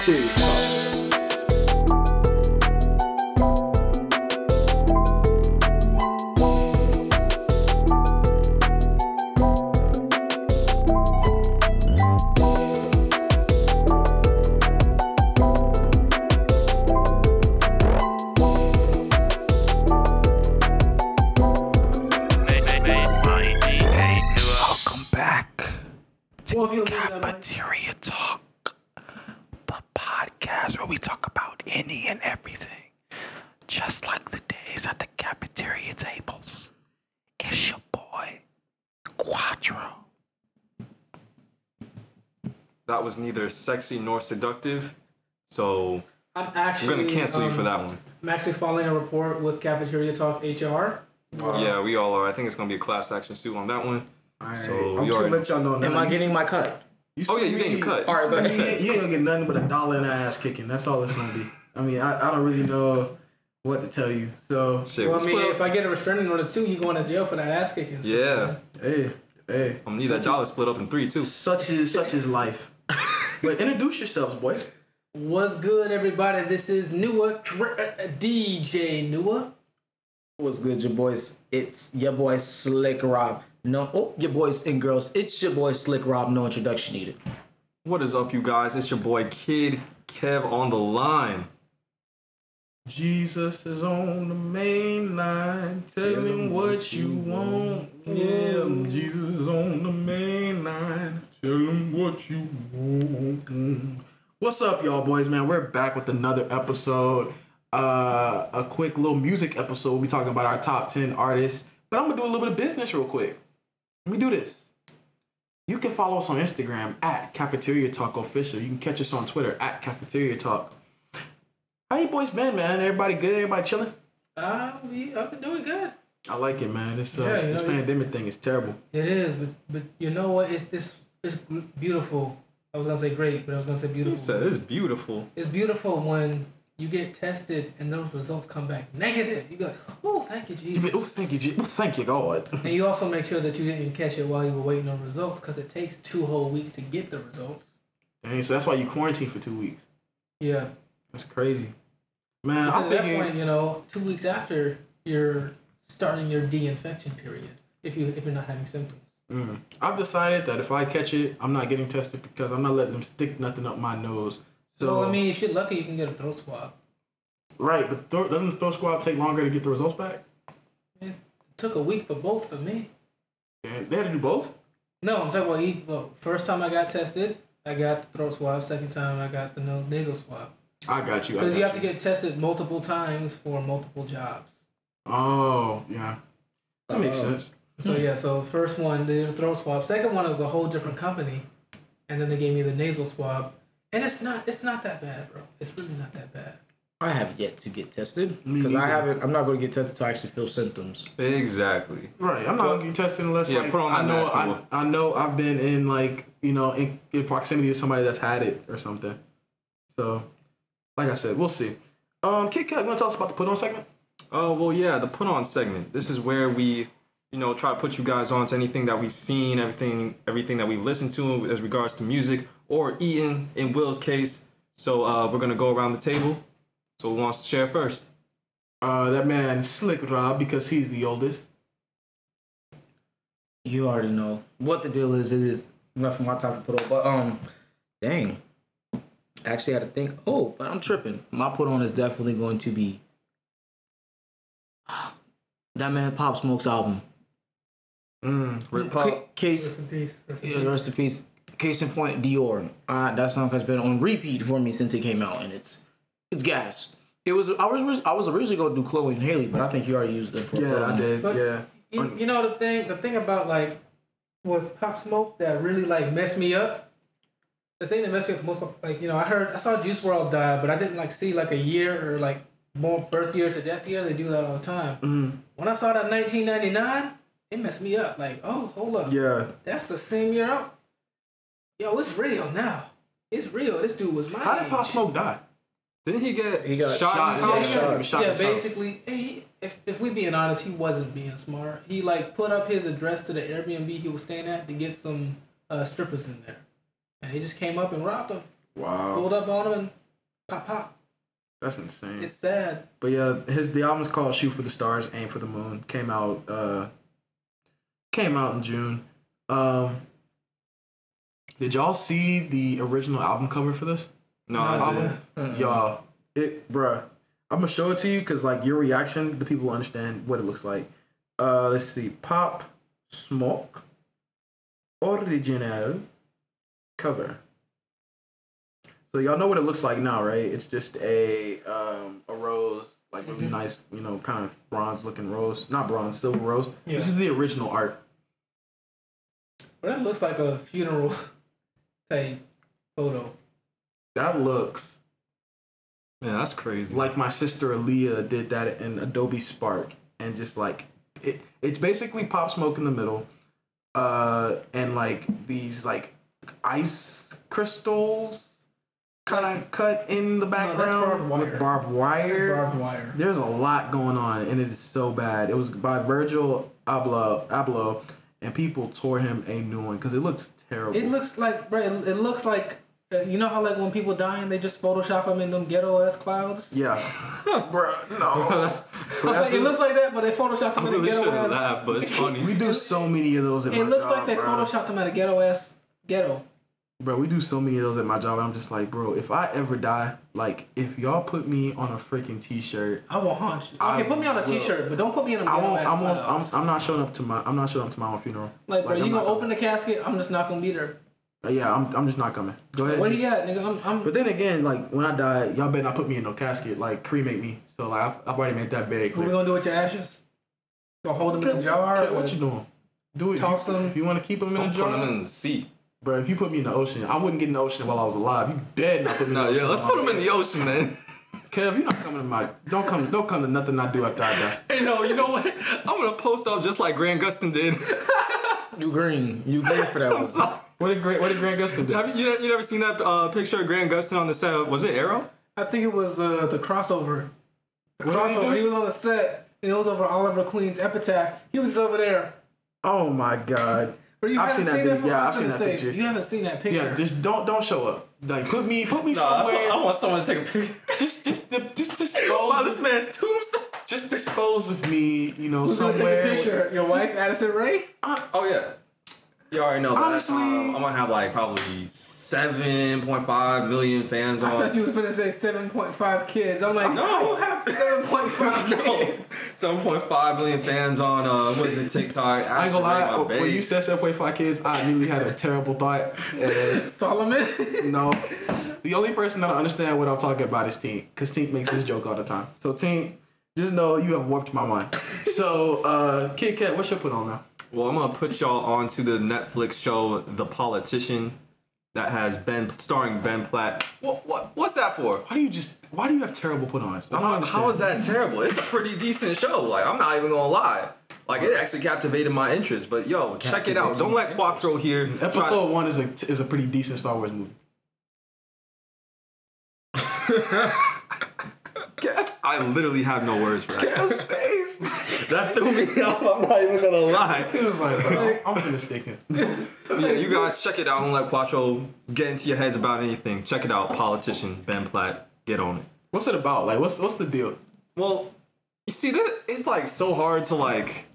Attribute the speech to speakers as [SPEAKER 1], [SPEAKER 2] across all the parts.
[SPEAKER 1] two, up.
[SPEAKER 2] Welcome back to
[SPEAKER 1] What have you uh, been doing, mate?
[SPEAKER 2] Cafeteria Talk, the podcast where we talk about any and everything, just like the days at the cafeteria tables. It's your boy, Quattro.
[SPEAKER 3] That was neither sexy nor seductive, so
[SPEAKER 1] I'm
[SPEAKER 3] we're
[SPEAKER 1] actually
[SPEAKER 3] gonna cancel you
[SPEAKER 1] um,
[SPEAKER 3] for that one.
[SPEAKER 1] I'm actually filing a report with Cafeteria Talk HR. uh,
[SPEAKER 3] yeah, we all are. I think it's gonna be a class action suit on that one.
[SPEAKER 4] Alright,
[SPEAKER 3] So,
[SPEAKER 4] I'm
[SPEAKER 3] you
[SPEAKER 4] just gonna
[SPEAKER 3] already-
[SPEAKER 4] let y'all know.
[SPEAKER 5] Am
[SPEAKER 4] now,
[SPEAKER 5] I
[SPEAKER 4] you-
[SPEAKER 5] getting my
[SPEAKER 3] Oh
[SPEAKER 5] cut?
[SPEAKER 3] yeah,
[SPEAKER 4] see
[SPEAKER 3] you
[SPEAKER 4] me-
[SPEAKER 3] getting cut.
[SPEAKER 5] All right, but-
[SPEAKER 4] You, ain't- you ain't gonna get nothing but a dollar and an ass kicking. That's all it's gonna be. I mean, I, I don't really know what to tell you. So
[SPEAKER 3] Shit,
[SPEAKER 1] Well, I
[SPEAKER 3] what's
[SPEAKER 1] mean,
[SPEAKER 3] up?
[SPEAKER 1] if I get a restraining order too, you going to jail for that ass kicking. So-
[SPEAKER 3] yeah,
[SPEAKER 4] hey, hey,
[SPEAKER 3] I'm gonna need that dollar split up in three too.
[SPEAKER 4] such is such is life. but introduce yourselves, boys.
[SPEAKER 1] What's good, everybody? This is Nua, Cr- uh, DJ Nua.
[SPEAKER 5] What's good, your boys? It's your boy Slick Rob. No, oh, your boys and girls. It's your boy Slick Rob. No introduction needed.
[SPEAKER 3] What is up, you guys? It's your boy Kid Kev on the line.
[SPEAKER 4] Jesus is on the main line. Tell him what you want. Yeah, Jesus on the main line. Tell him what you want. What's up, y'all boys, man? We're back with another episode. Uh, a quick little music episode. We'll be talking about our top 10 artists. But I'm gonna do a little bit of business real quick. Let me do this. You can follow us on Instagram at Cafeteria Talk Official. You can catch us on Twitter at Cafeteria Talk. How you boys been, man? Everybody good? Everybody chilling?
[SPEAKER 1] Ah, we I've been doing good.
[SPEAKER 4] I like it, man. This uh,
[SPEAKER 1] Yeah, you
[SPEAKER 4] this
[SPEAKER 1] know,
[SPEAKER 4] pandemic thing is terrible.
[SPEAKER 1] It is, but but you know what? It, it's it's gr- beautiful. I was gonna say great, but I was gonna say
[SPEAKER 3] He
[SPEAKER 1] beautiful.
[SPEAKER 3] said it's beautiful.
[SPEAKER 1] It's beautiful when you get tested and those results come back negative. You go, oh, thank you,
[SPEAKER 4] I mean,
[SPEAKER 1] Jesus.
[SPEAKER 4] oh, thank you, Je- oh, thank you, God.
[SPEAKER 1] And you also make sure that you didn't catch it while you were waiting on results because it takes two whole weeks to get the results.
[SPEAKER 4] Dang, so that's why you quarantine for two weeks.
[SPEAKER 1] Yeah.
[SPEAKER 4] That's crazy, man.
[SPEAKER 1] Because
[SPEAKER 4] I
[SPEAKER 1] at that
[SPEAKER 4] figure
[SPEAKER 1] point, you know, two weeks after you're starting your de-infection period if you if you're not having symptoms.
[SPEAKER 4] Mm. I've decided that if I catch it, I'm not getting tested because I'm not letting them stick nothing up my nose. So,
[SPEAKER 1] So I mean, if you're lucky, you can get a throat swab.
[SPEAKER 4] right, but th- doesn't the throat swab take longer to get the results back?
[SPEAKER 1] It took a week for both for me.
[SPEAKER 4] Yeah, they had to do both.
[SPEAKER 1] No, I'm talking about eat. Well, first time I got tested, I got the throat swab. Second time, I got the no- nasal swab.
[SPEAKER 4] I got you. I
[SPEAKER 1] Because
[SPEAKER 4] got
[SPEAKER 1] you have to get tested multiple times for multiple jobs.
[SPEAKER 4] Oh, yeah, that makes sense.
[SPEAKER 1] So yeah, so first one they did a throat swab. Second one it was a whole different company, and then they gave me the nasal swab. And it's not it's not that bad, bro. It's really not that bad.
[SPEAKER 5] I have yet to get tested
[SPEAKER 4] Me
[SPEAKER 5] because I
[SPEAKER 4] neither.
[SPEAKER 5] haven't. I'm not going to get tested till I actually feel symptoms.
[SPEAKER 3] Exactly.
[SPEAKER 4] Right, I'm not gonna get tested unless
[SPEAKER 3] Yeah,
[SPEAKER 4] like,
[SPEAKER 3] put on
[SPEAKER 4] I
[SPEAKER 3] that
[SPEAKER 4] know
[SPEAKER 3] mask, Noah.
[SPEAKER 4] I, I know I've been in like you know in, in proximity to somebody that's had it or something. So, like I said, we'll see. Um, Kit Kat, you wanna tell us about the put on segment?
[SPEAKER 3] Oh well, yeah, the put on segment. This is where we, you know, try to put you guys on to anything that we've seen, everything, everything that we've listened to as regards to music or eating. In Will's case, so uh, we're gonna go around the table. So who wants to share first?
[SPEAKER 4] Uh, that man Slick Rob because he's the oldest.
[SPEAKER 5] You already know what the deal is. It is nothing my time to put on, but um, dang, I actually had to think. Oh, but I'm tripping. My put on is definitely going to be that man Pop Smoke's album.
[SPEAKER 4] Mm,
[SPEAKER 3] Rip
[SPEAKER 5] Ca- Case
[SPEAKER 1] Rest in peace. Rest in
[SPEAKER 5] Yeah, rest in peace. Case in point, Dior. Uh, that song has been on repeat for me since it came out, and it's it's gas. It was I was I was originally gonna do Chloe and Haley, but I think you already used them for.
[SPEAKER 4] Yeah, I did.
[SPEAKER 1] But-
[SPEAKER 4] yeah,
[SPEAKER 1] You, you know the thing the thing about like with pop smoke that really like messed me up. The thing that messed me up the most like you know I heard I saw Juice World die, but I didn't like see like a year or like more birth year to death year. They do that all the time. When I saw that 1999, it messed me up. Like oh hold up,
[SPEAKER 4] yeah.
[SPEAKER 1] that's the same year out. Yo, it's real now. It's real. This dude was my
[SPEAKER 4] How did Pop
[SPEAKER 1] age.
[SPEAKER 4] Smoke die?
[SPEAKER 3] Didn't he get
[SPEAKER 5] He got
[SPEAKER 3] shot?
[SPEAKER 4] shot,
[SPEAKER 3] in
[SPEAKER 4] yeah,
[SPEAKER 3] the
[SPEAKER 4] he
[SPEAKER 3] yeah,
[SPEAKER 4] got shot.
[SPEAKER 1] yeah,
[SPEAKER 4] himself.
[SPEAKER 1] basically, he, if if we being honest, he wasn't being smart. He like put up his address to the Airbnb he was staying at to get some uh, strippers in there, and they just came up and robbed him.
[SPEAKER 4] Wow,
[SPEAKER 1] pulled up on him and pop pop.
[SPEAKER 4] that's insane.
[SPEAKER 1] It's sad.
[SPEAKER 4] But yeah, his the album's called Shoot for the Stars, Aim for the Moon. Came out uh came out in June. Um Did y'all see the original album cover for this?
[SPEAKER 3] No, I
[SPEAKER 4] album?
[SPEAKER 3] didn't.
[SPEAKER 4] Y'all, it bruh. I'm gonna show it to you because like your reaction, the people will understand what it looks like. Uh let's see. Pop Smoke Original Cover. So y'all know what it looks like now, right? It's just a um a rose, like really nice, you know, kind of bronze looking rose. Not bronze, silver rose. This
[SPEAKER 1] Yeah.
[SPEAKER 4] is the original art.
[SPEAKER 1] But that looks like a funeral type photo.
[SPEAKER 4] That looks
[SPEAKER 3] Man, that's crazy.
[SPEAKER 4] like my sister Aaliyah did that in Adobe Spark, and just like it, it's basically pop smoke in the middle, uh, and like these like ice crystals kind of cut in the
[SPEAKER 1] that's
[SPEAKER 4] background
[SPEAKER 1] barbed
[SPEAKER 4] with
[SPEAKER 1] wire.
[SPEAKER 4] barbed wire.
[SPEAKER 1] Barbed wire.
[SPEAKER 4] There's a lot going on, and it is so bad. It was by Virgil Abloh, Abloh and people tore him a new one because it looks terrible.
[SPEAKER 1] It looks like, bro. It, it looks like uh, you know how like when people die and they just Photoshop them in them ghetto ass clouds.
[SPEAKER 4] yeah, bruh, no. But that's
[SPEAKER 1] it
[SPEAKER 4] the-
[SPEAKER 1] looks like that, but they photoshopped them
[SPEAKER 3] I
[SPEAKER 1] in a
[SPEAKER 3] really
[SPEAKER 1] ghetto
[SPEAKER 3] shouldn't
[SPEAKER 1] ass.
[SPEAKER 3] laugh, but it's
[SPEAKER 4] we
[SPEAKER 3] funny.
[SPEAKER 4] do so many of those. At
[SPEAKER 1] It
[SPEAKER 4] my
[SPEAKER 1] looks like
[SPEAKER 4] job,
[SPEAKER 1] they
[SPEAKER 4] bruh.
[SPEAKER 1] photoshopped them at a ghetto ass ghetto.
[SPEAKER 4] Bro, we do so many of those at my job, and I'm just like, bro, if I ever die, like, if y'all put me on a freaking t-shirt,
[SPEAKER 1] I will haunt you.
[SPEAKER 4] I
[SPEAKER 1] Okay, put me on a
[SPEAKER 4] will.
[SPEAKER 1] t-shirt, but don't put me in a
[SPEAKER 4] I
[SPEAKER 1] ghetto
[SPEAKER 4] won't,
[SPEAKER 1] ass
[SPEAKER 4] I won't, I'm,
[SPEAKER 1] clouds.
[SPEAKER 4] I'm not showing up to my, I'm not showing up to my own funeral.
[SPEAKER 1] like, bro,
[SPEAKER 4] I'm
[SPEAKER 1] you
[SPEAKER 4] not
[SPEAKER 1] gonna open the casket? I'm just not gonna be there.
[SPEAKER 4] coming. Yeah, I'm, I'm just not coming. Go ahead.
[SPEAKER 1] Where
[SPEAKER 4] just-
[SPEAKER 1] you at, nigga? I'm, I'm
[SPEAKER 4] But then again, like, when I die, y'all better not put me in no casket, like, cremate me. So, like, I've, I've already made that very
[SPEAKER 1] What we
[SPEAKER 4] clear.
[SPEAKER 1] gonna do with your ashes? Gonna hold them in a jar?
[SPEAKER 4] Okay, what you doing? Do it. If
[SPEAKER 1] Toss
[SPEAKER 4] you-
[SPEAKER 1] them.
[SPEAKER 4] If you want to keep them in a
[SPEAKER 3] I'm putting
[SPEAKER 4] jar.
[SPEAKER 3] him in the sea.
[SPEAKER 4] Bro, if you put me in the ocean, I wouldn't get in the ocean while I was alive. You dead not put me in
[SPEAKER 3] No,
[SPEAKER 4] the ocean.
[SPEAKER 3] yeah, let's put him in the ocean then.
[SPEAKER 4] Kev, you're not coming to my, don't come, don't come to nothing I do after I die.
[SPEAKER 3] Hey, no, you know what? I'm gonna post up just like Grant Gustin did.
[SPEAKER 5] You green. You green for that one.
[SPEAKER 3] I'm sorry.
[SPEAKER 4] What did Grant? What did Grant Gustin do?
[SPEAKER 3] Have you, you, you never seen that uh, picture of Grant Gustin on the set? Of, was it Arrow?
[SPEAKER 1] I think it was uh, the crossover. Mm-hmm. The
[SPEAKER 4] What did he
[SPEAKER 1] crossover.
[SPEAKER 4] do?
[SPEAKER 1] He was on the set and it was over Oliver Queen's epitaph. He was over there.
[SPEAKER 4] Oh my god.
[SPEAKER 1] But you
[SPEAKER 4] I've
[SPEAKER 1] haven't
[SPEAKER 4] seen that
[SPEAKER 1] seen
[SPEAKER 4] video.
[SPEAKER 1] that.
[SPEAKER 4] Yeah,
[SPEAKER 1] Yeah,
[SPEAKER 4] I've seen that picture.
[SPEAKER 1] You haven't seen that picture.
[SPEAKER 4] Yeah, just don't don't show up. Like put me put me
[SPEAKER 3] Nah, that's
[SPEAKER 4] somewhere.
[SPEAKER 3] what- I want someone to take a picture.
[SPEAKER 4] just just the- just
[SPEAKER 3] wow,
[SPEAKER 4] dispose
[SPEAKER 3] this man's tombstone.
[SPEAKER 4] just dispose of me. You know
[SPEAKER 1] Who's gonna
[SPEAKER 4] somewhere.
[SPEAKER 1] take a picture? Your wife, Addison Ray.
[SPEAKER 3] Oh yeah. You already know.
[SPEAKER 4] Honestly-
[SPEAKER 3] Honestly, I'm gonna have like probably 7.5 million fans
[SPEAKER 1] I thought
[SPEAKER 3] on.
[SPEAKER 1] you was gonna say seven point five kids. I'm like,
[SPEAKER 3] No.
[SPEAKER 1] no, you have seven point five
[SPEAKER 3] No,
[SPEAKER 1] kids.
[SPEAKER 3] 7.5 million fans on. Uh, what is it? TikTok.
[SPEAKER 4] I ain't gonna
[SPEAKER 3] Ask
[SPEAKER 4] lie.
[SPEAKER 3] Ray, my
[SPEAKER 4] When
[SPEAKER 3] babe.
[SPEAKER 4] you said seven point five kids, I immediately had a terrible thought. And,
[SPEAKER 1] Solomon.
[SPEAKER 4] you know, the only person that'll understand what I'm talking about is Tink, cause Tink makes this joke all the time. So Tink, just know you have warped my mind. So uh, Kid Kat, what's your put on now?
[SPEAKER 3] Well, I'm gonna put y'all onto the Netflix show The Politician that has Ben starring Ben Platt. What, what what's that for?
[SPEAKER 4] Why do you just? Why do you have terrible put ons? I don't understand.
[SPEAKER 3] How is that terrible? It's a pretty decent show. Like I'm not even gonna lie. Like it actually captivated my interest. But yo, check it out. Don't let Quattro here. try-
[SPEAKER 4] Episode one is a is a pretty decent Star Wars movie.
[SPEAKER 3] I literally have no words for that. that threw me off. I'm not even gonna lie.
[SPEAKER 4] It was like, bro, I'm finna stick it.
[SPEAKER 3] Yeah, you guys check it out. Don't let Quattro get into your heads about anything. Check it out. Politician Ben Platt. Get on it.
[SPEAKER 4] What's it about? Like, what's what's the deal?
[SPEAKER 3] Well, you see that it's like so hard to like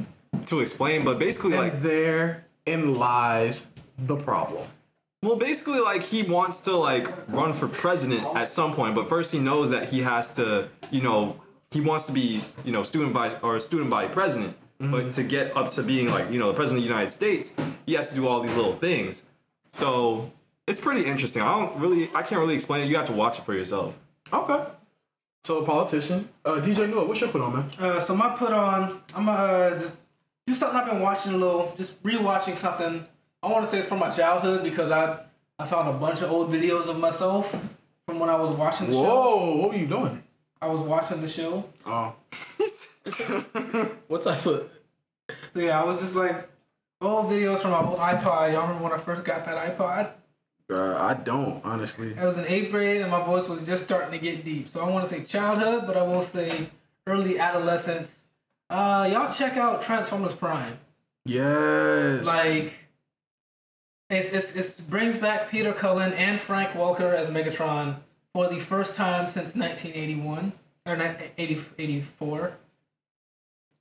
[SPEAKER 3] to explain, but basically like
[SPEAKER 4] And therein lies the problem.
[SPEAKER 3] well basically like he wants to like run for president at some point, but first he knows that he has to, you know, he wants to be, you know, student vice or student body president.
[SPEAKER 4] Mm-hmm.
[SPEAKER 3] But to get up to being like, you know, the president of the United States, he has to do all these little things. So it's pretty interesting. I don't really I can't really explain it. You have to watch it for yourself.
[SPEAKER 4] Okay. So, a politician, uh, DJ Noah, what's your put on, man?
[SPEAKER 1] Uh, so my put on, I'm gonna uh, just do something I've been watching a little, just rewatching something. I want to say it's from my childhood because I I found a bunch of old videos of myself from when I was watching the show.
[SPEAKER 4] Whoa, Oh, what were you doing?
[SPEAKER 1] I was watching the show,
[SPEAKER 4] Oh,
[SPEAKER 5] What type of
[SPEAKER 1] so yeah, I was just like old videos from my old iPod. Y'all remember when I first got that iPod?
[SPEAKER 4] uh, I don't honestly.
[SPEAKER 1] I was in eighth grade and my voice was just starting to get deep. So I want to say childhood, but I will say early adolescence. Uh, y'all check out Transformers Prime.
[SPEAKER 4] Yes.
[SPEAKER 1] like It's, it's, it's brings back Peter Cullen and Frank Welker as Megatron for the first time since 1981 or 19- 80, 84.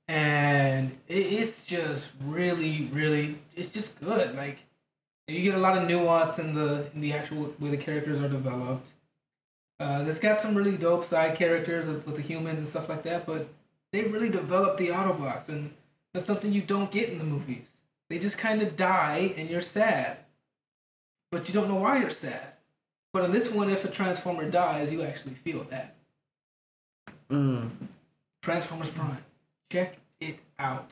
[SPEAKER 1] And it, it's just really, really, it's just good. Like you get a lot of nuance in the in the actual way the characters are developed. Uh, it's got some really dope side characters with, with the humans and stuff like that, but they really developed the Autobots, and that's something you don't get in the movies. They just kind of die, and you're sad, but you don't know why you're sad. But in this one, if a Transformer dies, you actually feel that.
[SPEAKER 5] Mm.
[SPEAKER 1] Transformers Prime, check it out.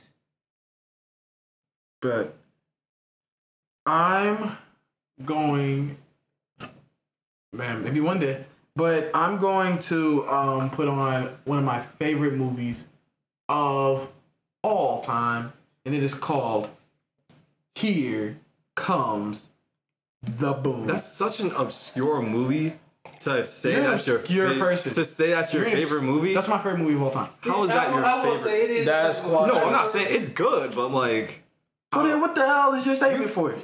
[SPEAKER 4] But I'm going, man, maybe one day. But I'm going to um, put on one of my favorite movies of all time, and it is called "Here Comes the Boom."
[SPEAKER 3] That's such an obscure movie to say
[SPEAKER 4] You're an
[SPEAKER 3] that's your
[SPEAKER 4] obscure
[SPEAKER 3] fa-
[SPEAKER 4] person.
[SPEAKER 3] To say that's your
[SPEAKER 4] You're-
[SPEAKER 3] favorite movie.
[SPEAKER 4] That's my favorite movie of all time.
[SPEAKER 3] How is that your favorite?
[SPEAKER 1] it is.
[SPEAKER 5] That's quite-
[SPEAKER 3] no, I'm not saying it's good, but like
[SPEAKER 4] So then, what the hell is your statement for it?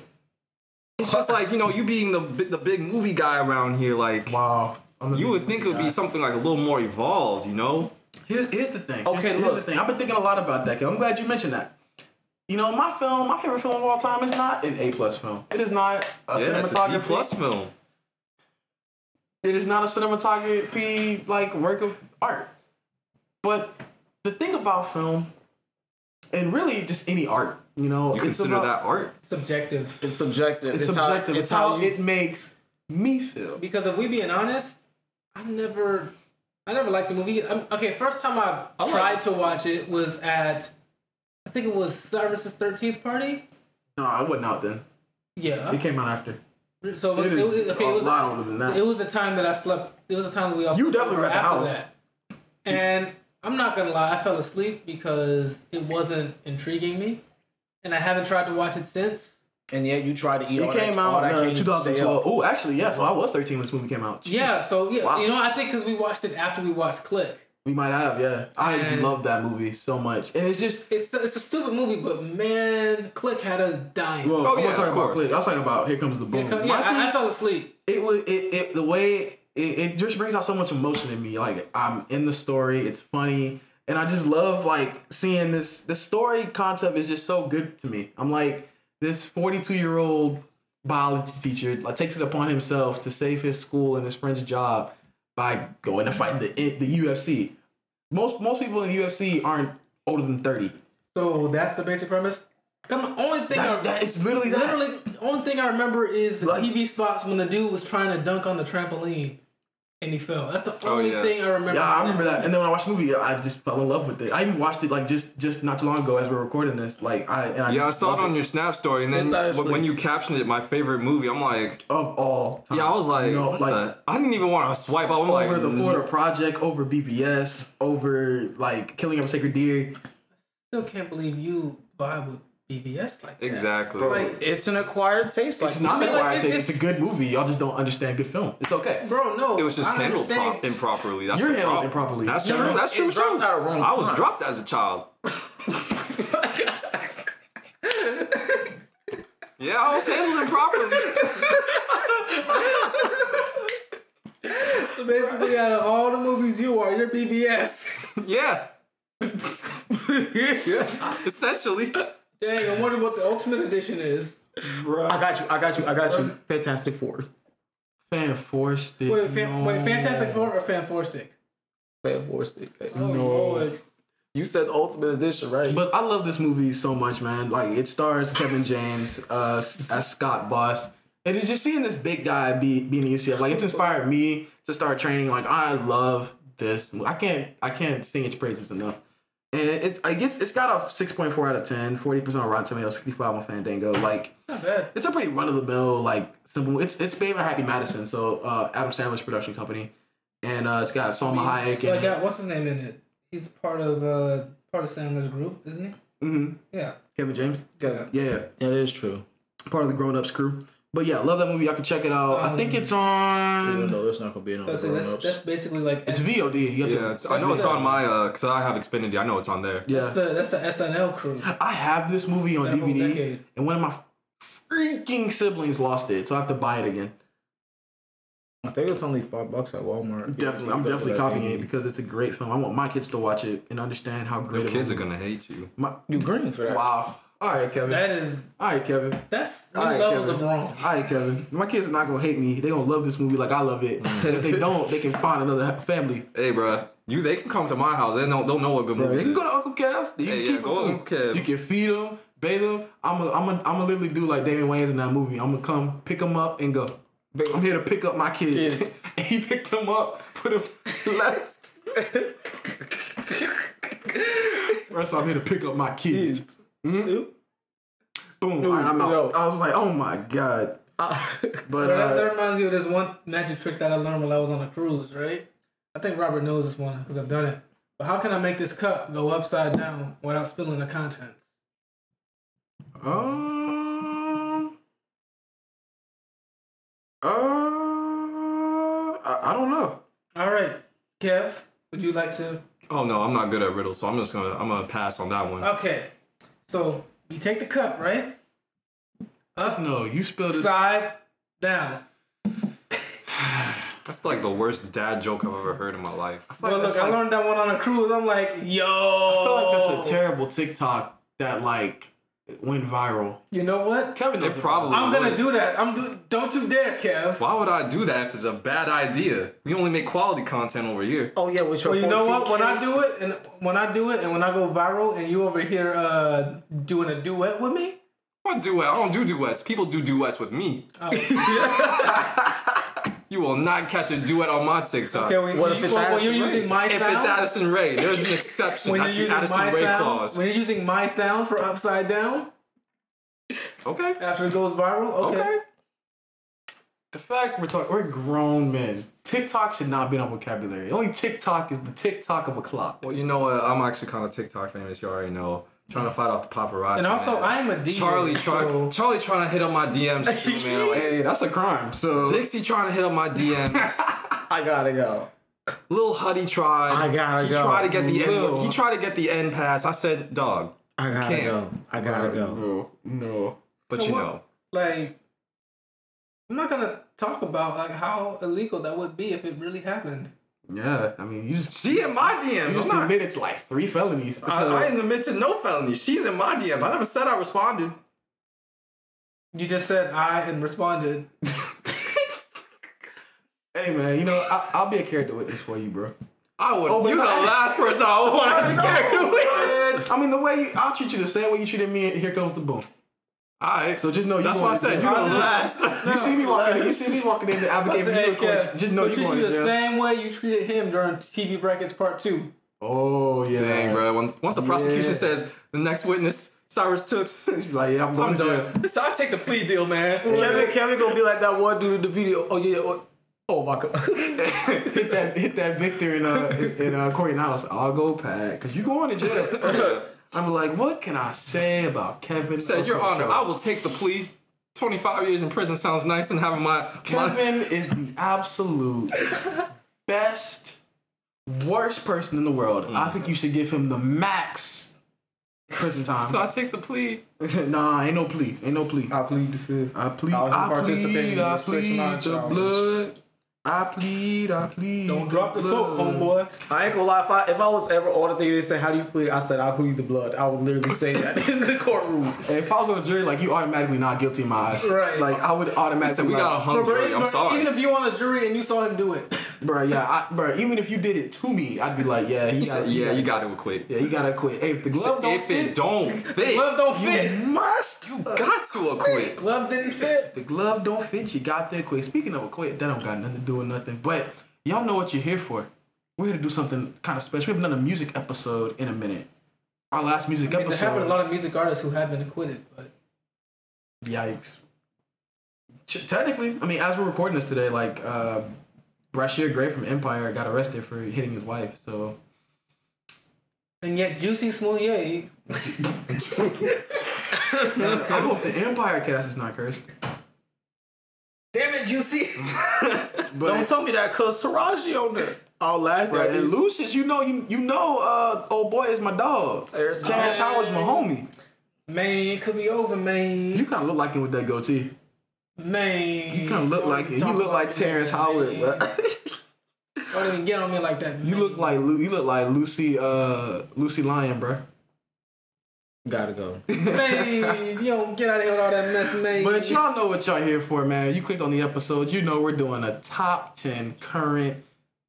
[SPEAKER 3] it's just like you know you being the bi- the big movie guy around here. Like
[SPEAKER 4] Wow, I'm
[SPEAKER 3] you would think it would be
[SPEAKER 4] guy.
[SPEAKER 3] something like a little more evolved, you know?
[SPEAKER 4] Here's, here's the thing.
[SPEAKER 5] Okay,
[SPEAKER 4] here's, the-
[SPEAKER 5] look.
[SPEAKER 4] Here's the thing. I've been thinking a lot about that. Kid. I'm glad you mentioned that. You know, my film, my favorite film of all time, is not an A plus film. It is not a
[SPEAKER 3] Yeah, it's a D
[SPEAKER 4] cinematography.
[SPEAKER 3] plus film.
[SPEAKER 4] It is not a cinematography like work of art. But the thing about film, and really just any art, you know,
[SPEAKER 3] You
[SPEAKER 4] it's
[SPEAKER 3] consider
[SPEAKER 4] about-
[SPEAKER 3] that art?
[SPEAKER 1] subjective.
[SPEAKER 5] It's subjective.
[SPEAKER 4] It's,
[SPEAKER 5] how-
[SPEAKER 4] subjective. it's how,
[SPEAKER 5] you-
[SPEAKER 4] it makes me feel.
[SPEAKER 1] Because if we being honest, I never, I never liked the movie. i okay, first time I,
[SPEAKER 5] like
[SPEAKER 1] tried
[SPEAKER 5] it.
[SPEAKER 1] to watch it was at, I think it was Cyrus's thirteenth party.
[SPEAKER 4] No, I wasn't out then. It
[SPEAKER 1] Yeah.
[SPEAKER 4] came out after.
[SPEAKER 1] So it was,
[SPEAKER 4] It
[SPEAKER 1] it
[SPEAKER 4] is
[SPEAKER 1] was okay.
[SPEAKER 4] a
[SPEAKER 1] It was
[SPEAKER 4] lot older than that.
[SPEAKER 1] It was the time that I slept. It was the time that we all.
[SPEAKER 4] You
[SPEAKER 1] slept
[SPEAKER 4] definitely were at the
[SPEAKER 1] after
[SPEAKER 4] house.
[SPEAKER 1] that. And I'm not gonna lie, I fell asleep because it wasn't intriguing me, and I haven't tried to watch it since.
[SPEAKER 5] and yet you try to eat. all
[SPEAKER 4] It came
[SPEAKER 5] that, all
[SPEAKER 4] out
[SPEAKER 5] that
[SPEAKER 4] in
[SPEAKER 5] candy
[SPEAKER 4] uh,
[SPEAKER 5] to stay up.
[SPEAKER 4] 2012. Oh, actually, yeah. So I was 13 when this movie came out.
[SPEAKER 1] Yeah. So yeah,
[SPEAKER 4] Wow.
[SPEAKER 1] you know, I think because we watched it after we watched Click.
[SPEAKER 4] We might have, yeah. I
[SPEAKER 1] And-
[SPEAKER 4] love that movie so much, and it's just.
[SPEAKER 1] It's it's a stupid movie, but man, Click had us dying.
[SPEAKER 4] Well,
[SPEAKER 3] Oh,
[SPEAKER 4] I
[SPEAKER 3] yeah,
[SPEAKER 4] was talking
[SPEAKER 3] of
[SPEAKER 4] about
[SPEAKER 3] course.
[SPEAKER 4] Click. I was talking about Here Comes the Boom.
[SPEAKER 1] yeah,
[SPEAKER 4] My thing-
[SPEAKER 1] I, I fell asleep.
[SPEAKER 4] it was it, it the way it, it just brings out so much emotion in me. Like I'm in the story, it's funny, and I just love like seeing this. The story concept is just so good to me. I'm like this 42 year old biology teacher like takes it upon himself to save his school and his friend's job by going to fight the the UFC. Most most people in the UFC aren't older than 30.
[SPEAKER 1] So that's the basic premise. Come on, only thing
[SPEAKER 4] That's
[SPEAKER 1] I,
[SPEAKER 4] that. It's literally that.
[SPEAKER 1] literally the only thing I remember is the
[SPEAKER 4] Like-
[SPEAKER 1] TV spots when the dude was trying to dunk on the trampoline and he fell. That's the
[SPEAKER 3] Oh,
[SPEAKER 1] only
[SPEAKER 3] yeah.
[SPEAKER 1] thing I remember.
[SPEAKER 4] Yeah, I
[SPEAKER 1] from
[SPEAKER 4] remember that. And then when I watched the movie, I just fell in love with it. I even watched it like just just not too long ago as we're recording this. Like I and I
[SPEAKER 3] Yeah, I
[SPEAKER 4] just
[SPEAKER 3] saw it
[SPEAKER 4] love
[SPEAKER 3] on your Snap story, and then
[SPEAKER 5] It's
[SPEAKER 3] wh-
[SPEAKER 5] actually-
[SPEAKER 3] when you captioned it, my favorite movie, I'm like,
[SPEAKER 4] of all. Time.
[SPEAKER 3] yeah, I was like,
[SPEAKER 4] No,
[SPEAKER 3] what
[SPEAKER 4] Uh, like-
[SPEAKER 3] the- I didn't even want to swipe up. I'm like, mm.
[SPEAKER 4] over the Florida Project, over BVS, over like Killing of a Sacred Deer.
[SPEAKER 1] Still can't believe you vibe with BBS like that.
[SPEAKER 3] exactly.
[SPEAKER 1] Like,
[SPEAKER 5] It's an acquired taste. Like
[SPEAKER 4] It's
[SPEAKER 5] you
[SPEAKER 4] not
[SPEAKER 5] said.
[SPEAKER 1] like,
[SPEAKER 4] acquired taste. It's,
[SPEAKER 1] it's-
[SPEAKER 4] a good movie. Y'all just don't understand good film. It's okay.
[SPEAKER 1] bro, no,
[SPEAKER 3] it was just
[SPEAKER 1] I
[SPEAKER 3] handled
[SPEAKER 1] understand.
[SPEAKER 3] pro- improperly. That's
[SPEAKER 4] You're
[SPEAKER 3] the
[SPEAKER 4] handled
[SPEAKER 3] problem.
[SPEAKER 4] improperly.
[SPEAKER 3] That's
[SPEAKER 4] No,
[SPEAKER 3] true.
[SPEAKER 4] no,
[SPEAKER 3] That's
[SPEAKER 5] it
[SPEAKER 3] true
[SPEAKER 5] dropped
[SPEAKER 3] too.
[SPEAKER 5] at a wrong
[SPEAKER 3] I was
[SPEAKER 5] time.
[SPEAKER 3] dropped as a child. yeah, I was handled improperly.
[SPEAKER 1] So basically, out of all the movies you are, you're BBS.
[SPEAKER 3] Yeah. Essentially.
[SPEAKER 1] Dang, I wonder what the Ultimate Edition is.
[SPEAKER 5] I got you. I got you. I got you. Fantastic Four.
[SPEAKER 4] Fan forced it.
[SPEAKER 1] Wait, fan,
[SPEAKER 4] no.
[SPEAKER 1] wait, Fantastic Four or Fan Four Stick?
[SPEAKER 5] Fan Four stick.
[SPEAKER 1] Oh, Lord.
[SPEAKER 5] You said Ultimate Edition, right?
[SPEAKER 4] But I love this movie so much, man. Like it stars Kevin James uh, as Scott Boss, and it's just seeing this big guy be being in UCF. Like it's inspired me to start training. Like I love this. I can't I can't sing its praises enough. And it's I gets it's got a six point four out of 10, 40 percent on Rotten Tomatoes, sixty five on Fandango. Like
[SPEAKER 1] Not bad.
[SPEAKER 4] it's a pretty run of the mill like simple. It's it's made by Happy Madison, so uh, Adam Sandler's production company, and uh, it's got Salma Hayek.
[SPEAKER 1] So I
[SPEAKER 4] And,
[SPEAKER 1] got uh, what's his name in it? He's part of uh part of Sandler's group, isn't he?
[SPEAKER 4] Mhm.
[SPEAKER 1] Yeah.
[SPEAKER 4] Kevin James.
[SPEAKER 1] Yeah.
[SPEAKER 4] Yeah.
[SPEAKER 5] that is true.
[SPEAKER 4] part of the grown ups crew. But yeah, love that movie. Y'all can check it out. I think it's on.
[SPEAKER 5] no, there's not gonna be another
[SPEAKER 1] That's, that's,
[SPEAKER 5] grown-ups.
[SPEAKER 1] that's basically like
[SPEAKER 4] It's
[SPEAKER 1] that's
[SPEAKER 4] VOD. You have
[SPEAKER 3] Yeah,
[SPEAKER 4] to,
[SPEAKER 3] it's, I know it's on my uh, cause I have Xfinity. I know it's on there.
[SPEAKER 4] yeah.
[SPEAKER 1] the that's the SNL crew.
[SPEAKER 4] I have this movie on
[SPEAKER 1] That whole
[SPEAKER 4] DVD,
[SPEAKER 1] decade.
[SPEAKER 4] and one of my f- freaking siblings lost it, so I have to buy it again.
[SPEAKER 5] I think it's only five bucks at Walmart.
[SPEAKER 4] Definitely, I'm definitely copying it because it's a great film. I want my kids to watch it and understand how great
[SPEAKER 3] Your
[SPEAKER 4] it
[SPEAKER 3] kids are
[SPEAKER 4] was.
[SPEAKER 3] gonna hate you.
[SPEAKER 4] My,
[SPEAKER 5] You green for that?
[SPEAKER 4] wow. All right, Kevin.
[SPEAKER 1] That is
[SPEAKER 4] All right, Kevin.
[SPEAKER 1] that's new
[SPEAKER 4] All right,
[SPEAKER 1] levels
[SPEAKER 4] Kevin.
[SPEAKER 1] of wrong.
[SPEAKER 4] All right, Kevin. My kids are not gonna hate me. They gonna love this movie like I love it.
[SPEAKER 3] Mm.
[SPEAKER 4] And if they don't, they can find another family.
[SPEAKER 3] Hey, bruh, you they can come to my house. They don't don't know what good
[SPEAKER 4] They
[SPEAKER 3] movies.
[SPEAKER 4] can
[SPEAKER 3] is.
[SPEAKER 4] go to Uncle Kev. You
[SPEAKER 3] Hey,
[SPEAKER 4] can
[SPEAKER 3] yeah,
[SPEAKER 4] keep
[SPEAKER 3] go to
[SPEAKER 4] them
[SPEAKER 3] Uncle
[SPEAKER 4] too.
[SPEAKER 3] Kev.
[SPEAKER 4] You can feed them, bathe them. I'm a, I'm a, I'm a literally do like Damon Wayans in that movie. I'm gonna come pick them up and go. I'm here to pick up my kids.
[SPEAKER 5] Kids.
[SPEAKER 4] and he picked them up, put them left. First, I'm here to pick up my kids.
[SPEAKER 5] Kids.
[SPEAKER 4] Boom. All right, I'm out.
[SPEAKER 5] yo.
[SPEAKER 4] I was like, oh my god. But
[SPEAKER 1] Bro, that,
[SPEAKER 4] uh,
[SPEAKER 1] that reminds me of this one magic trick that I learned while I was on a cruise, right? I think Robert knows this one because I've done it. But how can I make this cup go upside down without spilling the contents?
[SPEAKER 4] uh, Um. Uh, I, I don't know.
[SPEAKER 1] All right, Kev, would you like to?
[SPEAKER 3] Oh no, I'm not good at riddles, so I'm just gonna I'm gonna pass on that one.
[SPEAKER 4] Uh,
[SPEAKER 1] Okay, so you take the cup, right?
[SPEAKER 4] No, you spelled it.
[SPEAKER 1] Upside down.
[SPEAKER 3] That's like the worst dad joke I've ever heard in my life.
[SPEAKER 1] Well, look, I learned that one on a cruise. I'm like, yo.
[SPEAKER 4] I feel like
[SPEAKER 3] Oh.
[SPEAKER 4] that's a terrible TikTok that like went viral.
[SPEAKER 1] you know what?
[SPEAKER 4] Kevin,
[SPEAKER 3] It probably.
[SPEAKER 1] I'm gonna
[SPEAKER 3] would.
[SPEAKER 1] do that. I'm do. Don't you dare, Kev.
[SPEAKER 3] Why would I do that if it's a bad idea? We only make quality content over here.
[SPEAKER 5] Oh yeah, which
[SPEAKER 1] Well, you know what? When I do it, and when I do it, and when I go viral, and you over here uh, doing a duet with me,
[SPEAKER 3] I do I don't do duets. People do duets with me.
[SPEAKER 1] Oh.
[SPEAKER 3] you will not catch a duet on my TikTok.
[SPEAKER 1] okay, when,
[SPEAKER 5] What
[SPEAKER 1] you,
[SPEAKER 5] if it's
[SPEAKER 1] when, when
[SPEAKER 5] Addison
[SPEAKER 1] you're
[SPEAKER 5] Rae?
[SPEAKER 1] using my
[SPEAKER 3] if
[SPEAKER 1] sound,
[SPEAKER 3] it's Addison Ray, there's an exception.
[SPEAKER 1] when
[SPEAKER 3] That's
[SPEAKER 1] you're
[SPEAKER 3] the
[SPEAKER 1] using
[SPEAKER 3] Addison
[SPEAKER 1] my
[SPEAKER 3] Ray
[SPEAKER 1] sound,
[SPEAKER 3] clause.
[SPEAKER 1] when you're using my sound for upside down
[SPEAKER 3] Okay.
[SPEAKER 1] after it goes viral, okay.
[SPEAKER 3] Okay.
[SPEAKER 4] The fact we're talking, we're grown men. TikTok should not be in our vocabulary. Only TikTok is the TikTok of a clock.
[SPEAKER 3] Well, you know what? I'm actually kind of TikTok famous. You already know. Trying to fight off the paparazzi.
[SPEAKER 1] And also,
[SPEAKER 3] man.
[SPEAKER 1] I'm a DJ.
[SPEAKER 3] Charlie trying
[SPEAKER 1] so-
[SPEAKER 3] Charlie trying to hit up my DMs too, man. Like,
[SPEAKER 4] Hey, that's a crime. So
[SPEAKER 3] Dixie trying to hit up my DMs.
[SPEAKER 5] I gotta go.
[SPEAKER 3] Lil Huddy tried.
[SPEAKER 5] I gotta
[SPEAKER 3] he
[SPEAKER 5] go.
[SPEAKER 3] tried to get the
[SPEAKER 5] Lil.
[SPEAKER 3] end. He tried to get the end pass. I said, dog.
[SPEAKER 5] I gotta
[SPEAKER 3] Can't.
[SPEAKER 5] go. I gotta go.
[SPEAKER 4] no, no.
[SPEAKER 3] But you know,
[SPEAKER 1] like I'm not gonna talk about like how illegal that would be if it really happened.
[SPEAKER 4] Yeah, I mean, you just
[SPEAKER 3] she in my DMs.
[SPEAKER 4] you
[SPEAKER 3] I'm
[SPEAKER 4] just
[SPEAKER 3] not-
[SPEAKER 4] admitted to like three felonies.
[SPEAKER 3] I,
[SPEAKER 4] So-
[SPEAKER 3] I didn't admit to no felony. She's in my DMs. I never said I responded.
[SPEAKER 1] You just said I and responded.
[SPEAKER 4] Hey man, you know I, I'll be a character witness for you, bro.
[SPEAKER 3] I would.
[SPEAKER 4] Oh, but
[SPEAKER 3] you're the
[SPEAKER 4] no, I-
[SPEAKER 3] last person I would want as a character witness.
[SPEAKER 4] I mean, the way you, I'll treat you the same way you treated me. And here comes the boom.
[SPEAKER 3] All right.
[SPEAKER 4] So just know you
[SPEAKER 3] that's
[SPEAKER 4] going
[SPEAKER 3] why I
[SPEAKER 4] to
[SPEAKER 3] said
[SPEAKER 4] jail.
[SPEAKER 3] you're the
[SPEAKER 4] I
[SPEAKER 3] last.
[SPEAKER 4] You see me walking. You see me walking in the
[SPEAKER 1] I
[SPEAKER 4] advocate
[SPEAKER 1] said,
[SPEAKER 4] video
[SPEAKER 1] "Hey, Kev,
[SPEAKER 4] court. Just know
[SPEAKER 1] we'll
[SPEAKER 4] you
[SPEAKER 1] treat
[SPEAKER 4] going
[SPEAKER 1] you
[SPEAKER 4] to
[SPEAKER 1] the
[SPEAKER 4] jail.
[SPEAKER 1] same way you treated him during TV brackets part two.
[SPEAKER 4] Oh yeah.
[SPEAKER 3] Dang, bro. Once, once the prosecution
[SPEAKER 4] Yeah.
[SPEAKER 3] says the next witness, Cyrus Tooks.
[SPEAKER 4] He's like, yeah, I'm going
[SPEAKER 3] I'm
[SPEAKER 4] to jail.
[SPEAKER 3] done. So I take the plea deal, man.
[SPEAKER 5] Kevin, Kevin gonna be like that one dude in the video. Oh yeah. Oh, oh my god.
[SPEAKER 4] Hit that, hit that Victor in uh in uh Corey Niles. I'll go pack because you going to jail. I'm like, what can I say about Kevin?
[SPEAKER 3] said, Your Honor,
[SPEAKER 4] Okoto?
[SPEAKER 3] I will take the plea. 25 years in prison sounds nice and having my. my
[SPEAKER 4] Kevin is the absolute best, worst person in the world. I think you should give him the max prison time.
[SPEAKER 3] so I take the plea.
[SPEAKER 4] nah, ain't no plea. Ain't no plea.
[SPEAKER 5] I plead the fifth.
[SPEAKER 4] I plead.
[SPEAKER 5] I was
[SPEAKER 4] I
[SPEAKER 5] participating
[SPEAKER 4] plead.
[SPEAKER 5] in
[SPEAKER 4] I
[SPEAKER 5] the six
[SPEAKER 4] plead
[SPEAKER 5] nine
[SPEAKER 4] the
[SPEAKER 5] challenge.
[SPEAKER 4] blood. I plead. I plead.
[SPEAKER 1] Don't drop the soap, homeboy.
[SPEAKER 5] I ain't gonna lie. If I, if I was ever on the thing, they said, "How do you plead?" I said, "I plead the blood." I would literally say that in the courtroom.
[SPEAKER 4] If I was on a jury, like you automatically not guilty in my eyes.
[SPEAKER 1] Right.
[SPEAKER 4] Like I would automatically.
[SPEAKER 3] Said we
[SPEAKER 4] like,
[SPEAKER 3] got a hung
[SPEAKER 1] Bro,
[SPEAKER 3] jury. I'm
[SPEAKER 1] bro,
[SPEAKER 3] sorry.
[SPEAKER 1] Even if you on a jury and you saw him do it,
[SPEAKER 4] bro. Yeah, I, bro. Even if you did it to me, I'd be like, yeah, he got,
[SPEAKER 3] yeah, you got to acquit.
[SPEAKER 4] yeah, you gotta quit. Hey, if the glove don't
[SPEAKER 3] if
[SPEAKER 4] fit,
[SPEAKER 3] it don't fit,
[SPEAKER 1] glove don't
[SPEAKER 4] you
[SPEAKER 1] fit.
[SPEAKER 4] must. You
[SPEAKER 3] got to acquit.
[SPEAKER 1] Glove didn't fit.
[SPEAKER 4] The glove don't fit, you got there quick. Speaking of a quick, that don't got nothing to do with nothing. But y'all know what you're here for. We're here to do something kind of special. We haven't done a music episode in a minute. Our last music
[SPEAKER 1] I mean, there have been a
[SPEAKER 4] episode.
[SPEAKER 1] lot of music artists who have been acquitted, but
[SPEAKER 4] Yikes. T- technically, I mean, as we're recording this today, like uh, Brashear Gray from Empire got arrested for hitting his wife. So
[SPEAKER 1] and yet Juicy Smollett,
[SPEAKER 4] I hope the Empire cast is not cursed.
[SPEAKER 1] damn it, Juicy.
[SPEAKER 5] Don't
[SPEAKER 4] But
[SPEAKER 5] tell me that, cause Taraji on there. I'll laugh
[SPEAKER 4] Bruh,
[SPEAKER 5] at
[SPEAKER 4] and
[SPEAKER 5] you.
[SPEAKER 4] Lucius, you know, you you know, uh, old boy is my dog.
[SPEAKER 5] Terrence
[SPEAKER 4] Terrence Howard's my homie.
[SPEAKER 1] Man, it could be over, man.
[SPEAKER 4] You kind of look like him with that goatee.
[SPEAKER 1] Man.
[SPEAKER 4] You kind of look like it. You look like Terrence Howard, bro.
[SPEAKER 1] Don't even get on me like that.
[SPEAKER 4] you look like Lu- you look like Lucy uh Lucy Lyon, bro.
[SPEAKER 5] Gotta go.
[SPEAKER 1] man. You don't get out of here with all that mess, man.
[SPEAKER 4] But y'all know what y'all here for, man. You clicked on the episode. You know we're doing a top ten current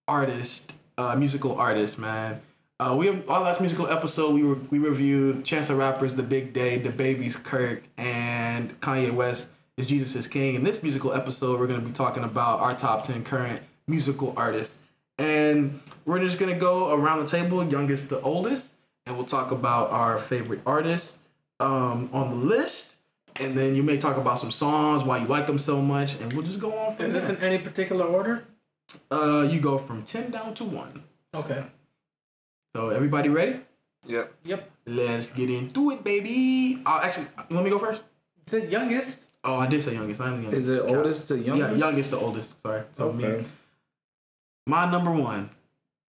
[SPEAKER 4] artist, uh, musical artist, man. Uh, we have our last musical episode. We were we reviewed Chance the Rapper's "The Big Day," "The Baby's Kirk," and Kanye West is "Jesus Is King." In this musical episode, we're gonna be talking about our top ten current musical artists, and we're just gonna go around the table, youngest to oldest, and we'll talk about our favorite artists um, on the list. And then you may talk about some songs, why you like them so much, and we'll just go on from
[SPEAKER 1] Is this
[SPEAKER 4] there.
[SPEAKER 1] in any particular order?
[SPEAKER 4] uh, you go from ten down to one.
[SPEAKER 1] Okay.
[SPEAKER 4] So everybody ready?
[SPEAKER 3] Yep.
[SPEAKER 1] Yep.
[SPEAKER 4] Let's get into it, baby. Uh, actually, you want me to go first?
[SPEAKER 1] It's the youngest.
[SPEAKER 4] Oh, I did say youngest. I'm the youngest.
[SPEAKER 5] Is it oldest to
[SPEAKER 4] Yeah,
[SPEAKER 5] youngest?
[SPEAKER 4] youngest to oldest. Sorry. So me.
[SPEAKER 5] Okay.
[SPEAKER 4] My number one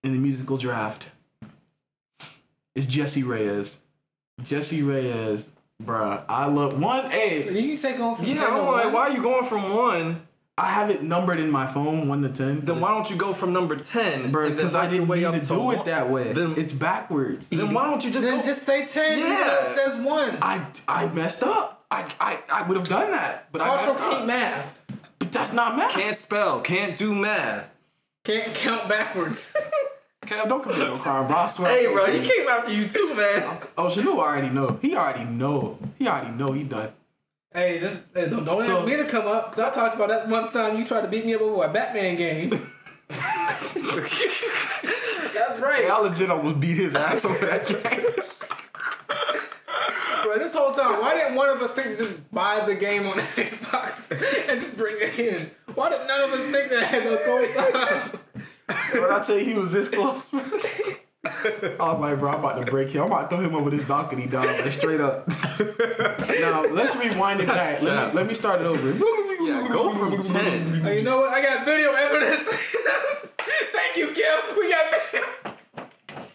[SPEAKER 4] in the musical draft is Jesse Reyes. Jesse Reyes, bruh. I love one. Hey,
[SPEAKER 1] You can take on from
[SPEAKER 3] Yeah,
[SPEAKER 1] 10 to
[SPEAKER 3] I'm like,
[SPEAKER 1] one.
[SPEAKER 3] why are you going from one?
[SPEAKER 4] I have it numbered in my phone, one to ten.
[SPEAKER 3] Then why don't you go from number ten?
[SPEAKER 4] Bruh,
[SPEAKER 3] and then
[SPEAKER 4] because I
[SPEAKER 3] work your
[SPEAKER 4] didn't mean to
[SPEAKER 3] up
[SPEAKER 4] do it
[SPEAKER 3] one?
[SPEAKER 4] that way.
[SPEAKER 3] Then-
[SPEAKER 4] it's backwards.
[SPEAKER 3] Then why don't you just
[SPEAKER 1] Then
[SPEAKER 3] go?
[SPEAKER 1] just say 10. even
[SPEAKER 3] Yeah.
[SPEAKER 1] though It says 1.
[SPEAKER 4] I, I messed up. I, I, I would have done that, but I
[SPEAKER 1] also
[SPEAKER 4] messed
[SPEAKER 1] can't
[SPEAKER 4] up.
[SPEAKER 1] math.
[SPEAKER 4] But that's not math.
[SPEAKER 3] can't spell, can't do math.
[SPEAKER 1] Can't count backwards.
[SPEAKER 4] Cam, don't commit no crime, bro. I swear.
[SPEAKER 3] Hey, bro, he came after you too, man.
[SPEAKER 4] Oh, Shanu already know. He already know. He already know. He done.
[SPEAKER 1] hey, just hey, don't, don't
[SPEAKER 4] So-
[SPEAKER 1] ask me to come up. Because I talked about that one time you tried to beat me up over a Batman game. That's
[SPEAKER 4] Hey, I
[SPEAKER 1] right.
[SPEAKER 4] legit almost beat his ass over that game.
[SPEAKER 1] Bro, this whole time, why didn't one of us think to just buy the game on Xbox and just bring it in? Why did none of us think that this whole time?
[SPEAKER 4] when I tell you he was this close, bro. I was like, bro, I'm about to break him. I'm about to throw him over this balcony, dog. Like, straight up. now, let's rewind it back. Let me, let me start it over.
[SPEAKER 3] Yeah, go from ten.
[SPEAKER 1] Hey, you know what? I got video evidence. Thank you, Kim. We got video.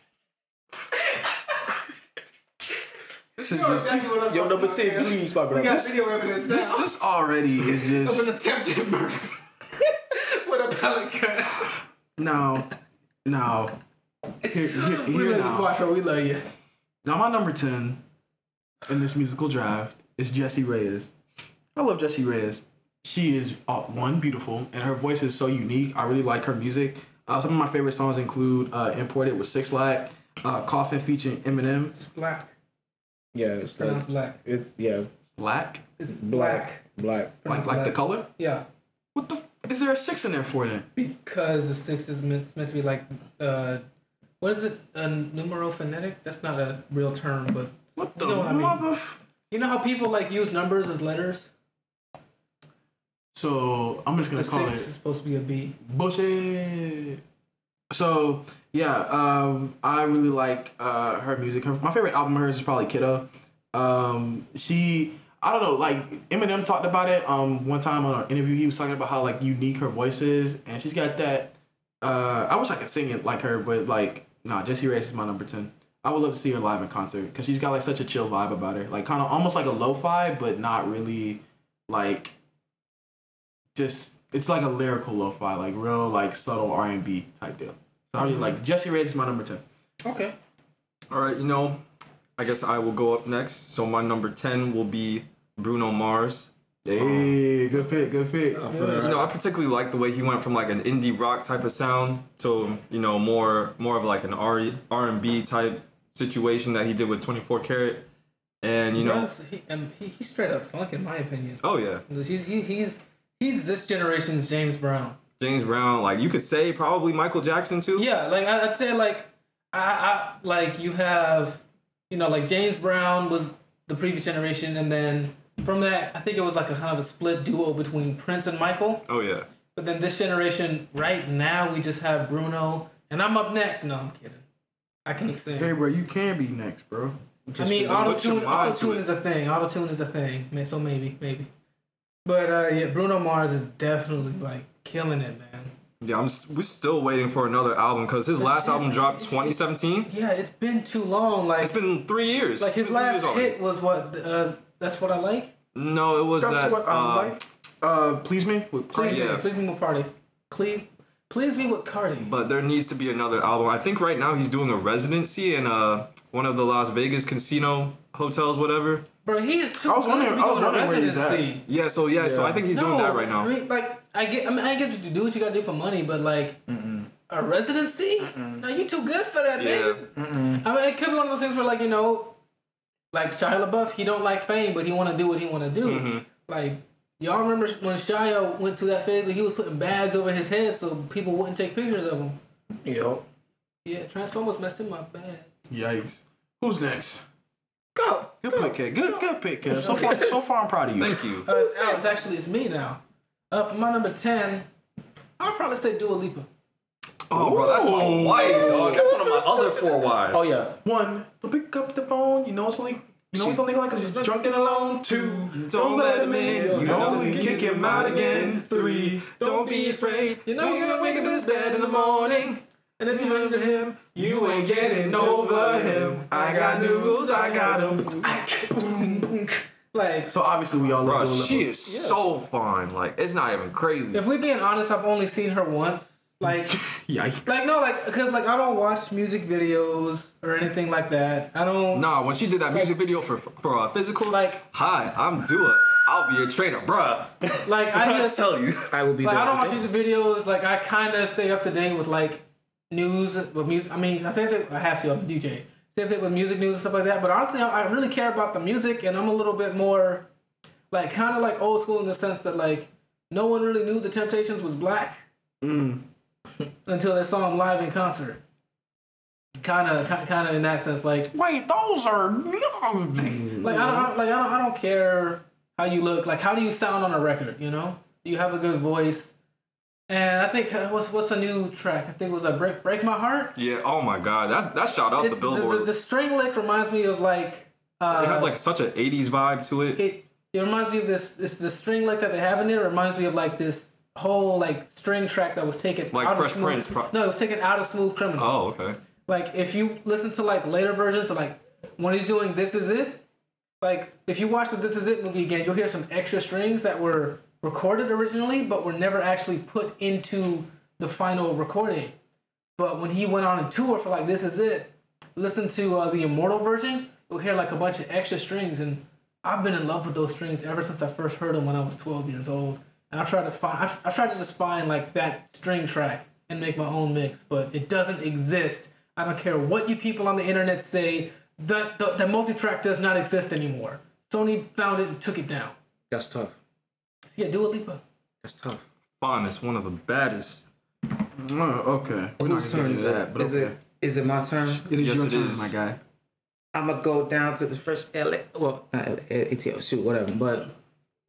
[SPEAKER 4] This is just.
[SPEAKER 1] Exactly what I'm
[SPEAKER 5] Yo,
[SPEAKER 1] talking
[SPEAKER 5] number
[SPEAKER 1] about,
[SPEAKER 5] 10,
[SPEAKER 1] man.
[SPEAKER 5] please, my
[SPEAKER 1] We
[SPEAKER 5] brother.
[SPEAKER 1] got video evidence
[SPEAKER 4] This,
[SPEAKER 1] now.
[SPEAKER 4] this already is just.
[SPEAKER 1] Of an attempted murder. With a pellet gun.
[SPEAKER 4] No, no. Here, here, here now.
[SPEAKER 1] Quattro. We love you.
[SPEAKER 4] Now my number ten in this musical draft is Jessie Reyes. I love Jessie Reyes. She is uh, one beautiful, and her voice is so unique. I really like her music. Uh, some of my favorite songs include uh, "Imported" with Six Lack, uh, "Coffin" featuring Eminem,
[SPEAKER 1] It's black.
[SPEAKER 5] Yeah, it's,
[SPEAKER 1] Pronounced black.
[SPEAKER 5] it's yeah,
[SPEAKER 4] "Black,"
[SPEAKER 1] It's black.
[SPEAKER 5] black.
[SPEAKER 4] like like the color.
[SPEAKER 1] Yeah.
[SPEAKER 4] What the? F- is there a six in there for then?
[SPEAKER 1] Because the six is meant, it's meant to be like, uh, what is it? A numero phonetic? That's not a real term, but
[SPEAKER 4] What the
[SPEAKER 1] You know what I mean.
[SPEAKER 4] mother? f-
[SPEAKER 1] you know how people like use numbers as letters.
[SPEAKER 4] so I'm just
[SPEAKER 1] The
[SPEAKER 4] gonna call
[SPEAKER 1] six
[SPEAKER 4] it.
[SPEAKER 1] is supposed to be a B.
[SPEAKER 4] Bullshit. So yeah, um, I really like uh, her music. Her, my favorite album of hers is probably Kiddo. Um, she, I don't know, like Eminem talked about it um, one time on an interview. He was talking about how like unique her voice is, and she's got that. Uh, I wish I could sing it like her, but like nah, Jessie Reyes is my number ten. I would love to see her live in concert because she's got like such a chill vibe about her, like kind of almost like a lo-fi, but not really like just it's like a lyrical lo-fi, like real like subtle R and B type deal. So I really like Jesse Reyes is my number ten.
[SPEAKER 1] Okay.
[SPEAKER 3] All right, you know, I guess I will go up next. So my number ten will be Bruno Mars.
[SPEAKER 4] Hey, good pick, good pick.
[SPEAKER 3] You know, I particularly like the way he went from like an indie rock type of sound to you know more more of like an R R and B type situation that he did with Twenty Four Karat, and you know,
[SPEAKER 1] Russ, he, um, he, he's straight up funk in my opinion.
[SPEAKER 3] oh yeah,
[SPEAKER 1] He's he, he's he's this generation's James Brown.
[SPEAKER 3] James Brown. Like you could say probably Michael Jackson too.
[SPEAKER 1] Yeah, like I, I'd say like I, I like you have you know like James Brown was the previous generation, and then from that I think it was like a kind of a split duo between Prince and Michael.
[SPEAKER 3] Oh yeah.
[SPEAKER 1] But then this generation right now we just have Bruno, and I'm up next. No, I'm kidding. I can't
[SPEAKER 4] Hey,
[SPEAKER 1] sing.
[SPEAKER 4] bro, you can be next, bro.
[SPEAKER 1] I mean,
[SPEAKER 3] so much
[SPEAKER 1] auto tune.
[SPEAKER 3] of mine to
[SPEAKER 1] Auto tune
[SPEAKER 3] it.
[SPEAKER 1] is a thing. Auto tune is a thing. Man, so maybe, maybe. But uh, yeah, Bruno Mars is definitely like killing it, man.
[SPEAKER 3] Yeah, I'm. s- We're still waiting for another album because his last album dropped 2017.
[SPEAKER 1] Yeah, it's been too long. Like
[SPEAKER 3] It's been three years.
[SPEAKER 1] like his
[SPEAKER 3] It's been three years
[SPEAKER 1] last
[SPEAKER 3] already.
[SPEAKER 1] hit was what? Uh, that's what I like.
[SPEAKER 3] No, it was
[SPEAKER 6] That's
[SPEAKER 3] that.
[SPEAKER 6] what I
[SPEAKER 3] uh,
[SPEAKER 6] like. Uh, please me with
[SPEAKER 1] Please,
[SPEAKER 6] party.
[SPEAKER 1] me,
[SPEAKER 3] Yeah.
[SPEAKER 1] please me with party. Please, please me with Cardi.
[SPEAKER 3] But there needs to be another album. I think right now he's doing a residency in uh one of the Las Vegas casino hotels, whatever.
[SPEAKER 1] Bro, he is too.
[SPEAKER 6] I was wondering-
[SPEAKER 1] good to be
[SPEAKER 6] I was
[SPEAKER 1] going to
[SPEAKER 6] wondering where he's at.
[SPEAKER 1] residency.
[SPEAKER 3] Yeah. So yeah. So I think he's doing that right now.
[SPEAKER 1] I mean, like, I get, I mean, I get you to do what you gotta do for money, but like, a residency? No, you too good for that,
[SPEAKER 3] yeah.
[SPEAKER 1] man. I mean, it could be one of those things where, like, you know, like Shia LaBeouf, he don't like fame, but he want to do what he want to do. Like, y'all remember when Shia went through that phase where he was putting bags over his head so people wouldn't take pictures of him?
[SPEAKER 5] Yo.
[SPEAKER 1] Yeah, Transformers messed him up bad.
[SPEAKER 6] Yikes. Who's next? Go. Good pick, Kev. Good, good pick, Kev. So far, so far, I'm proud of you.
[SPEAKER 3] Thank you.
[SPEAKER 1] Uh, it's, oh, it's actually it's me now. Uh, for my number ten, I'll probably say Dua Lipa.
[SPEAKER 3] Oh, bro, that's my wife, dog. That's one of my other four wives.
[SPEAKER 5] Oh yeah.
[SPEAKER 6] One, don't pick up the phone. You know it's only, you know it's only like 'cause he's drunk and alone. Two,
[SPEAKER 3] Don't let him in. You
[SPEAKER 6] know
[SPEAKER 3] only
[SPEAKER 6] we
[SPEAKER 3] kick him out again. Three. Don't be afraid. You know you're gonna wake up in his bed in the morning. And if you under him, you ain't getting over him. I got news. I got him.
[SPEAKER 1] Like,
[SPEAKER 6] So obviously we all
[SPEAKER 3] Bro,
[SPEAKER 6] love Dua
[SPEAKER 3] she
[SPEAKER 6] Lipa.
[SPEAKER 3] is so fine. Like it's not even crazy.
[SPEAKER 1] if we being honest, I've only seen her once. Like,
[SPEAKER 6] Yikes.
[SPEAKER 1] like no, like because like I don't watch music videos or anything like that. I don't.
[SPEAKER 3] Nah, when she did that music video for for uh, physical,
[SPEAKER 1] Like-
[SPEAKER 3] hi, I'm Dua. I'll be your trainer, bruh.
[SPEAKER 1] Like I just
[SPEAKER 3] tell you.
[SPEAKER 5] I will be
[SPEAKER 1] like
[SPEAKER 5] there.
[SPEAKER 1] I don't watch music videos. Like I kind of stay up to date with like news with music. I mean, I say that I have to. I'm a DJ. Stay up to date with music news and stuff like that. But honestly, I, I really care about the music, and I'm a little bit more like kind of like old school in the sense that like no one really knew the Temptations was black until they saw him live in concert. Kind of, kind of in that sense, like
[SPEAKER 6] Wait, those are. No.
[SPEAKER 1] like I don't, I don't like I don't I don't care how you look. Like how do you sound on a record? You know, do you have a good voice? And I think uh, what's what's a new track? I think it was a break break my heart.
[SPEAKER 3] Yeah. Oh my God. That's that shout out
[SPEAKER 1] It-
[SPEAKER 3] the billboard.
[SPEAKER 1] the string lick reminds me of like uh,
[SPEAKER 3] it has like such an '80s vibe to it.
[SPEAKER 1] it. It reminds me of this this the string lick that they have in there. Reminds me of like this whole like string track that was taken
[SPEAKER 3] Like
[SPEAKER 1] out
[SPEAKER 3] Fresh
[SPEAKER 1] of smooth,
[SPEAKER 3] Prince pro-
[SPEAKER 1] no, it was taken out of Smooth Criminal.
[SPEAKER 3] Oh, okay.
[SPEAKER 1] Like if you listen to like later versions of like when he's doing This Is It, like if you watch the This Is It movie again, you'll hear some extra strings that were recorded originally but were never actually put into the final recording. But when he went on a tour for like This Is It, listen to uh, the Immortal version, you'll hear like a bunch of extra strings and I've been in love with those strings ever since I first heard them when I was 12 years old. And I tried to find, I, I tried to just find like that string track and make my own mix, but it doesn't exist. I don't care what you people on the internet say. That the, the multi-track does not exist anymore. Sony found it and took it down.
[SPEAKER 5] That's tough.
[SPEAKER 1] So yeah, Dua Lipa.
[SPEAKER 5] That's tough.
[SPEAKER 3] Finest, one of the baddest.
[SPEAKER 6] Uh, Okay. We're not
[SPEAKER 5] Whose turn
[SPEAKER 6] gonna
[SPEAKER 5] is
[SPEAKER 6] do that,
[SPEAKER 5] it?
[SPEAKER 6] but
[SPEAKER 5] Is
[SPEAKER 6] okay.
[SPEAKER 5] it is it my turn?
[SPEAKER 6] It is
[SPEAKER 3] Yes,
[SPEAKER 6] your
[SPEAKER 3] it
[SPEAKER 6] turn,
[SPEAKER 3] is.
[SPEAKER 6] my guy.
[SPEAKER 5] I'm gonna go down to the first LA. Well, not LA, ATL. Shoot, whatever. But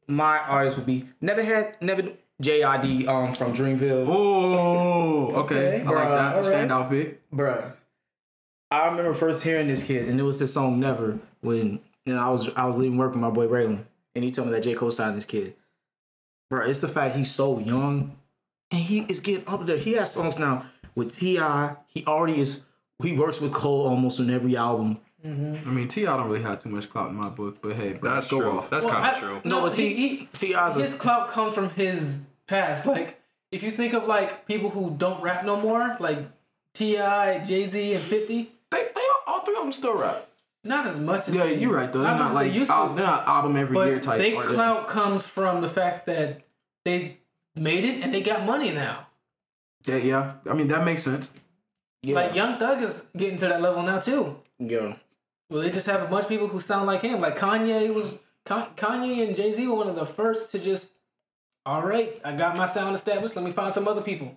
[SPEAKER 5] my artist would be never had never JID um from Dreamville.
[SPEAKER 6] Oh, okay.
[SPEAKER 5] Okay,
[SPEAKER 6] I like
[SPEAKER 5] bruh,
[SPEAKER 6] that.
[SPEAKER 5] alright.
[SPEAKER 6] Standout pick.
[SPEAKER 5] bruh. I remember first hearing this kid, and it was this song "Never" when you know I was I was leaving work with my boy Raylan, and he told me that J Cole signed this kid. Bruh, it's the fact he's so young, and he is getting up there. He has songs now with Ti. He already is. He works with Cole almost on every album.
[SPEAKER 6] I mean, T.I. don't really have too much clout in my book, but hey, bro,
[SPEAKER 3] That's
[SPEAKER 6] go
[SPEAKER 3] true.
[SPEAKER 6] off.
[SPEAKER 3] That's
[SPEAKER 1] Well,
[SPEAKER 3] kind
[SPEAKER 1] I-
[SPEAKER 3] of true.
[SPEAKER 5] No, but
[SPEAKER 1] he-
[SPEAKER 5] T Ti's
[SPEAKER 1] his
[SPEAKER 5] a
[SPEAKER 1] clout comes from his past. Like if you think of like people who don't rap no more, like Ti, Jay Z, and Fifty,
[SPEAKER 6] they, they all three of them still rap.
[SPEAKER 1] not as much. as
[SPEAKER 6] Yeah,
[SPEAKER 1] they-
[SPEAKER 6] you're right though. They're
[SPEAKER 1] as
[SPEAKER 6] not
[SPEAKER 1] much as
[SPEAKER 6] like
[SPEAKER 1] they used to.
[SPEAKER 6] al- they're not album every year
[SPEAKER 1] But
[SPEAKER 6] type.
[SPEAKER 1] they
[SPEAKER 6] artists.
[SPEAKER 1] clout comes from the fact that they made it and they got money now.
[SPEAKER 6] Yeah, yeah. I mean that makes sense.
[SPEAKER 5] yeah,
[SPEAKER 1] Like Young Thug is getting to that level now too.
[SPEAKER 5] yeah.
[SPEAKER 1] Well, they just have a bunch of people who sound like him. Like Kanye was, Con- Kanye and Jay Z were one of the first to just, all right, I got my sound established. Let me find some other people.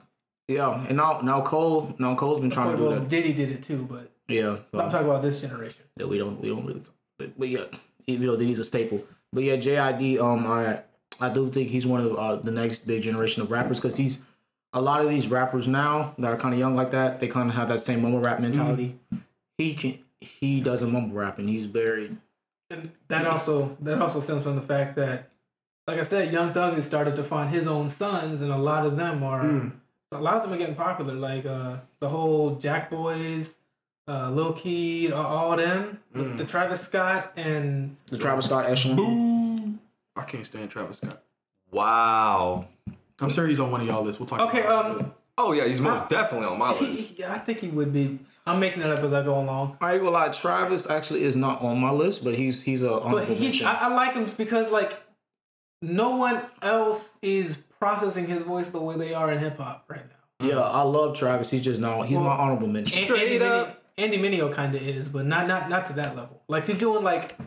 [SPEAKER 5] Yeah, and now now Cole now Cole's been trying to do
[SPEAKER 1] Well,
[SPEAKER 5] that.
[SPEAKER 1] Diddy did it too, but
[SPEAKER 5] Yeah,
[SPEAKER 1] I'm talking about this generation.
[SPEAKER 5] that we don't we don't really but, but yeah you know he's a staple but yeah JID um I I do think he's one of uh, the next big generation of rappers because he's a lot of these rappers now that are kind of young like that they kind of have that same mumble rap mentality he can he does a mumble rap and he's very
[SPEAKER 1] And that also that also stems from the fact that, like I said, Young Thug has started to find his own sons, and a lot of them are a lot of them are getting popular, like uh, the whole Jack Boys, uh, Lil Key, all them, the, the Travis Scott, and
[SPEAKER 5] The Travis Scott echelon.
[SPEAKER 4] I can't stand Travis Scott.
[SPEAKER 3] Wow.
[SPEAKER 4] I'm sure he's on one of y'all lists. We'll talk.
[SPEAKER 1] okay,
[SPEAKER 4] about
[SPEAKER 1] um,
[SPEAKER 3] Oh yeah, he's most definitely on my
[SPEAKER 1] he,
[SPEAKER 3] list.
[SPEAKER 1] yeah, I think he would be. I'm making it up as I go along,
[SPEAKER 5] I ain't gonna lie, Travis actually is not on my list, but he's he's a honorable
[SPEAKER 1] but he,
[SPEAKER 5] mention.
[SPEAKER 1] I, I like him because like no one else is processing his voice the way they are in hip hop right now.
[SPEAKER 5] yeah, I love Travis. He's just not. He's my honorable mention.
[SPEAKER 1] And Andy
[SPEAKER 3] Straight up.
[SPEAKER 1] Mineo- Andy Mineo kind of is, but not not not to that level. Like he's doing like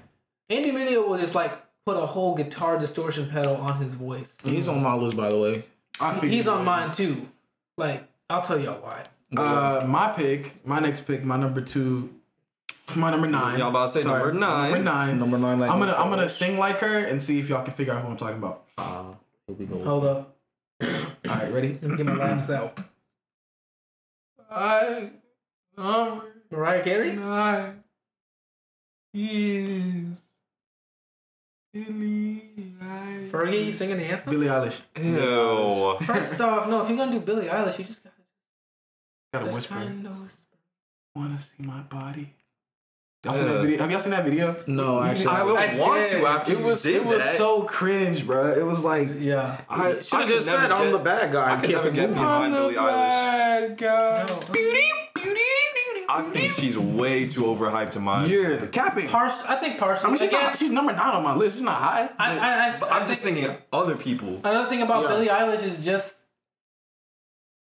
[SPEAKER 1] Andy Mineo will just like put a whole guitar distortion pedal on his voice.
[SPEAKER 5] He's on my list, by the way.
[SPEAKER 4] I figured
[SPEAKER 1] He's on
[SPEAKER 4] it.
[SPEAKER 1] mine too. Like I'll tell y'all why.
[SPEAKER 4] Uh, my pick, my next pick, my number two, my number nine.
[SPEAKER 3] Y'all about to say number nine.
[SPEAKER 4] Number nine.
[SPEAKER 5] Number nine, like
[SPEAKER 4] I'm gonna
[SPEAKER 5] no
[SPEAKER 4] I'm gonna
[SPEAKER 5] folks.
[SPEAKER 4] sing like her and see if y'all can figure out who I'm talking about.
[SPEAKER 5] Uh, here we go.
[SPEAKER 1] Hold up,
[SPEAKER 4] All right, ready?
[SPEAKER 1] let me get my laughs out.
[SPEAKER 4] I number
[SPEAKER 1] Mariah Carey.
[SPEAKER 4] nine is Billy.
[SPEAKER 1] Fergie, you singing the anthem?
[SPEAKER 4] Billie Eilish.
[SPEAKER 3] Ew.
[SPEAKER 1] First off, no. If you're gonna do Billie Eilish, you just gotta
[SPEAKER 4] Gotta
[SPEAKER 1] just
[SPEAKER 4] whisper.
[SPEAKER 1] kind of whisper.
[SPEAKER 4] Wanna see my body? Y'all seen
[SPEAKER 3] Yeah.
[SPEAKER 4] that video? Have y'all seen that video?
[SPEAKER 5] No, actually,
[SPEAKER 3] I would
[SPEAKER 1] I
[SPEAKER 3] want
[SPEAKER 1] did.
[SPEAKER 3] to after
[SPEAKER 4] It was
[SPEAKER 3] you did
[SPEAKER 4] it was
[SPEAKER 3] that.
[SPEAKER 4] so cringe, bruh. It was like
[SPEAKER 1] Yeah.
[SPEAKER 3] I
[SPEAKER 5] should have just
[SPEAKER 3] could never
[SPEAKER 5] said I'm
[SPEAKER 3] get-
[SPEAKER 5] the bad guy.
[SPEAKER 3] I could never get behind Billie Eilish.
[SPEAKER 4] guy.
[SPEAKER 3] I think she's way too overhyped in mine.
[SPEAKER 4] You're capping.
[SPEAKER 1] Pars- I think
[SPEAKER 4] I mean,
[SPEAKER 1] partially.
[SPEAKER 4] she's
[SPEAKER 1] Again,
[SPEAKER 4] not. She's number nine on my list. She's not high.
[SPEAKER 1] I,
[SPEAKER 4] but
[SPEAKER 1] I, I,
[SPEAKER 3] But
[SPEAKER 1] I
[SPEAKER 3] I'm just
[SPEAKER 1] think-
[SPEAKER 3] thinking other people.
[SPEAKER 1] Another thing about
[SPEAKER 5] Yeah.
[SPEAKER 1] Billie Eilish is just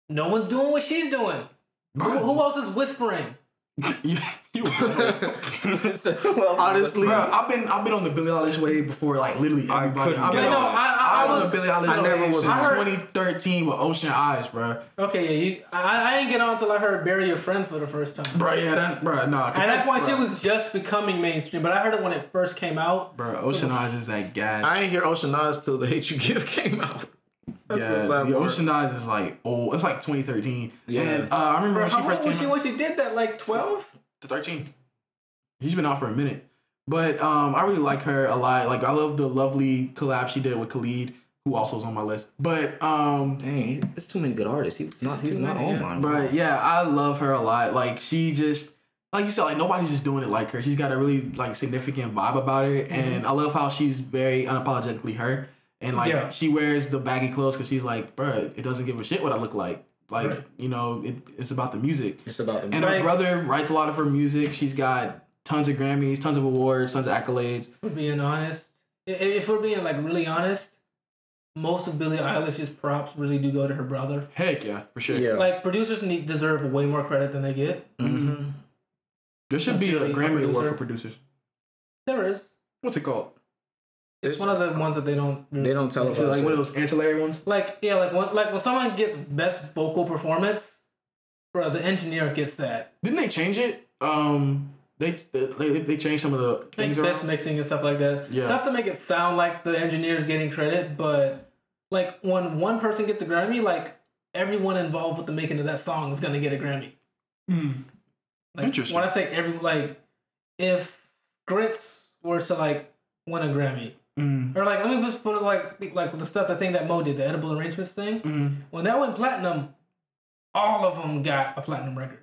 [SPEAKER 1] no one's doing what she's doing. Who,
[SPEAKER 4] Bruh.
[SPEAKER 1] who else is whispering?
[SPEAKER 4] you, you
[SPEAKER 5] Honestly,
[SPEAKER 4] Bro, I've been I've been on the Billie Eilish wave before, like literally
[SPEAKER 3] I
[SPEAKER 4] everybody.
[SPEAKER 3] couldn't
[SPEAKER 4] I've been
[SPEAKER 3] get
[SPEAKER 4] on,
[SPEAKER 3] on it. No,
[SPEAKER 1] I- I-
[SPEAKER 4] I've been
[SPEAKER 1] I
[SPEAKER 4] on the Billie Eilish
[SPEAKER 5] I never
[SPEAKER 4] wave
[SPEAKER 5] was
[SPEAKER 4] since
[SPEAKER 1] on it.
[SPEAKER 4] 2013 with Ocean Eyes, bro.
[SPEAKER 1] Okay, yeah, you. I, I didn't get on until I heard "Bury Your Friend" for the first time.
[SPEAKER 4] Bro, yeah, that bro, nah.
[SPEAKER 1] At that point, she
[SPEAKER 4] bruh,
[SPEAKER 1] was just becoming mainstream, but I heard it when it first came out.
[SPEAKER 4] Bro, Ocean Eyes is that gas.
[SPEAKER 5] I ain't hear Ocean Oz till the Hate You Give came out.
[SPEAKER 4] yeah,
[SPEAKER 5] feel sad
[SPEAKER 4] the
[SPEAKER 5] for her.
[SPEAKER 4] Ocean Eyes is like old. It's like 2013.
[SPEAKER 5] Yeah.
[SPEAKER 4] And uh, I
[SPEAKER 1] Bro,
[SPEAKER 4] remember when she
[SPEAKER 1] how
[SPEAKER 4] first
[SPEAKER 1] old was she
[SPEAKER 4] came out.
[SPEAKER 1] when she did that? Like twelve?
[SPEAKER 4] to 13. She's been out for a minute. But um, I really like her a lot. Like I love the lovely collab she did with Khalid, who also is on my list. But um,
[SPEAKER 5] Dang, there's too many good artists. He's not. He's
[SPEAKER 1] too
[SPEAKER 5] not
[SPEAKER 1] many,
[SPEAKER 5] on
[SPEAKER 1] yeah.
[SPEAKER 5] mine.
[SPEAKER 4] But yeah, I love her a lot. Like she just like you said, like nobody's just doing it like her. She's got a really like significant vibe about her,
[SPEAKER 1] Mm-hmm.
[SPEAKER 4] and I love how she's very unapologetically her. And like
[SPEAKER 1] Yeah.
[SPEAKER 4] she wears the baggy clothes because she's like, bruh, it doesn't give a shit what I look like. Like
[SPEAKER 1] Right.
[SPEAKER 4] you know, it, it's about the music.
[SPEAKER 5] It's about the
[SPEAKER 4] And her
[SPEAKER 1] Right.
[SPEAKER 4] brother writes a lot of her music. She's got tons of Grammys, tons of awards, tons of accolades.
[SPEAKER 1] If we're being honest, I- if we're being like really honest, most of Billie Eilish's props really do go to her brother.
[SPEAKER 4] Heck yeah, for sure.
[SPEAKER 5] yeah.
[SPEAKER 1] Like producers need deserve way more credit than they get.
[SPEAKER 5] Mhm.
[SPEAKER 4] Mm-hmm. There should be a
[SPEAKER 1] Considering
[SPEAKER 4] Grammy award
[SPEAKER 1] producer.
[SPEAKER 4] for producers.
[SPEAKER 1] There is.
[SPEAKER 4] What's it called?
[SPEAKER 1] It's one of the ones that they don't.
[SPEAKER 5] they don't tell us.
[SPEAKER 4] Is it like one of those ancillary ones?
[SPEAKER 1] Like yeah, like when like when someone gets best vocal performance, bro, the engineer gets that.
[SPEAKER 4] Didn't they change it? Um, they they, they changed some of the
[SPEAKER 1] Like
[SPEAKER 4] things
[SPEAKER 1] best
[SPEAKER 4] around.
[SPEAKER 1] mixing and stuff like that.
[SPEAKER 4] Yeah.
[SPEAKER 1] Stuff to make it sound like the engineer's getting credit, but like when one person gets a Grammy, like everyone involved with the making of that song is gonna get a Grammy. Like,
[SPEAKER 4] Interesting.
[SPEAKER 1] When I say every like, if Grits were to like win a Grammy,
[SPEAKER 4] Mm.
[SPEAKER 1] or like let me just put it like like the stuff the thing that Mo did, the edible arrangements thing.
[SPEAKER 4] Mm.
[SPEAKER 1] When that went platinum, all of them got a platinum record.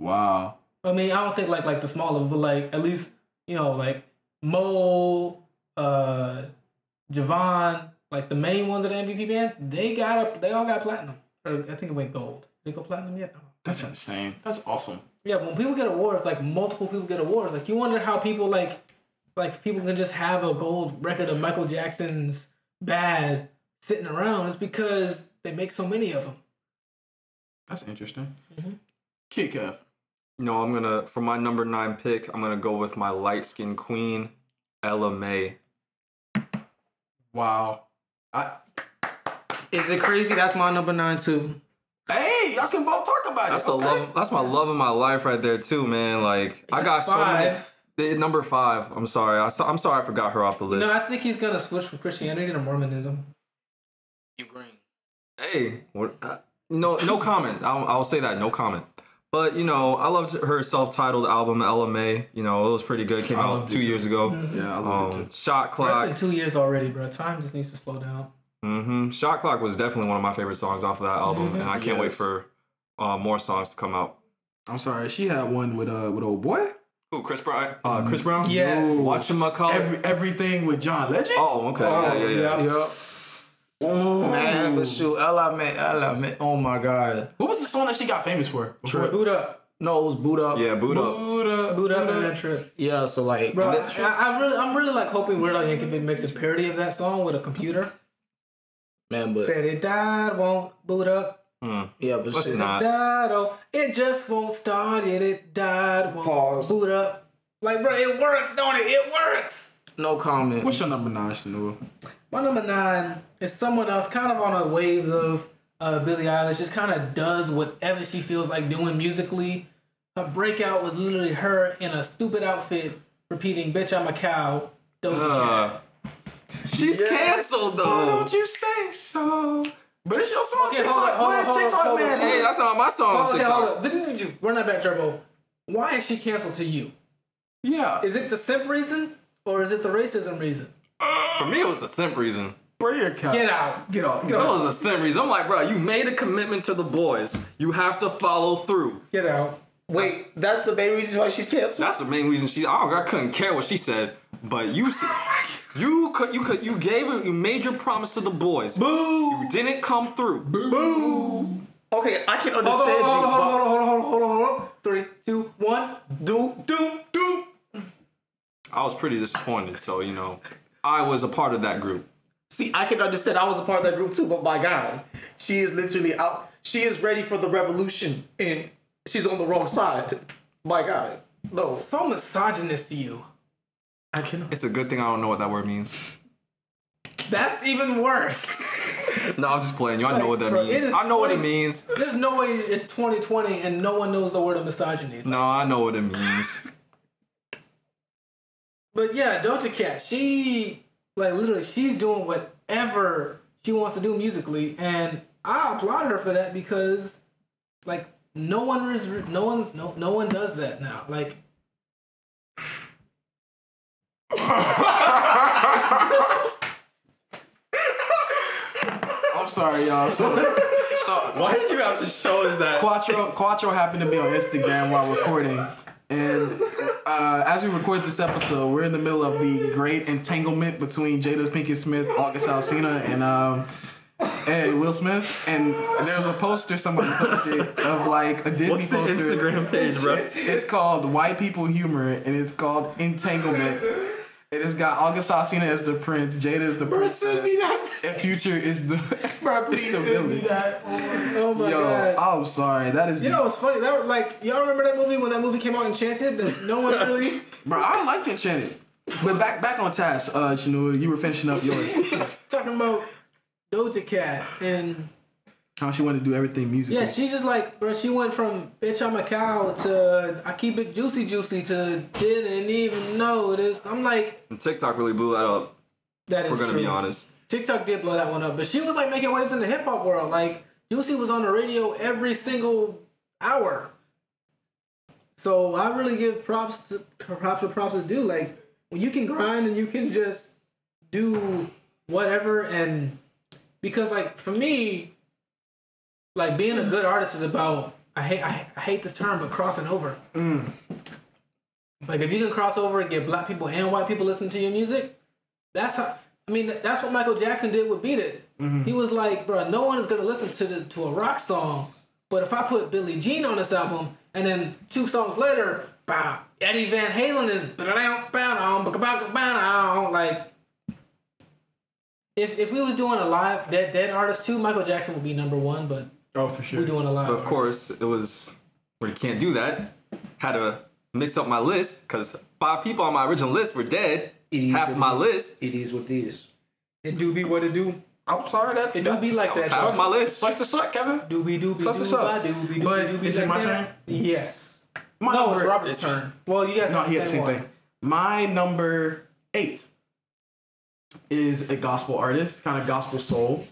[SPEAKER 4] Wow.
[SPEAKER 1] I mean, I don't think like like the smaller, but like at least you know like Mo, uh, Javon, like the main ones of the MVP band, they got a they all got platinum. Or I think it went gold. Did it go platinum yet? I don't know.
[SPEAKER 4] That's insane. That's awesome.
[SPEAKER 1] Yeah, when people get awards, like multiple people get awards, like you wonder how people like like people can just have a gold record of Michael Jackson's bad sitting around. It's because they make so many of them.
[SPEAKER 4] That's interesting.
[SPEAKER 1] Mhm.
[SPEAKER 4] Kid Kev.
[SPEAKER 3] No, I'm gonna for my number nine pick. I'm gonna go with my light skinned queen, Ella May.
[SPEAKER 4] Wow. I
[SPEAKER 5] Is it crazy? That's my number nine too.
[SPEAKER 4] hey, y'all can both talk about
[SPEAKER 3] That's
[SPEAKER 4] it.
[SPEAKER 3] the love. That's my love of my life right there too, man. Like I
[SPEAKER 1] Five.
[SPEAKER 3] got so many. eh, Number five. I'm sorry. I, am sorry. I forgot her off the list.
[SPEAKER 1] No, I think he's gonna switch from Christianity to Mormonism.
[SPEAKER 5] You green.
[SPEAKER 3] hey, what, uh, no, no comment. I'll, I'll say that. No comment. But you know, I loved her self-titled album Ella May. You know, it was pretty good. Came
[SPEAKER 4] I
[SPEAKER 3] out
[SPEAKER 4] loved it
[SPEAKER 3] two
[SPEAKER 4] too.
[SPEAKER 3] years ago.
[SPEAKER 4] Yeah, I love it
[SPEAKER 3] Um,
[SPEAKER 4] too.
[SPEAKER 3] shot
[SPEAKER 1] Bro, It's
[SPEAKER 3] clock.
[SPEAKER 1] been two years already, bro. Time just needs to slow down.
[SPEAKER 3] hmm Shot Clock was definitely one of my favorite songs off of that album, and I can't wait
[SPEAKER 4] Yes.
[SPEAKER 3] for uh, more songs to come out.
[SPEAKER 4] I'm sorry, she had one with uh with old boy.
[SPEAKER 3] Who, Chris Brown? Uh, Chris Brown?
[SPEAKER 1] Yes.
[SPEAKER 3] Ooh. Watch him uh, call
[SPEAKER 4] Every, everything with John Legend.
[SPEAKER 3] Oh, okay. yeah, yeah, yeah.
[SPEAKER 5] Yup.
[SPEAKER 4] Oh.
[SPEAKER 5] Man, but shoot, Ella Man, Ella Man. Oh my God.
[SPEAKER 4] What was the song that she got famous for?
[SPEAKER 5] Trip.
[SPEAKER 1] Boot up,
[SPEAKER 5] No, it was boot up.
[SPEAKER 3] Yeah, boot up.
[SPEAKER 4] Buddha.
[SPEAKER 1] boot up, and that trip,
[SPEAKER 5] Yeah. So like,
[SPEAKER 1] bro. I, I really, I'm really like hoping Weird Al Yankovic makes a parody of that song with a computer.
[SPEAKER 5] man, but
[SPEAKER 1] Said it died, won't boot up.
[SPEAKER 5] yeah, but
[SPEAKER 3] Let's
[SPEAKER 5] shit.
[SPEAKER 3] not.
[SPEAKER 1] Died, oh, it just won't start it. It died, won't
[SPEAKER 5] Pause.
[SPEAKER 1] boot up. Like, bro, it works, don't it? It works.
[SPEAKER 5] No comment.
[SPEAKER 4] What's your number nine, Shanua?
[SPEAKER 1] My number nine is someone else, kind of on the waves of uh, Billie Eilish, just kind of does whatever she feels like doing musically. Her breakout was literally her in a stupid outfit repeating, Bitch, I'm a cow. Doja Cat.
[SPEAKER 3] Uh, she's canceled though.
[SPEAKER 4] you say so? But it's your song,
[SPEAKER 1] Okay, hold on, hold on, hold on, hold on, hold
[SPEAKER 3] Hey, that's not my song on
[SPEAKER 1] Hold on, hold
[SPEAKER 3] TikTok.
[SPEAKER 1] on. Did you- Run that back, Turbo. Why is she canceled to you?
[SPEAKER 4] Yeah.
[SPEAKER 1] Is it the simp reason or is it the racism reason?
[SPEAKER 3] For me, it was the simp reason.
[SPEAKER 4] prayer count.
[SPEAKER 1] Get out. Get out. Get
[SPEAKER 3] That was
[SPEAKER 1] out.
[SPEAKER 3] the simp reason. I'm like, bro, you made a commitment to the boys. You have to follow through.
[SPEAKER 1] Get out.
[SPEAKER 5] Wait, that's the main reason why she's canceled.
[SPEAKER 3] That's the main reason she. I, don't- I couldn't care what she said, but you, s- you could, you could, you gave, her- you made your promise to the boys.
[SPEAKER 5] Boo.
[SPEAKER 3] You didn't come through.
[SPEAKER 5] Okay, I can
[SPEAKER 1] Hold on,
[SPEAKER 5] understand
[SPEAKER 1] hold
[SPEAKER 5] you,
[SPEAKER 1] on,
[SPEAKER 5] but
[SPEAKER 1] hold on, hold on, hold on, hold on, hold on, hold on. Three, two, one.
[SPEAKER 5] do do do.
[SPEAKER 3] I was pretty disappointed. So you know, I was a part of that group.
[SPEAKER 5] See, I can understand. I was a part of that group too, but my God, she is literally out. She is ready for the revolution, and she's on the wrong side. My God, no,
[SPEAKER 1] So misogynist to you.
[SPEAKER 5] I cannot.
[SPEAKER 3] It's a good thing I don't know what that word means.
[SPEAKER 1] That's even worse.
[SPEAKER 3] No, I'm just playing you. I know what that
[SPEAKER 1] Bro, it
[SPEAKER 3] means.
[SPEAKER 1] is
[SPEAKER 3] I know what it
[SPEAKER 1] 20
[SPEAKER 3] means.
[SPEAKER 1] There's no way it's 2020 and no one knows the word of misogyny.
[SPEAKER 3] No, I know what it means.
[SPEAKER 1] But yeah, Doja Cat, she like literally she's doing whatever she wants to do musically, and I applaud her for that because like no one is no one no no one does that now. Like
[SPEAKER 4] I'm sorry, y'all. So, so
[SPEAKER 3] Why did you have to show us that?
[SPEAKER 4] Quattro Quattro happened to be on Instagram while recording, and uh, as we record this episode, we're in the middle of the great entanglement between Jada Pinkett Smith, August Alsina, and um. And Will Smith, and there's a poster somebody posted of like a Disney
[SPEAKER 3] What's the
[SPEAKER 4] poster.
[SPEAKER 3] Instagram page, bro?
[SPEAKER 4] It's, it's called White People Humor, and it's called Entanglement. It has got August Alsina as the prince, Jada is the princess, and Future is the bro, please the villain.
[SPEAKER 1] oh my
[SPEAKER 4] Yo,
[SPEAKER 1] god.
[SPEAKER 4] I'm sorry. That is.
[SPEAKER 1] you know what's funny? That was, like y'all remember that movie when that movie came out, Enchanted? That no one really.
[SPEAKER 4] bro, I like Enchanted. But back back on task, uh, Shanua, you were finishing up yours.
[SPEAKER 1] talking about Doja Cat and
[SPEAKER 4] How she wanted to do everything musical.
[SPEAKER 1] yeah, she's just like bro. She went from bitch I'm a cow to I keep it juicy juicy to didn't even notice. I'm like
[SPEAKER 3] TikTok really blew that up.
[SPEAKER 1] that is
[SPEAKER 3] If we're gonna
[SPEAKER 1] true.
[SPEAKER 3] be honest.
[SPEAKER 1] TikTok did blow that one up, but she was like making waves in the hip hop world. Like Juicy was on the radio every single hour. So I really give props to props to props to do. Like when you can grind and you can just do whatever and because like for me, like being a good artist is about I hate I, I hate this term, but crossing over. Like if you can cross over and get black people and white people listening to your music, that's how. I mean, that's what Michael Jackson did with "Beat It."
[SPEAKER 4] Mm-hmm.
[SPEAKER 1] He was like, "Bro, no one is gonna listen to the, to a rock song, but if I put Billie Jean on this album, and then two songs later, bah, Eddie Van Halen is ba-da-dam, ba-da-dam, ba-ka-ba-ka, ba-da-dam, like." If, if we was doing a live dead dead artist too, Michael Jackson would be number one, but
[SPEAKER 4] Oh, for
[SPEAKER 1] we're
[SPEAKER 4] sure.
[SPEAKER 1] doing a live.
[SPEAKER 3] But of course, it was well, you can't do that. Had to mix up my list because five people on my original list were dead.
[SPEAKER 5] Idiot.
[SPEAKER 3] Half of my list.
[SPEAKER 5] It is what it is.
[SPEAKER 1] it do be what it do.
[SPEAKER 4] I'm sorry that
[SPEAKER 1] It do be like
[SPEAKER 3] That was
[SPEAKER 1] that.
[SPEAKER 3] half of my list.
[SPEAKER 4] Sucks to suck, Kevin.
[SPEAKER 1] Doobie doobie
[SPEAKER 4] Sucks us up.
[SPEAKER 1] doobie doobie
[SPEAKER 4] But
[SPEAKER 1] doobie
[SPEAKER 4] is it
[SPEAKER 1] like
[SPEAKER 4] my
[SPEAKER 1] that.
[SPEAKER 4] turn?
[SPEAKER 1] Yes.
[SPEAKER 4] My
[SPEAKER 1] No,
[SPEAKER 4] number-
[SPEAKER 1] it's Robert's turn. Well, you guys.
[SPEAKER 4] No,
[SPEAKER 1] have
[SPEAKER 4] he had the same
[SPEAKER 1] one.
[SPEAKER 4] thing. My number eight is a gospel artist, kind of gospel soul.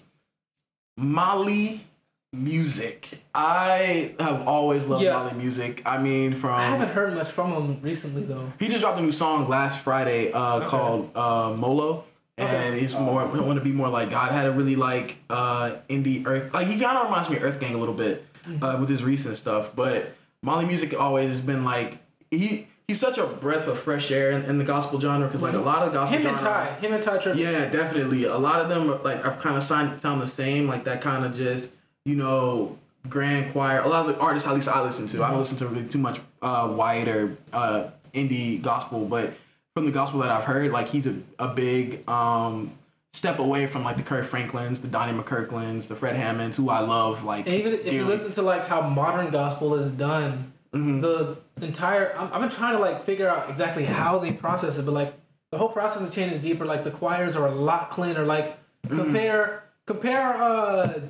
[SPEAKER 4] Molly Music. I have always loved
[SPEAKER 1] Yeah.
[SPEAKER 4] Molly Music. I mean, from
[SPEAKER 1] I haven't heard much from him recently though.
[SPEAKER 4] He just dropped a new song last Friday uh, called uh, Molo. and he's more want to be more like God. Had a really like uh indie Earth like he kind of reminds me of Earth Gang a little bit
[SPEAKER 1] Mm-hmm.
[SPEAKER 4] uh, with his recent stuff. But Molly music always has been like he he's such a breath of fresh air in, in the gospel genre because like a lot of the gospel
[SPEAKER 1] Mm-hmm. Him and
[SPEAKER 4] genre-
[SPEAKER 1] Ty. Him and Ty Tripp.
[SPEAKER 4] yeah, definitely. A lot of them are, like are kind of sound sound the same. Like that kind of just you know grand choir. A lot of the artists at least I listen to. I
[SPEAKER 1] Mm-hmm.
[SPEAKER 4] don't listen to really too much uh, wider uh, indie gospel, but from the gospel that I've heard, like he's a a big um, step away from like the Kirk Franklins, the Donnie McKirklands, the Fred Hammonds, who I love. Like
[SPEAKER 1] And even if you
[SPEAKER 4] dearly.
[SPEAKER 1] listen to like how modern gospel is done,
[SPEAKER 4] Mm-hmm.
[SPEAKER 1] the entire I'm, I've been trying to like figure out exactly how they process it, but like the whole process of change is deeper. Like the choirs are a lot cleaner. Like
[SPEAKER 4] Mm-hmm.
[SPEAKER 1] compare compare uh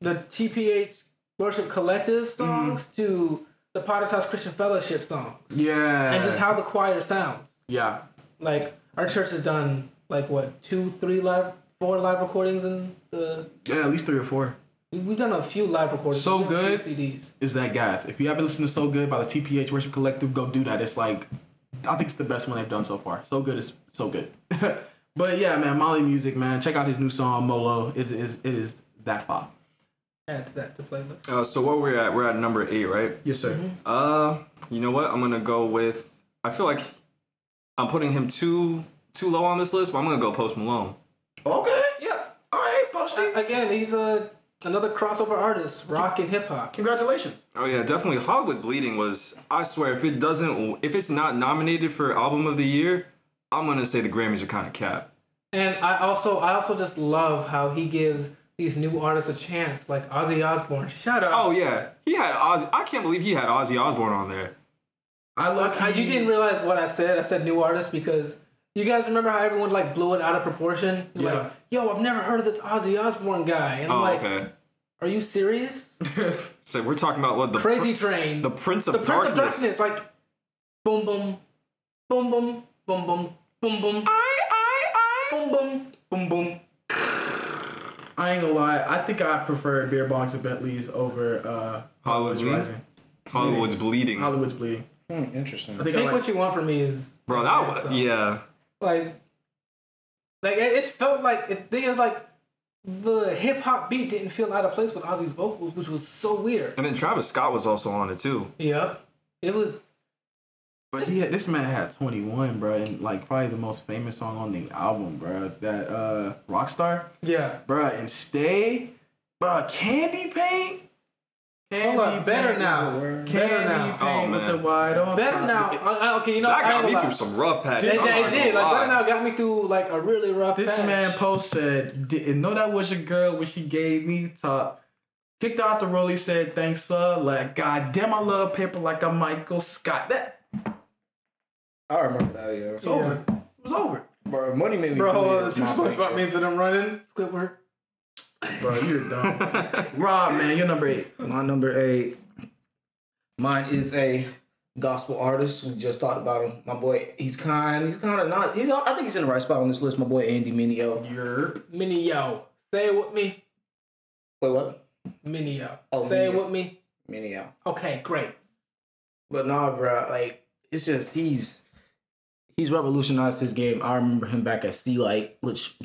[SPEAKER 1] the TPH worship collective songs
[SPEAKER 4] Mm-hmm.
[SPEAKER 1] to the Potter's House Christian Fellowship songs,
[SPEAKER 4] yeah,
[SPEAKER 1] and just how the choir sounds.
[SPEAKER 4] yeah.
[SPEAKER 1] Like our church has done like what two, three live, four live recordings, and the
[SPEAKER 4] Yeah, at least three or four.
[SPEAKER 1] we've done a few live recordings.
[SPEAKER 4] So
[SPEAKER 1] We've done a
[SPEAKER 4] good.
[SPEAKER 1] few CDs.
[SPEAKER 4] is that guys if you haven't listened to so good by the tph worship collective go do that it's like i think it's the best one they've done so far so good is so good but yeah man molly music man check out his new song molo it is it is that far
[SPEAKER 1] Add to that to playlist.
[SPEAKER 3] Uh, so what we're at? We're at number eight, right?
[SPEAKER 4] yes sir
[SPEAKER 1] Mm-hmm.
[SPEAKER 3] Uh, you know what? I'm gonna go with. I feel like I'm putting him too too low on this list, but I'm gonna go Post Malone.
[SPEAKER 4] okay
[SPEAKER 1] Yeah.
[SPEAKER 4] all right posty
[SPEAKER 1] Again, he's a another crossover artist, rock and hip hop.
[SPEAKER 4] congratulations
[SPEAKER 3] Oh yeah, definitely. Hog with Bleeding was. I swear, if it doesn't, if it's not nominated for album of the year, I'm gonna say the Grammys are kind of capped.
[SPEAKER 1] And I also I also just love how he gives these new artists a chance, like Ozzy Osbourne. Shut up.
[SPEAKER 3] Oh yeah, he had Ozzy. I can't believe he had Ozzy Osbourne on there.
[SPEAKER 4] i love
[SPEAKER 1] I- you didn't realize what I said. I said new artists because you guys remember how everyone like blew it out of proportion. You're Like, yo, I've never heard of this Ozzy Osbourne guy, and I'm
[SPEAKER 3] Oh
[SPEAKER 1] like,
[SPEAKER 3] okay.
[SPEAKER 1] are you serious?
[SPEAKER 3] So we're talking about what the
[SPEAKER 1] Crazy Train,
[SPEAKER 3] the Prince of
[SPEAKER 1] the Prince of
[SPEAKER 3] Darkness.
[SPEAKER 1] Darkness, like, boom, boom, boom, boom, boom, boom, boom, boom, boom, boom, boom, boom.
[SPEAKER 4] i ain't gonna lie i think i prefer beer bongs and bentleys over uh
[SPEAKER 3] Hollywood's
[SPEAKER 4] Hollywood's
[SPEAKER 3] Bleeding?
[SPEAKER 4] Rising.
[SPEAKER 3] Hollywood's bleeding,
[SPEAKER 4] hollywood's bleeding
[SPEAKER 5] Hmm, interesting.
[SPEAKER 4] i think
[SPEAKER 1] Take
[SPEAKER 4] i like
[SPEAKER 1] what you want from me is
[SPEAKER 3] bro. That was yeah.
[SPEAKER 1] like like it, it felt like the thing is like the hip hop beat didn't feel out of place with Ozzy's vocals, which was so weird.
[SPEAKER 3] And then Travis Scott was also on it too.
[SPEAKER 1] Yep. It was
[SPEAKER 4] But yeah, this man had 21, bro, and like probably the most famous song on the album, bro. That uh Rockstar,
[SPEAKER 1] yeah.
[SPEAKER 4] bro, and Stay, bro, Candy Paint. Candy
[SPEAKER 1] Hold up, better
[SPEAKER 4] Paint,
[SPEAKER 1] now.
[SPEAKER 4] bro.
[SPEAKER 1] Better
[SPEAKER 4] Candy
[SPEAKER 1] now.
[SPEAKER 4] Paint
[SPEAKER 3] Oh,
[SPEAKER 4] with the
[SPEAKER 3] man.
[SPEAKER 4] wide on.
[SPEAKER 1] Better
[SPEAKER 4] top.
[SPEAKER 1] now.
[SPEAKER 4] It-
[SPEAKER 1] I, I- okay, you know
[SPEAKER 3] That
[SPEAKER 1] I ain't
[SPEAKER 3] got me
[SPEAKER 1] gonna
[SPEAKER 3] through
[SPEAKER 1] lie.
[SPEAKER 3] some rough patches.
[SPEAKER 1] It, it
[SPEAKER 3] I'm not
[SPEAKER 1] did.
[SPEAKER 3] gonna
[SPEAKER 1] Like
[SPEAKER 3] lie.
[SPEAKER 1] better now got me through like a really rough.
[SPEAKER 4] This
[SPEAKER 1] patch.
[SPEAKER 4] man post said, didn't know that was your girl when she gave me top. Kicked out the rollie, said, thanks, sir. Like, goddamn, I love paper like I'm Michael Scott. That
[SPEAKER 5] I remember that. Yeah.
[SPEAKER 4] it's over. It was over.
[SPEAKER 5] bro, money made me.
[SPEAKER 1] Bro,
[SPEAKER 5] believe
[SPEAKER 1] two
[SPEAKER 5] it's my
[SPEAKER 1] SpongeBob
[SPEAKER 5] big-
[SPEAKER 1] memes of them running. Squidward.
[SPEAKER 4] Bro, you're dumb. Rob, man, you're number eight.
[SPEAKER 5] My number eight. Mine is a gospel artist. We just talked about him. My boy, he's kind. He's kind of not. He's. I think he's in the right spot on this list. My boy Andy Mineo.
[SPEAKER 4] Yerp.
[SPEAKER 1] Mini yo. Say it with me.
[SPEAKER 5] Wait, what?
[SPEAKER 1] Mini yo.
[SPEAKER 5] Oh,
[SPEAKER 1] Say it
[SPEAKER 5] Minio.
[SPEAKER 1] with me.
[SPEAKER 5] Mineo.
[SPEAKER 1] Okay, great.
[SPEAKER 5] But nah, bro. Like it's just he's he's revolutionized his game. I remember him back at Sea Light, which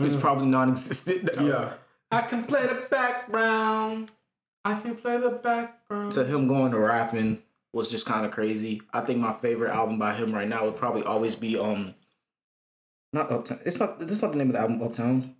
[SPEAKER 5] is probably non-existent. now.
[SPEAKER 4] Yeah.
[SPEAKER 1] I can play the background.
[SPEAKER 4] I can play the background.
[SPEAKER 5] To him going to rapping was just kind of crazy. I think my favorite album by him right now would probably always be um. Not uptown. It's not. That's not the name of the album. Uptown.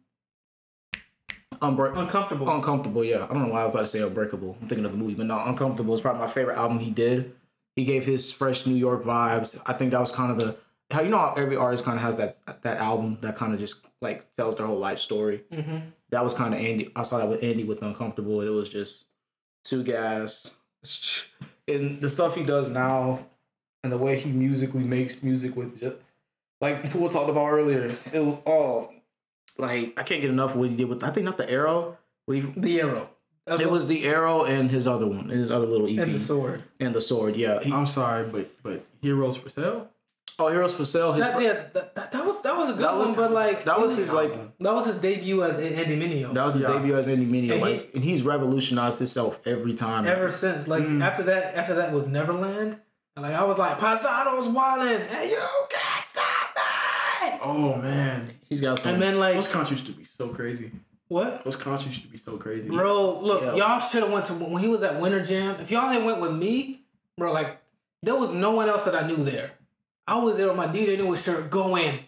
[SPEAKER 5] Um, Unbreak.
[SPEAKER 1] Uncomfortable.
[SPEAKER 5] Uncomfortable, yeah. I don't know why I was about to say Unbreakable. I'm thinking of the movie, but no, Uncomfortable is probably my favorite album he did. He gave his fresh New York vibes. I think that was kind of the how you know how every artist kind of has that that album that kind of just like tells their whole life story.
[SPEAKER 1] mm-hmm.
[SPEAKER 5] That was kind of Andy. I saw that with Andy with Uncomfortable, and it was just two guys. And the stuff he does now, and the way he musically makes music with just like Poole talked about earlier, it was all like I can't get enough of what he did with. I think not the Arrow. What he
[SPEAKER 1] The arrow.
[SPEAKER 5] it was the arrow and his other one, his other little EP,
[SPEAKER 1] and the sword.
[SPEAKER 5] And the sword, yeah. He-
[SPEAKER 4] I'm sorry, but but Heroes for Sale?
[SPEAKER 5] oh, heroes for sale. His
[SPEAKER 1] That,
[SPEAKER 5] fir-
[SPEAKER 1] yeah, that, that, that was that was a good
[SPEAKER 5] That was-
[SPEAKER 1] one, but like
[SPEAKER 5] that was his like
[SPEAKER 1] that was his debut as E- A- Andy Minio.
[SPEAKER 5] that was his
[SPEAKER 4] Yeah.
[SPEAKER 5] debut as Andy
[SPEAKER 1] And
[SPEAKER 5] Mineo,
[SPEAKER 1] he-
[SPEAKER 5] like, and he's revolutionized himself every time.
[SPEAKER 1] Ever since, like
[SPEAKER 5] Mm.
[SPEAKER 1] after that, after that was Neverland. And like I was like, Paisanos wildin', and you can't stop me.
[SPEAKER 4] oh man.
[SPEAKER 5] He's got some.
[SPEAKER 1] And then like
[SPEAKER 4] Those countries used to be so crazy.
[SPEAKER 1] what?
[SPEAKER 4] Those countries used to be so crazy.
[SPEAKER 1] Bro, look,
[SPEAKER 5] Yo.
[SPEAKER 1] y'all should have went to when he was at Winter Jam. If y'all had went with me, bro, like there was no one else that I knew there. I was there with my DJ New shirt going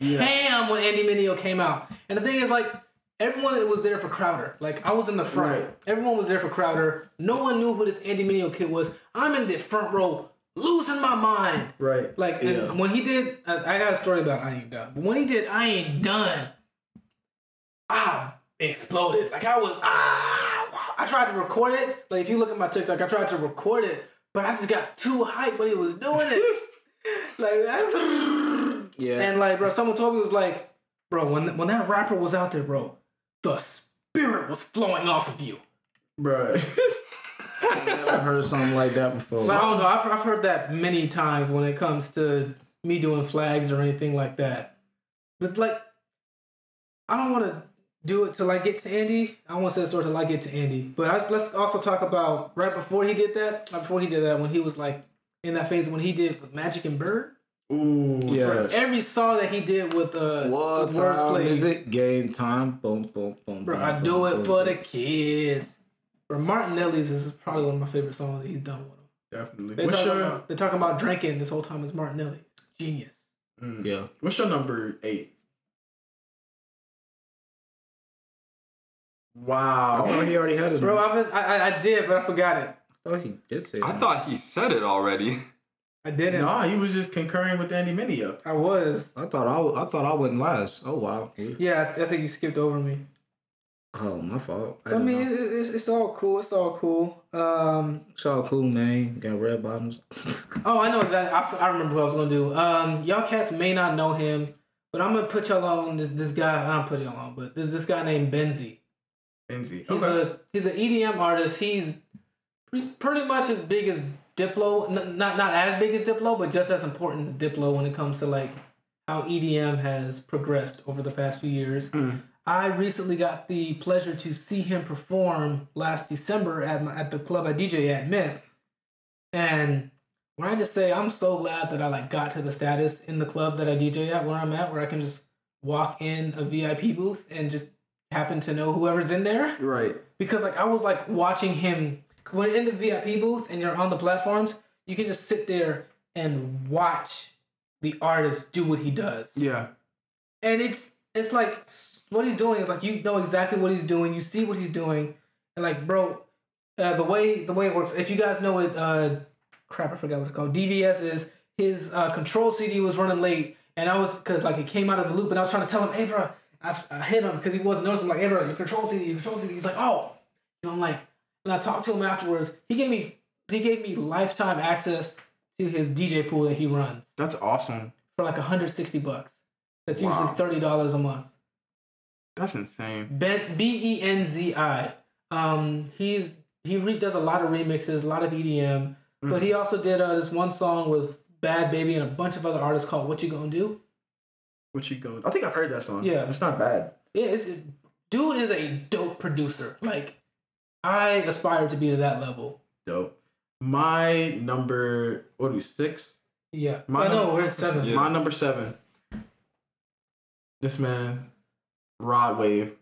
[SPEAKER 1] ham when Andy Mineo came out. And the thing is, like, everyone was there for Crowder. Like, I was in the front.
[SPEAKER 4] Right.
[SPEAKER 1] Everyone was there for Crowder. No one knew who this Andy Mineo kid was. I'm in the front row, losing my mind.
[SPEAKER 4] Right.
[SPEAKER 1] Like, and
[SPEAKER 4] Yeah.
[SPEAKER 1] when he did, I, I got a story about I Ain't Done. But when he did I Ain't Done, I exploded. Like, I was, ah! I tried to record it. Like, if you look at my TikTok, I tried to record it, but I just got too hyped when he was doing it. like, that's.
[SPEAKER 5] yeah.
[SPEAKER 1] And like, bro, someone told me was like, bro, when when that rapper was out there, bro, the spirit was flowing off of you.
[SPEAKER 4] Bro.
[SPEAKER 5] I've heard of something like that before.
[SPEAKER 1] So I don't know. I've, I've heard that many times when it comes to me doing flags or anything like that. But like, I don't want to do it till I get to Andy. I want to say the story till I get to Andy. But I, let's also talk about right before he did that. Right before he did that, when he was like in that phase when he did with Magic and Bird.
[SPEAKER 4] Ooh.
[SPEAKER 5] Yeah.
[SPEAKER 4] Yes.
[SPEAKER 1] Every song that he did with uh
[SPEAKER 5] what
[SPEAKER 1] with
[SPEAKER 5] time
[SPEAKER 1] Wordplay-
[SPEAKER 5] is it? Game time. Boom, boom, boom.
[SPEAKER 1] Bro,
[SPEAKER 5] boom,
[SPEAKER 1] I
[SPEAKER 5] boom,
[SPEAKER 1] do
[SPEAKER 5] boom,
[SPEAKER 1] it for the
[SPEAKER 5] boom.
[SPEAKER 1] kids. Bro, Martinelli's is probably one of my favorite songs that he's done with him.
[SPEAKER 4] Definitely.
[SPEAKER 1] They're
[SPEAKER 4] What's
[SPEAKER 1] talking,
[SPEAKER 4] your
[SPEAKER 1] about, they're talking about drinking this whole time is Martinelli. Genius.
[SPEAKER 4] mm,
[SPEAKER 5] Yeah.
[SPEAKER 4] What's your number eight?
[SPEAKER 5] I
[SPEAKER 4] Wow.
[SPEAKER 5] thought he already had his.
[SPEAKER 1] Bro, I've been, I, I, I did, but I forgot it.
[SPEAKER 5] I thought he did say.
[SPEAKER 3] I
[SPEAKER 5] that.
[SPEAKER 3] thought he said it already.
[SPEAKER 1] I didn't.
[SPEAKER 4] Nah, he was just concurring with Andy Minio.
[SPEAKER 1] I was.
[SPEAKER 5] I thought I. w- I thought I wouldn't last. Oh wow. We-
[SPEAKER 1] Yeah, I, I think you skipped over me.
[SPEAKER 5] Oh my fault.
[SPEAKER 1] I,
[SPEAKER 5] didn't
[SPEAKER 1] mean,
[SPEAKER 5] know.
[SPEAKER 1] it, it- it's, it's all cool. It's all cool. Um,
[SPEAKER 5] it's all cool, man. Got red bottoms.
[SPEAKER 1] oh, I know exactly. I, f- I remember what I was going to do. Um, y'all cats may not know him, but I'm going to put y'all on this, this guy. I don't put y'all on, but there's this guy named Benzie.
[SPEAKER 4] Benzie.
[SPEAKER 1] He's
[SPEAKER 4] Okay.
[SPEAKER 1] a he's an EDM artist. He's he's pretty much as big as Diplo. N- not not as big as Diplo, but just as important as Diplo when it comes to like how EDM has progressed over the past few years. I recently got the pleasure to see him perform last December at my, at the club I DJ at Myth, and when I just say I'm so glad that I like got to the status in the club that I DJ at where I'm at where I can just walk in a VIP booth and just happen to know whoever's in there
[SPEAKER 4] Right.
[SPEAKER 1] because like I was like watching him when you're in the VIP booth and you're on the platforms, you can just sit there and watch the artist do what he does.
[SPEAKER 4] Yeah.
[SPEAKER 1] And it's it's like s- what he's doing is like you know exactly what he's doing, you see what he's doing, and like bro, uh, the way the way it works. If you guys know it, uh, crap, I forgot what it's called. DVS is his uh, control CD was running late, and I was because like it came out of the loop, and I was trying to tell him, hey bro, I, I hit him because he wasn't noticing. like, hey bro, your control CD, your control CD. He's like, oh, and I'm like, and I talked to him afterwards. He gave me he gave me lifetime access to his DJ pool that he runs
[SPEAKER 4] That's awesome.
[SPEAKER 1] for like 160 bucks. That's usually thirty dollars a month.
[SPEAKER 4] That's insane.
[SPEAKER 1] Ben B E N Z I. Um, he's he re- does a lot of remixes, a lot of EDM,
[SPEAKER 4] Mm-hmm.
[SPEAKER 1] but he also did uh, this one song with Bad Baby and a bunch of other artists called "What You Gonna Do."
[SPEAKER 4] What you go? I think I've heard that song.
[SPEAKER 1] Yeah.
[SPEAKER 4] It's not bad.
[SPEAKER 1] Yeah, it's, it, dude is a dope producer. Like, I aspire to be to that level.
[SPEAKER 4] Dope. My number what are we six?
[SPEAKER 1] Yeah,
[SPEAKER 4] My
[SPEAKER 1] I know
[SPEAKER 4] num-
[SPEAKER 1] we're at seven.
[SPEAKER 3] Yeah.
[SPEAKER 4] My number seven. This man, Rod Wave.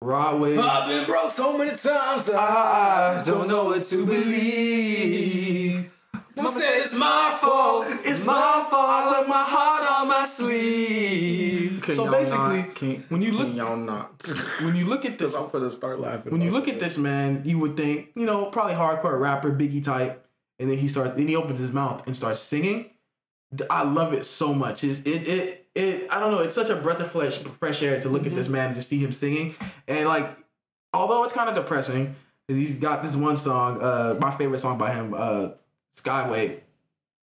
[SPEAKER 4] Rod Wave.
[SPEAKER 1] I've been broke so many times.
[SPEAKER 3] I
[SPEAKER 1] I
[SPEAKER 3] don't know what to believe. Mama said it's my fault. It's my fault. I left my heart on my sleeve.
[SPEAKER 5] Can
[SPEAKER 4] So
[SPEAKER 5] y'all
[SPEAKER 4] basically,
[SPEAKER 5] not- can,
[SPEAKER 4] when you
[SPEAKER 5] can
[SPEAKER 4] look-
[SPEAKER 5] y'all not.
[SPEAKER 4] When you look at this,
[SPEAKER 5] I'm gonna start laughing.
[SPEAKER 4] when you look at this man, you would think, you know, probably hardcore rapper, Biggie type, and then he starts, then he opens his mouth and starts singing. Th- I love it so much. It's, it it it. I don't know. It's such a breath of fresh fresh air to look at this man and just see him singing, and like, although it's kind of depressing, 'cause he's got this one song, uh, my favorite song by him, uh, Skywave.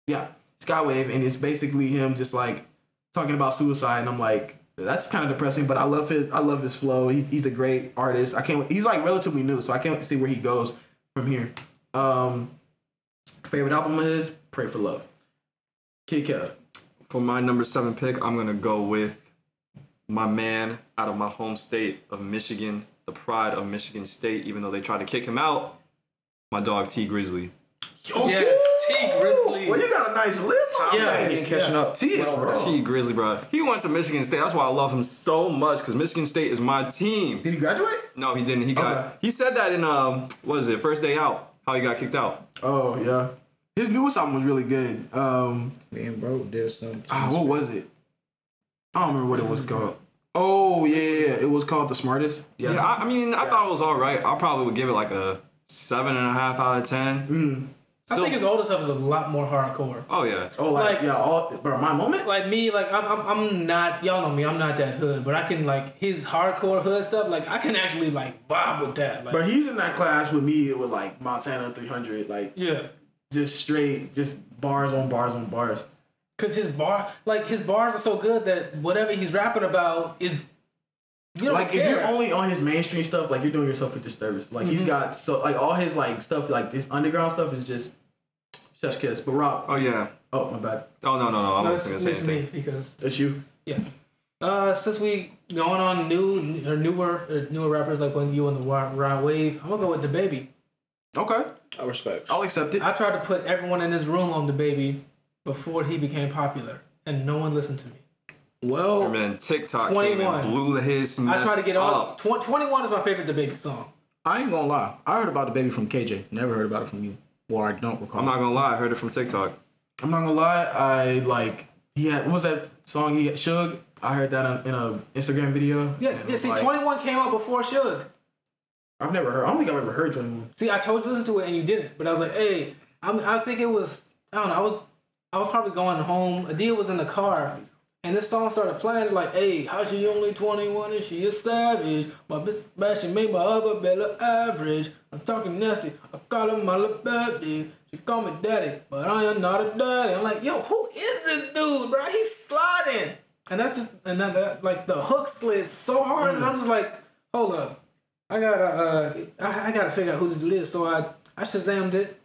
[SPEAKER 4] Yeah, Skywave, and it's basically him just like talking about suicide, and I'm like, that's kind of depressing. But I love his, I love his flow. He, he's a great artist. I can't. He's like relatively new, so I can't see where he goes from here. Um, favorite album of his, Pray for Love. Kid Kev.
[SPEAKER 3] For my number seven pick, I'm gonna go with my man out of my home state of Michigan, the pride of Michigan State, even though they tried to kick him out. My dog T Grizzly.
[SPEAKER 4] Yo,
[SPEAKER 1] Yes, T. Grizzly.
[SPEAKER 4] Oh, Well, you got a nice lift. on
[SPEAKER 1] Yeah.
[SPEAKER 4] that.
[SPEAKER 5] Ain't catching up.
[SPEAKER 3] T,
[SPEAKER 5] Oh,
[SPEAKER 3] T Grizzly, bro. He went to Michigan State. That's why I love him so much because Michigan State is my team.
[SPEAKER 4] Did he graduate?
[SPEAKER 3] No, he didn't. He got.
[SPEAKER 4] Okay.
[SPEAKER 3] He said that in um, what is it? First day out. How he got kicked out.
[SPEAKER 4] Oh yeah. His newest album was really good. Um,
[SPEAKER 5] Man, bro, there's some.
[SPEAKER 4] ah, what was it? I don't remember what it was called. Oh yeah, yeah, yeah. it was called The Smartest.
[SPEAKER 3] Yeah, I, I mean, I thought it was all right. I probably would give it like a seven and a half out of ten.
[SPEAKER 1] I think his older stuff is a lot more hardcore.
[SPEAKER 3] Oh yeah.
[SPEAKER 4] Oh, like,
[SPEAKER 1] Like-
[SPEAKER 4] yeah, all bro, my moment.
[SPEAKER 1] Like me, like I'm, I'm, I'm not. Y'all know me. I'm not that hood, but I can like his hardcore hood stuff. Like I can actually like bob with that. Like
[SPEAKER 4] But he's in that class with me with like Montana 300, like
[SPEAKER 1] yeah,
[SPEAKER 4] just straight, just bars on bars on bars.
[SPEAKER 1] cause his bar, like his bars are so good that whatever he's rapping about is. You don't
[SPEAKER 4] Like
[SPEAKER 1] care.
[SPEAKER 4] if you're only on his mainstream stuff, like you're doing yourself a disservice. Like he's got so like all his like stuff, like this underground stuff is just shush kiss. But Rob,
[SPEAKER 3] Oh yeah.
[SPEAKER 4] oh my bad,
[SPEAKER 3] Oh no no no. I
[SPEAKER 1] No,
[SPEAKER 3] wasn't
[SPEAKER 1] it's,
[SPEAKER 3] gonna say
[SPEAKER 1] it's
[SPEAKER 3] anything.
[SPEAKER 1] me because
[SPEAKER 4] it's you.
[SPEAKER 1] yeah. Uh, since we going on new or newer or newer rappers like when you on the Wi- Rod Wave, I'm gonna go with the baby.
[SPEAKER 4] Okay,
[SPEAKER 5] I respect.
[SPEAKER 4] I'll accept it.
[SPEAKER 1] I tried to put everyone in this room on the baby before he became popular, and no one listened to me.
[SPEAKER 5] Well,
[SPEAKER 3] Man, TikTok came
[SPEAKER 1] 21.
[SPEAKER 3] and blew his
[SPEAKER 1] I
[SPEAKER 3] mess
[SPEAKER 1] tried to get all.
[SPEAKER 3] up.
[SPEAKER 1] Tw- 21 is my favorite the baby song.
[SPEAKER 5] I ain't gonna lie. I heard about the baby from KJ. Never heard about it from you. Or I don't recall.
[SPEAKER 3] I'm not gonna lie. I heard it from TikTok.
[SPEAKER 4] I'm not gonna lie, I like he had what was that song he had Suge? I heard that in, in a Instagram video.
[SPEAKER 1] Yeah,
[SPEAKER 4] and it
[SPEAKER 1] yeah.
[SPEAKER 4] was
[SPEAKER 1] See,
[SPEAKER 4] like-
[SPEAKER 1] 21 came out before Suge.
[SPEAKER 4] I've never heard. I don't think I've ever heard 21.
[SPEAKER 1] See, I told you to listen to it and you didn't. But I was like, hey, I'm, I think it was. I don't know. I was. I was probably going home. Adia was in the car, and this song started playing. It's like, hey, how she only 21 and she is savage. My bitch bashing made my other better average. I'm talking nasty. I call her my little baby. She call me daddy, but I am not a daddy. I'm like, yo, who is this dude, bro? He's sliding. And that's just and that, that like the hook slid so hard, and I'm just like, hold up. I gotta uh, I, I gotta figure out who this dude is. So I I shazammed it,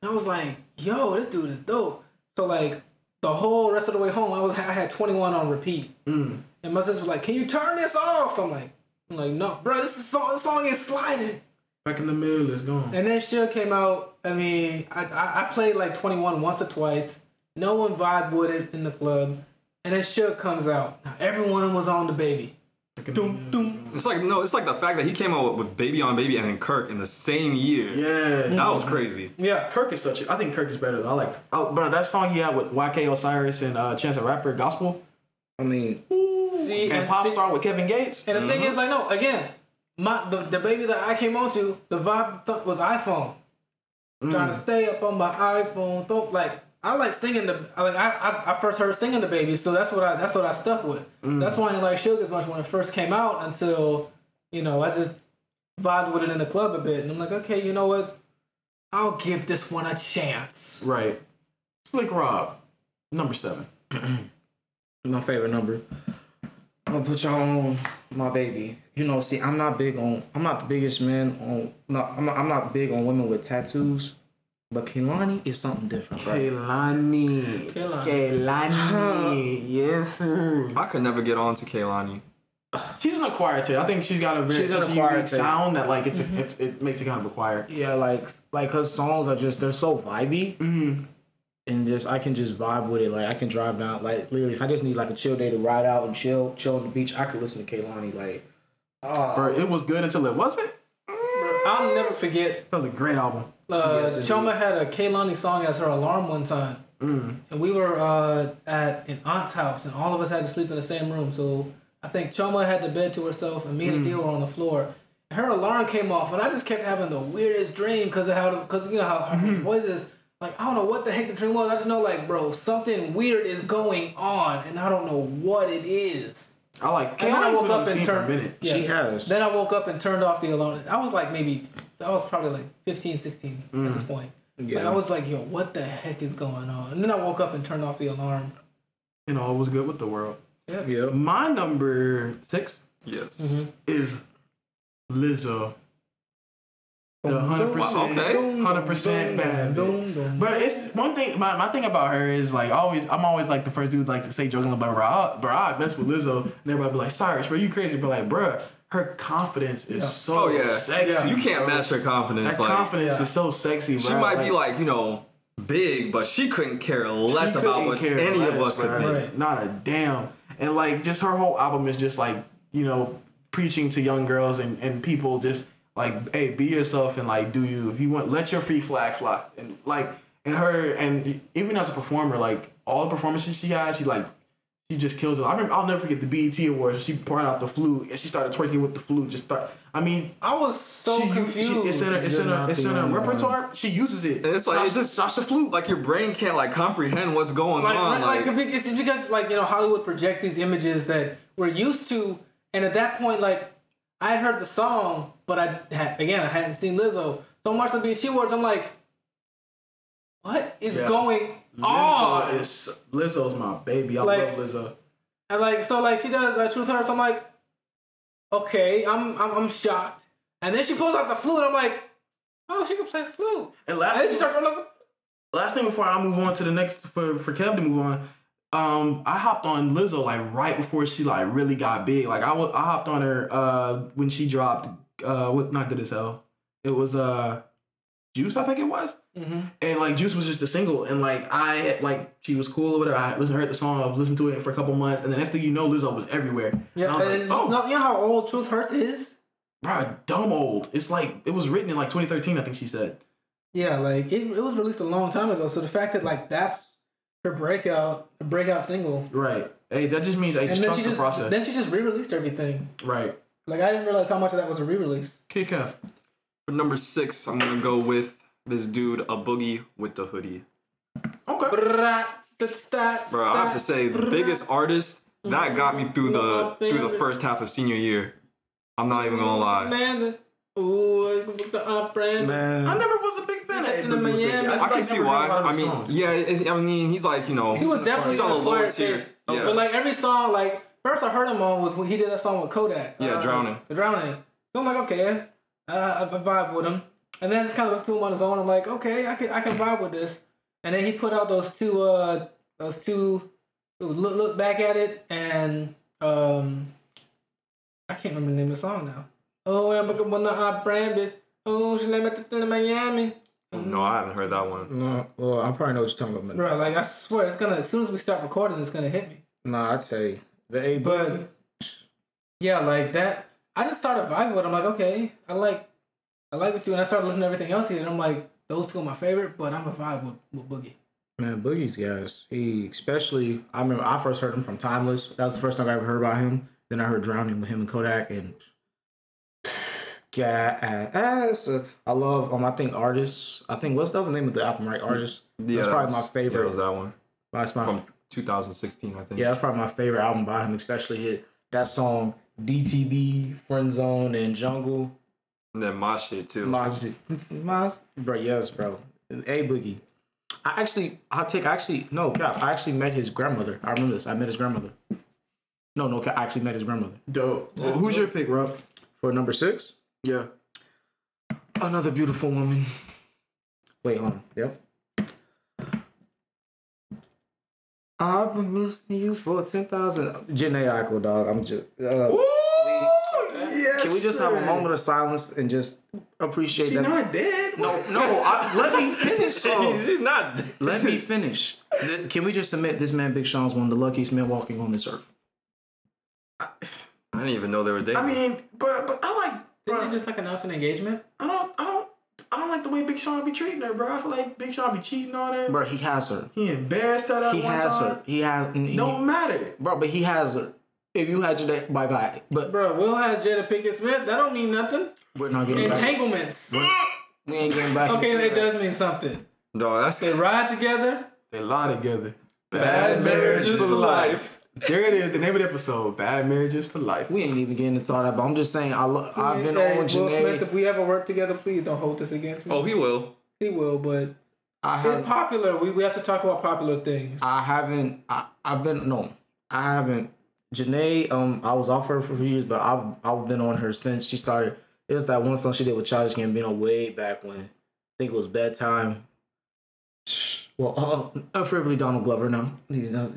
[SPEAKER 1] and I was like, yo, this dude is dope. So like the whole rest of the way home, I was I had 21 on repeat, and my sister was like, can you turn this off? I'm like, I'm like, no, bro, this is song, this song is sliding.
[SPEAKER 4] Back in the middle, it's gone.
[SPEAKER 1] And then Shield came out. I mean, I, I I played like 21 once or twice. No one vibed with it in the club. And then Shield comes out. Now everyone was on the baby. Doom, doom.
[SPEAKER 3] It's like no. It's like the fact that he came out with Baby on Baby and then Kirk in the same year.
[SPEAKER 4] Yeah,
[SPEAKER 3] That was crazy.
[SPEAKER 1] Yeah.
[SPEAKER 4] Kirk is such. A, I think Kirk is better. Though. I like, I, bro. That song he had with YK Osiris and uh, Chance the Rapper, gospel,
[SPEAKER 5] I mean,
[SPEAKER 1] See,
[SPEAKER 4] and pop
[SPEAKER 1] see-
[SPEAKER 4] star with Kevin Gates.
[SPEAKER 1] And the thing is, like, no, again, my the, the baby that I came onto, the vibe th- was iPhone. Trying to stay up on my iPhone, th- like I like singing the like I, I I first heard singing the baby, so that's what I that's what I stuck with. That's why I didn't like Sugar as much when it first came out until you know I just vibed with it in the club a bit, and I'm like, okay, you know what? I'll give this one a chance.
[SPEAKER 4] Right. Slick Rob, number seven.
[SPEAKER 5] my favorite number. I'm gonna put y'all on my baby. You know, see, I'm not big on. I'm not the biggest man on. No, I'm not, I'm not big on women with tattoos. But Kehlani is something different, right?
[SPEAKER 4] Kehlani.
[SPEAKER 1] Kehlani.
[SPEAKER 4] Kehlani. yes. sir.
[SPEAKER 3] I could never get on to Kaylani.
[SPEAKER 4] She's an acquired taste. I think she's got a very
[SPEAKER 5] She's an
[SPEAKER 4] such a
[SPEAKER 5] acquired
[SPEAKER 4] unique
[SPEAKER 5] taste.
[SPEAKER 4] sound that like it's,
[SPEAKER 1] Mm-hmm.
[SPEAKER 4] it's it makes it kind of acquired.
[SPEAKER 5] Yeah, like like her songs are just they're so vibey,
[SPEAKER 1] Mm-hmm.
[SPEAKER 5] and just I can just vibe with it. Like I can drive down, like literally, if I just need like a chill day to ride out and chill, chill on the beach, I could listen to Kehlani. Like
[SPEAKER 1] Uh,
[SPEAKER 4] Bro, it was good until it wasn't.
[SPEAKER 1] I'll never forget
[SPEAKER 4] That was a great album.
[SPEAKER 1] Uh, Choma had a Kaylani song as her alarm one time,
[SPEAKER 4] Mm.
[SPEAKER 1] and we were uh, at an aunt's house, and all of us had to sleep in the same room. So I think Choma had the bed to herself, and me
[SPEAKER 4] Mm.
[SPEAKER 1] and Adil were on the floor. Her alarm came off, and I just kept having the weirdest dream because of how, because you know how her
[SPEAKER 4] Mm-hmm.
[SPEAKER 1] voice is. Like I don't know what the heck the dream was. I just know like, bro, something weird is going on, and I don't know what it is.
[SPEAKER 4] I like.
[SPEAKER 1] And then I
[SPEAKER 4] Kehlani's
[SPEAKER 1] woke
[SPEAKER 4] been on
[SPEAKER 1] up
[SPEAKER 4] the
[SPEAKER 1] and
[SPEAKER 4] scene for a
[SPEAKER 1] turned.
[SPEAKER 4] minute.
[SPEAKER 1] yeah.
[SPEAKER 5] she has.
[SPEAKER 1] Then I woke up and turned off the alarm. I was like maybe I was probably like 15, 16 at
[SPEAKER 4] Mm.
[SPEAKER 1] this point. Like I was like, yo, what the heck is going on? And then I woke up and turned off the alarm.
[SPEAKER 4] And all was good with the world.
[SPEAKER 5] yeah.
[SPEAKER 4] My number six
[SPEAKER 3] Yes.
[SPEAKER 4] is Lizzo. The hundred percent,
[SPEAKER 3] Okay.
[SPEAKER 4] hundred percent bad. bitch.
[SPEAKER 1] Boom, boom.
[SPEAKER 4] But it's one thing. My, my thing about her is like always. I'm always like the first dude like to say joking about bro. I, bro, I mess with Lizzo, and everybody be like, "Cyrus, bro, you crazy?" But like, bro, her confidence is so
[SPEAKER 3] Oh yeah,
[SPEAKER 4] sexy.
[SPEAKER 3] you can't
[SPEAKER 4] bro.
[SPEAKER 3] match her confidence.
[SPEAKER 4] That
[SPEAKER 3] like
[SPEAKER 4] confidence
[SPEAKER 1] Yeah.
[SPEAKER 4] is so sexy, bro.
[SPEAKER 3] she might be like you know big, but she couldn't care less
[SPEAKER 4] couldn't
[SPEAKER 3] about what
[SPEAKER 4] care
[SPEAKER 3] any of
[SPEAKER 4] less,
[SPEAKER 3] us could
[SPEAKER 4] bro.
[SPEAKER 3] think.
[SPEAKER 1] Right.
[SPEAKER 4] Not a damn. And like just her whole album is just like, you know, preaching to young girls and, and people just like, hey, be yourself and like do you if you want let your free flag fly. And like and her and even as a performer, like all the performances she has, she like she just kills it. I remember I'll never forget the BET Awards. She poured out the flute and she started twerking with the flute. Just start. I mean,
[SPEAKER 1] I was so
[SPEAKER 4] she, u-
[SPEAKER 1] confused.
[SPEAKER 4] she it's in her it's in her it's in her repertoire. She uses it.
[SPEAKER 3] And it's like it
[SPEAKER 4] Sasha-
[SPEAKER 3] just
[SPEAKER 4] Sasha flute.
[SPEAKER 3] Like your brain can't like comprehend what's going
[SPEAKER 1] Like,
[SPEAKER 3] on.
[SPEAKER 1] like,
[SPEAKER 3] Like,
[SPEAKER 1] like it's because like you know Hollywood projects these images that we're used to, and at that point, like I had heard the song, but I had, again I hadn't seen Lizzo. So I'm watching the BET Awards. I'm like, what is
[SPEAKER 4] Yeah.
[SPEAKER 1] going
[SPEAKER 4] Lizzo
[SPEAKER 1] on?
[SPEAKER 4] is Lizzo's my baby. I
[SPEAKER 1] Oh. Like-
[SPEAKER 4] love Lizzo.
[SPEAKER 1] And like so, like she does uh, Truth Hurts. I'm like, okay, I'm, I'm I'm shocked. And then she pulls out the flute. and I'm like, oh, she can play flute.
[SPEAKER 4] And
[SPEAKER 1] And
[SPEAKER 4] last
[SPEAKER 1] then she
[SPEAKER 4] thing,
[SPEAKER 1] starts rolling. up-
[SPEAKER 4] last thing before I move on to the next for for Kev to move on. Um, I hopped on Lizzo like right before she like really got big. Like I wa- I hopped on her uh when she dropped uh what not good as hell. It was uh Juice I think it was. And like Juice was just a single and like I had, like she was cool or whatever. I listened heard the song. I was listening to it for a couple months and the next thing you know Lizzo was everywhere.
[SPEAKER 1] Yeah,
[SPEAKER 4] I was like, oh.
[SPEAKER 1] and no, you know how old Truth Hurts is?
[SPEAKER 4] Bro, dumb old. It's like it was written in like 2013 I think she said.
[SPEAKER 1] Yeah, like it, it was released a long time ago. So the fact that like that's her breakout her breakout single,
[SPEAKER 4] Right. Hey, that just means I
[SPEAKER 1] and
[SPEAKER 4] just
[SPEAKER 1] then
[SPEAKER 4] trust
[SPEAKER 1] she
[SPEAKER 4] the
[SPEAKER 1] just
[SPEAKER 4] process.
[SPEAKER 1] then she just re released everything.
[SPEAKER 4] right.
[SPEAKER 1] Like I didn't realize how much of that was a re release.
[SPEAKER 4] KKF.
[SPEAKER 3] for number six, I'm gonna go with this dude, a boogie with the hoodie.
[SPEAKER 4] Okay.
[SPEAKER 3] Bro, I have to say, the biggest artist that got me through the
[SPEAKER 1] Yeah,
[SPEAKER 3] through the
[SPEAKER 1] baby.
[SPEAKER 3] first half of senior year. I'm not even gonna lie.
[SPEAKER 1] Man, ooh, uh, brand.
[SPEAKER 4] I never was a big fan of
[SPEAKER 1] That's
[SPEAKER 4] Ed
[SPEAKER 1] in the
[SPEAKER 4] Boogie Boogie.
[SPEAKER 1] Miami.
[SPEAKER 4] just,
[SPEAKER 3] I can
[SPEAKER 4] like,
[SPEAKER 3] see
[SPEAKER 4] never heard
[SPEAKER 3] why.
[SPEAKER 4] a lot of
[SPEAKER 3] I
[SPEAKER 4] his
[SPEAKER 3] mean,
[SPEAKER 4] songs.
[SPEAKER 3] yeah, it's, I mean, he's like you know,
[SPEAKER 1] He was definitely
[SPEAKER 3] he's on the
[SPEAKER 1] a
[SPEAKER 3] lower
[SPEAKER 1] lower
[SPEAKER 3] tier.
[SPEAKER 1] tier.
[SPEAKER 3] Yeah.
[SPEAKER 1] But like every song, like first I heard him on was when he did that song with Kodak. Uh,
[SPEAKER 3] Yeah, Drowning.
[SPEAKER 1] The Drowning. So I'm like, okay, uh, I I vibe with him. And then I just kind of listened to him on his own. I'm like, okay, I can I can vibe with this. And then he put out those two uh those two look look back at it and um I can't remember the name of the song now. Oh, I'm gonna wanna I brand it. Oh, she let me to to Miami.
[SPEAKER 3] no, I haven't heard that one.
[SPEAKER 1] Mm-hmm.
[SPEAKER 5] No, well, I probably know what you're talking about. but
[SPEAKER 1] Bro, like I swear, it's gonna as soon as we start recording, it's gonna hit me.
[SPEAKER 5] Nah, I'd say the A.
[SPEAKER 1] But yeah, like that. I just started vibing with. Him. I'm like, okay, I like, I like this dude. And I started listening to everything else here, and I'm like, those two are my favorite. But I'm a vibe with, with Boogie.
[SPEAKER 5] Man, Boogie's guys. He especially. I remember I first heard him from Timeless. That was the first time I ever heard about him. Then I heard Drowning with him and Kodak and. Gas. I love. Um, I think artists. I think what's that was the name of the album, right? Artists.
[SPEAKER 3] Yeah,
[SPEAKER 5] that's
[SPEAKER 3] that
[SPEAKER 5] probably
[SPEAKER 3] was-
[SPEAKER 5] my
[SPEAKER 3] Yeah,
[SPEAKER 5] favorite.
[SPEAKER 3] it was uh, that one
[SPEAKER 5] that's my.
[SPEAKER 3] from 2016, I think.
[SPEAKER 5] yeah, that's probably my favorite album by him, especially hit that song DTB, Friend Zone, and Jungle.
[SPEAKER 3] And then my shit too.
[SPEAKER 5] Logic. This is my bro. Yes, bro. A boogie. I actually, I take. I actually, no cap. I actually met his grandmother. I remember this. I met his grandmother. No, no cap. I actually met his grandmother
[SPEAKER 4] Dope. Well, who's your pick, Rob?
[SPEAKER 5] for number six.
[SPEAKER 4] Yeah.
[SPEAKER 5] Another beautiful woman. Wait, hold on. Yep. I've been missing you for ten thousand. Jhené Aiko, dog. I'm just. Uh,
[SPEAKER 4] Oh, yes.
[SPEAKER 5] can we just have a moment of silence and just appreciate
[SPEAKER 4] She
[SPEAKER 5] that?
[SPEAKER 4] not dead.
[SPEAKER 5] no, no. I, let me finish. though.
[SPEAKER 3] He's not.
[SPEAKER 5] Let me finish. Th- Can we just admit this man, Big Sean, is one of the luckiest men walking on this earth?
[SPEAKER 3] I didn't even know they were dating.
[SPEAKER 4] I mean, but but I like.
[SPEAKER 1] Didn't
[SPEAKER 4] Bro,
[SPEAKER 1] they just like announce an engagement?
[SPEAKER 4] I don't I don't I don't like the way Big Sean be treating her, bro. I feel like Big Sean be cheating on her.
[SPEAKER 5] Bro, he has her.
[SPEAKER 4] He embarrassed her that
[SPEAKER 5] He
[SPEAKER 4] one
[SPEAKER 5] has
[SPEAKER 4] time.
[SPEAKER 5] her. He has.
[SPEAKER 4] Don't matter.
[SPEAKER 5] bro, but he has her. If you had your day, bye bye. But
[SPEAKER 1] Bro, Will has Jada Pinkett Smith. That don't mean nothing.
[SPEAKER 5] we're not getting back.
[SPEAKER 1] Entanglements.
[SPEAKER 5] We ain't getting back.
[SPEAKER 1] Okay,
[SPEAKER 5] into
[SPEAKER 1] it does mean something.
[SPEAKER 3] no, that's
[SPEAKER 1] They ride together.
[SPEAKER 4] They lie together. Bad marriages for life. There it is, the name of the episode. Bad marriages for life.
[SPEAKER 5] We ain't even getting into all that. But I'm just saying, I lo- I've been
[SPEAKER 1] Hey,
[SPEAKER 5] on
[SPEAKER 1] Will Smith.
[SPEAKER 5] Janae.
[SPEAKER 1] If we ever work together, please don't hold this against me.
[SPEAKER 3] Oh, he will.
[SPEAKER 1] He will, but
[SPEAKER 5] I
[SPEAKER 1] it's
[SPEAKER 5] have.
[SPEAKER 1] popular. We, we have to talk about popular things.
[SPEAKER 5] I haven't. I, I've been no. I haven't. Janae. Um, I was off her for a few years, but I've I've been on her since she started. It was that one song she did with Childish Gambino way back when. I think it was bedtime. Well, uh, preferably Donald Glover now. He's not-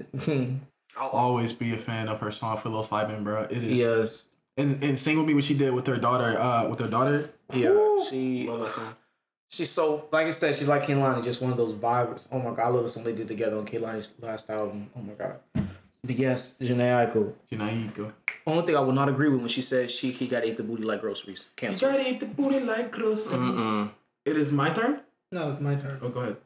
[SPEAKER 4] I'll always be a fan of her song for Lil Slippin', bro. It is
[SPEAKER 5] yes,
[SPEAKER 4] And and sing with me what she did with her daughter. Uh, with her daughter.
[SPEAKER 5] Yeah, she. She's so like I said, she's like Kehlani, just one of those vibes. Oh my god, I love the song they did together on Kehlani's last album. Oh my god. But yes, Janae Aiko.
[SPEAKER 4] You know, you go.
[SPEAKER 5] Only thing I would not agree with when she said she he gotta eat the booty like groceries. Cancel.
[SPEAKER 4] Gotta eat the booty like groceries. It is my turn.
[SPEAKER 1] No, it's my turn.
[SPEAKER 4] Oh, go ahead.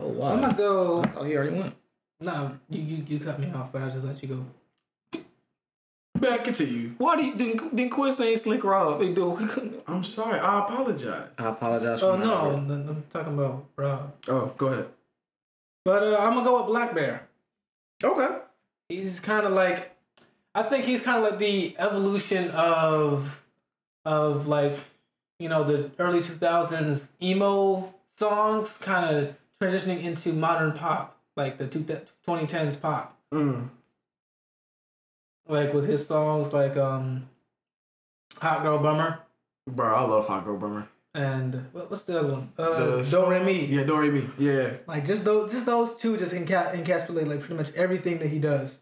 [SPEAKER 5] Oh wow.
[SPEAKER 1] I'm gonna go.
[SPEAKER 5] oh, he already went.
[SPEAKER 1] No, you, you you cut me off, but I just let you go.
[SPEAKER 4] Back into you.
[SPEAKER 5] Why do you then then Quest ain't slick Rob? They do.
[SPEAKER 4] I'm sorry. I apologize.
[SPEAKER 5] I apologize.
[SPEAKER 1] Oh
[SPEAKER 5] my
[SPEAKER 1] no,
[SPEAKER 5] error.
[SPEAKER 1] no, I'm talking about Rob.
[SPEAKER 4] Oh, go ahead.
[SPEAKER 1] But uh, I'm gonna go with Black Bear.
[SPEAKER 4] Okay.
[SPEAKER 1] he's kind of like i think he's kind of like the evolution of of like you know the early 2000s emo songs kind of transitioning into modern pop like the two, 2010s pop
[SPEAKER 4] Mm.
[SPEAKER 1] like with his songs like um hot girl bummer
[SPEAKER 4] Bro, I love Hot Girl Bummer.
[SPEAKER 1] and what, what's the other one uh
[SPEAKER 4] The-
[SPEAKER 1] do re mi
[SPEAKER 4] Yeah, don't read me. Yeah.
[SPEAKER 1] like just those just those two just enca- encapsulate like pretty much everything that he does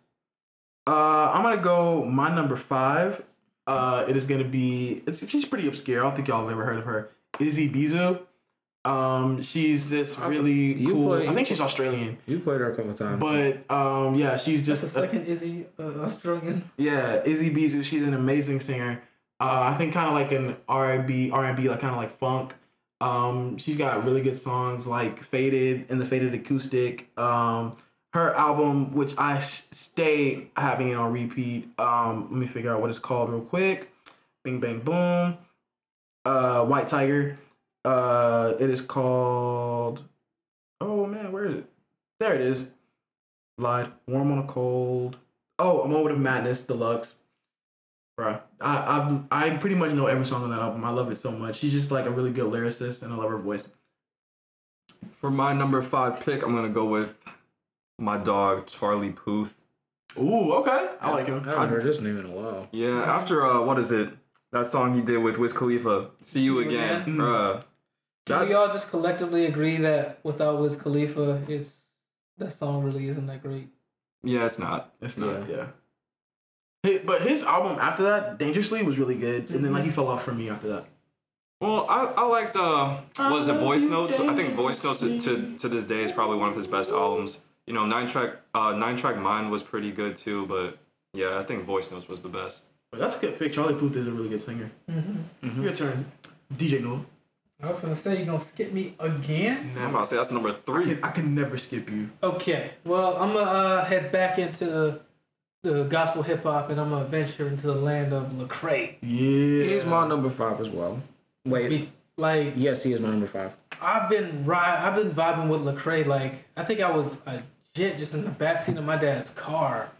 [SPEAKER 4] Uh, I'm gonna go my number five. Uh, it is gonna be. It's, she's pretty obscure. I don't think y'all have ever heard of her. Izzy Bizu. Um, she's this really
[SPEAKER 5] You
[SPEAKER 4] cool.
[SPEAKER 5] play-
[SPEAKER 4] I think she's Australian,
[SPEAKER 5] You played her a couple times.
[SPEAKER 4] but um, yeah, she's
[SPEAKER 1] just
[SPEAKER 4] just
[SPEAKER 1] the
[SPEAKER 4] a-
[SPEAKER 1] second Izzy uh, Australian
[SPEAKER 4] yeah, Izzy Bizu. She's an amazing singer. Uh, I think kind of like an R and B, R and B, like kind of like funk. Um, she's got really good songs like "Faded" and the "Faded Acoustic." Um, her album, which I s- stay having it on repeat. Um, let me figure out what it's called real quick. Bing bang boom. Uh, White Tiger. Uh, it is called. Oh man, where is it? There it is. Lied. Warm on a cold. Oh, a moment of madness deluxe. Bruh, I I've, I pretty much know every song on that album. I love it so much. She's just like a really good lyricist, and I love her voice.
[SPEAKER 3] For my number five pick, I'm gonna go with my dog Charlie Puth.
[SPEAKER 4] Ooh, okay, I like
[SPEAKER 5] I
[SPEAKER 4] him.
[SPEAKER 5] haven't heard this name in a while.
[SPEAKER 3] Yeah,
[SPEAKER 4] Mm-hmm.
[SPEAKER 3] after uh, what is it? That song he did with Wiz Khalifa, "See You
[SPEAKER 1] You
[SPEAKER 3] Again,"
[SPEAKER 1] Again?
[SPEAKER 4] Mm-hmm.
[SPEAKER 3] bruh.
[SPEAKER 1] Can we
[SPEAKER 3] That,
[SPEAKER 1] all just collectively agree that without Wiz Khalifa, it's that song really isn't that great?
[SPEAKER 3] yeah, it's not.
[SPEAKER 4] It's not, yeah. Hey, but his album after that, Dangerously, was really good, and then like he fell off for me after that.
[SPEAKER 3] Well, I, I liked uh, was it
[SPEAKER 4] love
[SPEAKER 3] Voice
[SPEAKER 4] you,
[SPEAKER 3] Notes? I think Voice Notes to, to to this day is probably one of his best albums. You know, nine track uh nine track Mind was pretty good too, but yeah, I think Voice Notes was the best.
[SPEAKER 4] But that's a good pick. Charlie Puth is a really good singer. Mm-hmm. Your turn, DJ Noel.
[SPEAKER 1] I was gonna say you're gonna skip me again.
[SPEAKER 3] I'm about to say that's number
[SPEAKER 4] I
[SPEAKER 3] three.
[SPEAKER 4] can, I can never skip you.
[SPEAKER 1] Okay, well I'm gonna uh, head back into the, the gospel hip hop and I'm gonna venture into the land of Lecrae.
[SPEAKER 4] Yeah.
[SPEAKER 5] He's my number five as well. Wait.
[SPEAKER 1] Be- Like
[SPEAKER 5] yes, he is my number five.
[SPEAKER 1] I've been ri- I've been vibing with Lecrae. Like I think I was a jit just in the backseat of my dad's car.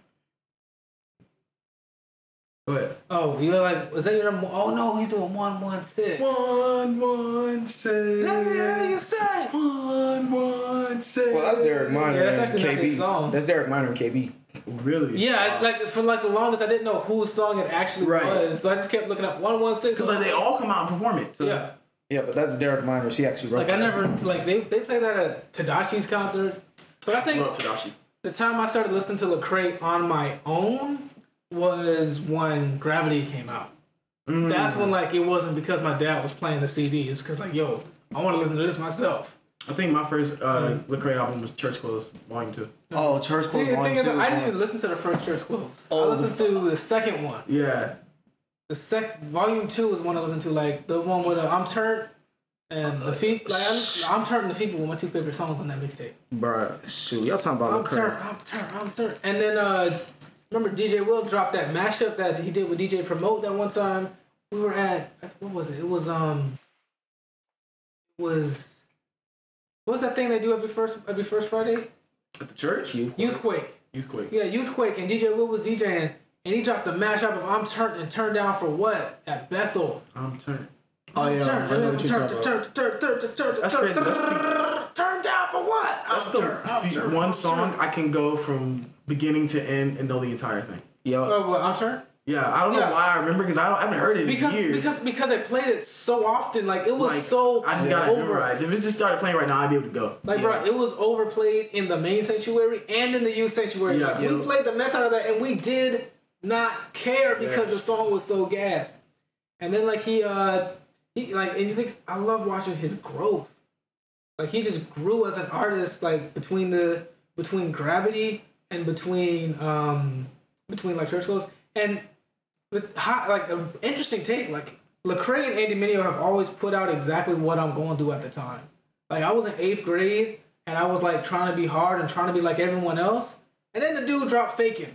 [SPEAKER 4] But
[SPEAKER 1] Oh, you're like, was that your number? Oh no, he's doing one one six.
[SPEAKER 4] one one six.
[SPEAKER 1] Let me hear you say.
[SPEAKER 4] One one six.
[SPEAKER 5] Well, that's Derek Minor.
[SPEAKER 1] Yeah, that's
[SPEAKER 5] and
[SPEAKER 1] actually not
[SPEAKER 5] KB.
[SPEAKER 1] his song.
[SPEAKER 5] That's Derek Minor and KB.
[SPEAKER 4] Really?
[SPEAKER 1] Yeah, I, like for like the longest, I didn't know whose song it actually
[SPEAKER 4] Right.
[SPEAKER 1] was, so I just kept looking up one one six.
[SPEAKER 4] Because like they all come out and perform it. So
[SPEAKER 1] yeah,
[SPEAKER 5] Yeah, but that's Derek Minor. She actually wrote.
[SPEAKER 1] like I
[SPEAKER 5] that.
[SPEAKER 1] never like they they played that at Tadashi's concerts, but I think
[SPEAKER 4] Love Tadashi.
[SPEAKER 1] the time I started listening to Lecrae on my own was when Gravity came out.
[SPEAKER 5] Mm.
[SPEAKER 1] That's when like it wasn't because my dad was playing the CD. It's because like yo, I want to listen to this myself.
[SPEAKER 4] I think my first uh,
[SPEAKER 1] Mm-hmm.
[SPEAKER 4] Lecrae album was Church Clothes Volume Two.
[SPEAKER 5] Oh, Church
[SPEAKER 1] See,
[SPEAKER 5] Close
[SPEAKER 1] the thing
[SPEAKER 5] Volume
[SPEAKER 1] is,
[SPEAKER 5] Two. Oh.
[SPEAKER 1] I
[SPEAKER 5] is
[SPEAKER 1] didn't
[SPEAKER 5] one.
[SPEAKER 1] even listen to the first Church Close. I listened to the second one.
[SPEAKER 4] Yeah.
[SPEAKER 1] The sec volume two is one I listen to, like the one with the I'm turned and the feet. Like I'm, I'm turned and the feet were my two favorite songs on that mixtape.
[SPEAKER 5] Bruh, shoot, y'all talking about
[SPEAKER 1] I'm
[SPEAKER 5] Lecrae.
[SPEAKER 1] turned, I'm turned, I'm turned. And then uh, remember DJ Will dropped that mashup that he did with DJ Promote that one time. We were at what was it? It was um, was what was that thing they do every first every first Friday?
[SPEAKER 4] At the church? You
[SPEAKER 1] Youthquake.
[SPEAKER 4] quick.
[SPEAKER 1] Yeah, Youthquake and DJ Will was DJing. And he dropped a mashup of I'm Turned and Turned Down for What at Bethel.
[SPEAKER 4] I'm turned.
[SPEAKER 5] Oh yeah, I know what you're talking about.
[SPEAKER 4] That's crazy. That's the,
[SPEAKER 1] Turn down for what?
[SPEAKER 4] that's the fe- one song I can go from beginning to end and know the entire thing.
[SPEAKER 5] Yo,
[SPEAKER 1] Oh, well, I'm turned.
[SPEAKER 4] Yeah, I don't know
[SPEAKER 1] Yeah.
[SPEAKER 4] why I remember because I don't I haven't heard it in
[SPEAKER 1] Because
[SPEAKER 4] years.
[SPEAKER 1] because because I played it so often, like it was
[SPEAKER 4] Like,
[SPEAKER 1] so
[SPEAKER 4] I just gotta
[SPEAKER 1] over.
[SPEAKER 4] memorize. If it just started playing right now, I'd be able to go.
[SPEAKER 1] Like bro, it was overplayed in the main sanctuary and in the youth sanctuary.
[SPEAKER 4] Yeah.
[SPEAKER 1] Like,
[SPEAKER 4] Yeah.
[SPEAKER 1] We played the mess out of that, and we did not care because the
[SPEAKER 4] Yes.
[SPEAKER 1] song was so gassed. And then like he uh he like and you think I love watching his growth. Like he just grew as an artist like between the between gravity and between um between like church goals and with hot like an interesting take like Lecrae and Andy Mineo have always put out exactly what I'm going through at the time. Like I was in eighth grade and I was like trying to be hard and trying to be like everyone else. And then the dude dropped faking.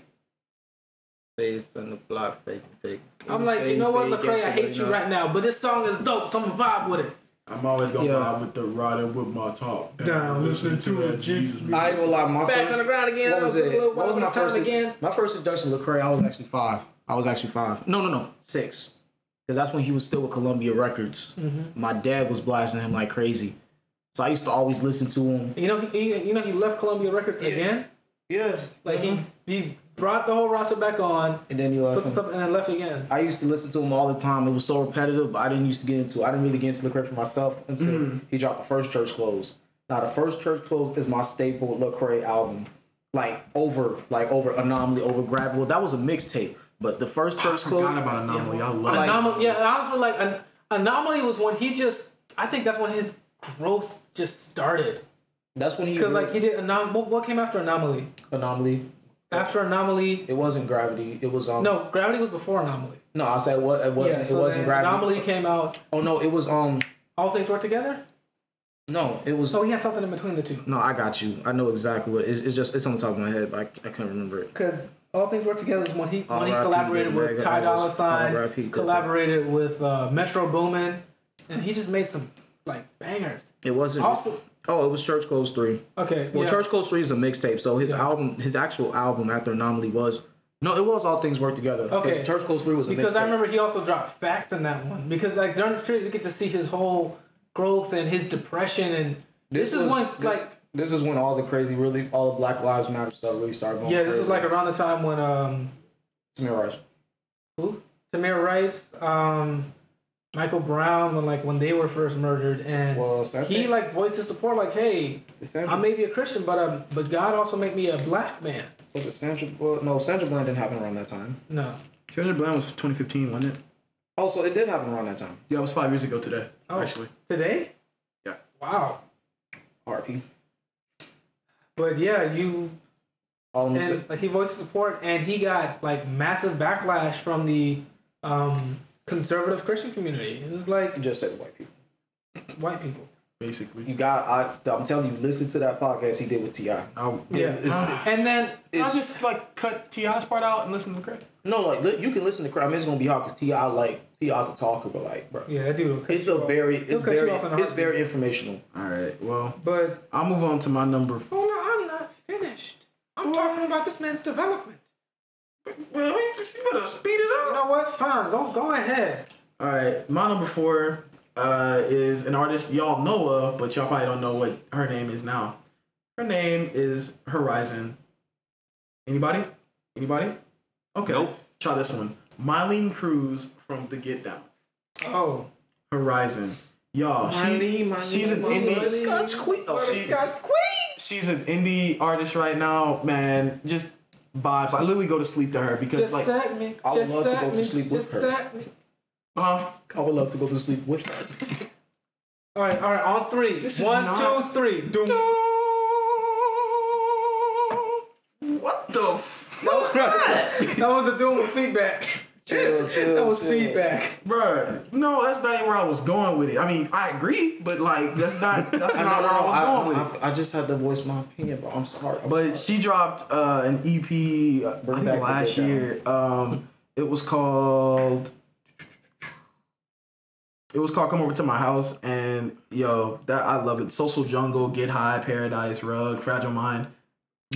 [SPEAKER 5] Face on the block, fake, fake.
[SPEAKER 1] I'm like, you know what, Lecrae, I hate you right now, but this song is dope, so I'm gonna vibe with it.
[SPEAKER 4] I'm always gonna
[SPEAKER 5] Yeah.
[SPEAKER 4] ride with the rod and with my top
[SPEAKER 1] Down, listening to the Jesus
[SPEAKER 5] I ain't gonna lie, my
[SPEAKER 1] Back
[SPEAKER 5] first,
[SPEAKER 1] on the ground again,
[SPEAKER 5] What was
[SPEAKER 1] little-
[SPEAKER 5] it?
[SPEAKER 1] little-
[SPEAKER 5] what was
[SPEAKER 1] little
[SPEAKER 5] my
[SPEAKER 1] time
[SPEAKER 5] first
[SPEAKER 1] again.
[SPEAKER 5] My first introduction to Lecrae, I was actually five. I was actually five. No, no, no, six. Because that's when he was still with Columbia Records.
[SPEAKER 1] Mm-hmm.
[SPEAKER 5] My dad was blasting him like crazy, so I used to always listen to him.
[SPEAKER 1] You know, he, he- you know, he left Columbia Records again.
[SPEAKER 5] Yeah,
[SPEAKER 1] Like he, he brought the whole roster back on,
[SPEAKER 5] and then he left.
[SPEAKER 1] put some
[SPEAKER 5] him.
[SPEAKER 1] stuff, and then left again.
[SPEAKER 5] I used to listen to him all the time. It was so repetitive, but I didn't used to get into. I didn't really get into Lecrae for myself until
[SPEAKER 1] Mm-hmm.
[SPEAKER 5] he dropped the first Church Close. Now the first Church Close is my staple Lecrae album, like over, like over Anomaly, over Grab. Well, that was a mixtape, but the
[SPEAKER 1] Oh,
[SPEAKER 5] first Church Close.
[SPEAKER 4] Forgot about anomaly. I love
[SPEAKER 5] Like-
[SPEAKER 4] it.
[SPEAKER 1] Anomaly, yeah, honestly, like an, Anomaly was when he just. I think that's when his growth just started.
[SPEAKER 5] That's when he
[SPEAKER 1] Because like
[SPEAKER 5] really-
[SPEAKER 1] he did anom- what, what came after Anomaly?
[SPEAKER 5] Anomaly.
[SPEAKER 1] After Anomaly,
[SPEAKER 5] It wasn't Gravity. It was um.
[SPEAKER 1] no, Gravity was before Anomaly.
[SPEAKER 5] no. I said what it wasn't.
[SPEAKER 1] yeah, so
[SPEAKER 5] it wasn't
[SPEAKER 1] then
[SPEAKER 5] Gravity.
[SPEAKER 1] Anomaly came out.
[SPEAKER 5] Oh no, it was um.
[SPEAKER 1] All things work together.
[SPEAKER 5] No, it was.
[SPEAKER 1] So he had something in between the two.
[SPEAKER 5] no, I got you. I know exactly what. It's, it's just it's on the top of my head, but I, I can't remember it.
[SPEAKER 1] because all things work together is when he when he
[SPEAKER 5] R.I.P.
[SPEAKER 1] collaborated
[SPEAKER 5] Big
[SPEAKER 1] with
[SPEAKER 5] Mac,
[SPEAKER 1] Ty
[SPEAKER 5] I
[SPEAKER 1] Dolla
[SPEAKER 5] was- R.I.P.
[SPEAKER 1] Sign,
[SPEAKER 5] Big
[SPEAKER 1] collaborated with uh, Metro Boomin, and he just made some like bangers.
[SPEAKER 5] It wasn't.
[SPEAKER 1] Also-
[SPEAKER 5] oh, it was Church Close three.
[SPEAKER 1] Okay,
[SPEAKER 5] Well,
[SPEAKER 1] yeah.
[SPEAKER 5] Church Close three is a mixtape, so his album, his actual album after Anomaly was. No, it was all things work together. 'cause
[SPEAKER 1] Okay.
[SPEAKER 5] Church Close three was a
[SPEAKER 1] because
[SPEAKER 5] mixtape.
[SPEAKER 1] I remember he also dropped facts in that one because like during this period you get to see his whole growth and his depression and this, is
[SPEAKER 5] was-
[SPEAKER 1] when
[SPEAKER 5] this-
[SPEAKER 1] like
[SPEAKER 5] This is when all the crazy, really, all the Black Lives Matter stuff really started going.
[SPEAKER 1] yeah this is
[SPEAKER 5] crazy.
[SPEAKER 1] like around the time when um
[SPEAKER 5] Samir Rice.
[SPEAKER 1] who Tamir Rice um. Michael Brown when like when they were first murdered and
[SPEAKER 5] Well, so I
[SPEAKER 1] he
[SPEAKER 5] think-
[SPEAKER 1] like voiced his support like hey
[SPEAKER 5] The Sandra-
[SPEAKER 1] I may be a Christian, but um, but God also made me a black man.
[SPEAKER 5] Was it Sandra? Well, no, Sandra Bland didn't happen around that time.
[SPEAKER 1] No.
[SPEAKER 4] Kendrick Brown was 2015, wasn't it?
[SPEAKER 5] Also, it did happen around that time.
[SPEAKER 4] Yeah, it was five years ago today.
[SPEAKER 1] Oh,
[SPEAKER 4] Actually,
[SPEAKER 1] Today?
[SPEAKER 4] Yeah.
[SPEAKER 1] Wow.
[SPEAKER 5] RP.
[SPEAKER 1] But yeah, you
[SPEAKER 5] All I'm saying.
[SPEAKER 1] and like he voiced support, and he got like massive backlash from the um conservative Christian community. It was like
[SPEAKER 5] Just said white people.
[SPEAKER 1] white people.
[SPEAKER 4] basically.
[SPEAKER 5] You got. I, I'm telling you, listen to that podcast he did with Ti.
[SPEAKER 4] Oh,
[SPEAKER 1] Yeah.
[SPEAKER 5] Ah.
[SPEAKER 1] and then
[SPEAKER 4] I just like cut Ti's part out and listen to Craig.
[SPEAKER 5] No, like li- you can listen to. Cra- I mean, it's gonna be hard because Ti like Ti's a talker, but like, bro,
[SPEAKER 1] yeah, that dude. will cut
[SPEAKER 5] it's
[SPEAKER 1] you
[SPEAKER 5] a
[SPEAKER 1] off.
[SPEAKER 5] very,
[SPEAKER 1] He'll
[SPEAKER 5] it's
[SPEAKER 1] cut you
[SPEAKER 5] very,
[SPEAKER 1] off in a
[SPEAKER 5] it's
[SPEAKER 1] heartbeat.
[SPEAKER 5] very informational.
[SPEAKER 4] All right. Well,
[SPEAKER 1] But
[SPEAKER 4] I'll move on to my number. Four.
[SPEAKER 1] oh no, I'm not finished. I'm talking about this man's development.
[SPEAKER 4] Well, you better speed
[SPEAKER 1] You
[SPEAKER 4] it
[SPEAKER 1] know what? Fine. Go go ahead.
[SPEAKER 4] All right, my number four uh, is an artist y'all know of, but y'all probably don't know what her name is now. Her name is Horizon. Anybody? Anybody? Okay.
[SPEAKER 3] Nope.
[SPEAKER 4] Try this one. Mylene Cruz from The Get Down.
[SPEAKER 1] Oh.
[SPEAKER 4] Horizon. Y'all, she, she's an indie.
[SPEAKER 5] Scotch queen. Oh,
[SPEAKER 4] she- She's an indie artist right now, man. Just vibes. I literally go to sleep to her because,
[SPEAKER 1] Just
[SPEAKER 4] like,
[SPEAKER 1] set me.
[SPEAKER 5] I would
[SPEAKER 1] just
[SPEAKER 5] love to
[SPEAKER 1] set
[SPEAKER 5] go to
[SPEAKER 1] me,
[SPEAKER 5] sleep with
[SPEAKER 1] just
[SPEAKER 5] her.
[SPEAKER 1] Set me.
[SPEAKER 4] uh,
[SPEAKER 5] I would love to go to sleep with her.
[SPEAKER 1] All right, all right, on three. One, two,
[SPEAKER 4] This
[SPEAKER 1] three.
[SPEAKER 4] is not-
[SPEAKER 1] Doom.
[SPEAKER 4] what the? F- what was that?
[SPEAKER 1] That was a doom with feedback.
[SPEAKER 5] chill, chill.
[SPEAKER 1] That was
[SPEAKER 5] chill.
[SPEAKER 1] feedback.
[SPEAKER 4] Bruh, no, that's not even where I was going with it. I mean, I agree, but like, that's not that's
[SPEAKER 5] No,
[SPEAKER 4] not
[SPEAKER 5] no,
[SPEAKER 4] where I
[SPEAKER 5] no,
[SPEAKER 4] was
[SPEAKER 5] I,
[SPEAKER 4] going with it.
[SPEAKER 5] I, I just had to voice my opinion, bro. I'm sorry. I'm sorry.
[SPEAKER 4] But she dropped uh, an EP uh, I
[SPEAKER 5] Bring
[SPEAKER 4] think
[SPEAKER 5] back the
[SPEAKER 4] last
[SPEAKER 5] good
[SPEAKER 4] year. Um, it was called. It was called "Come Over to My House," and yo, that I love it. Social Jungle, Get High, Paradise, Rug, Fragile Mind,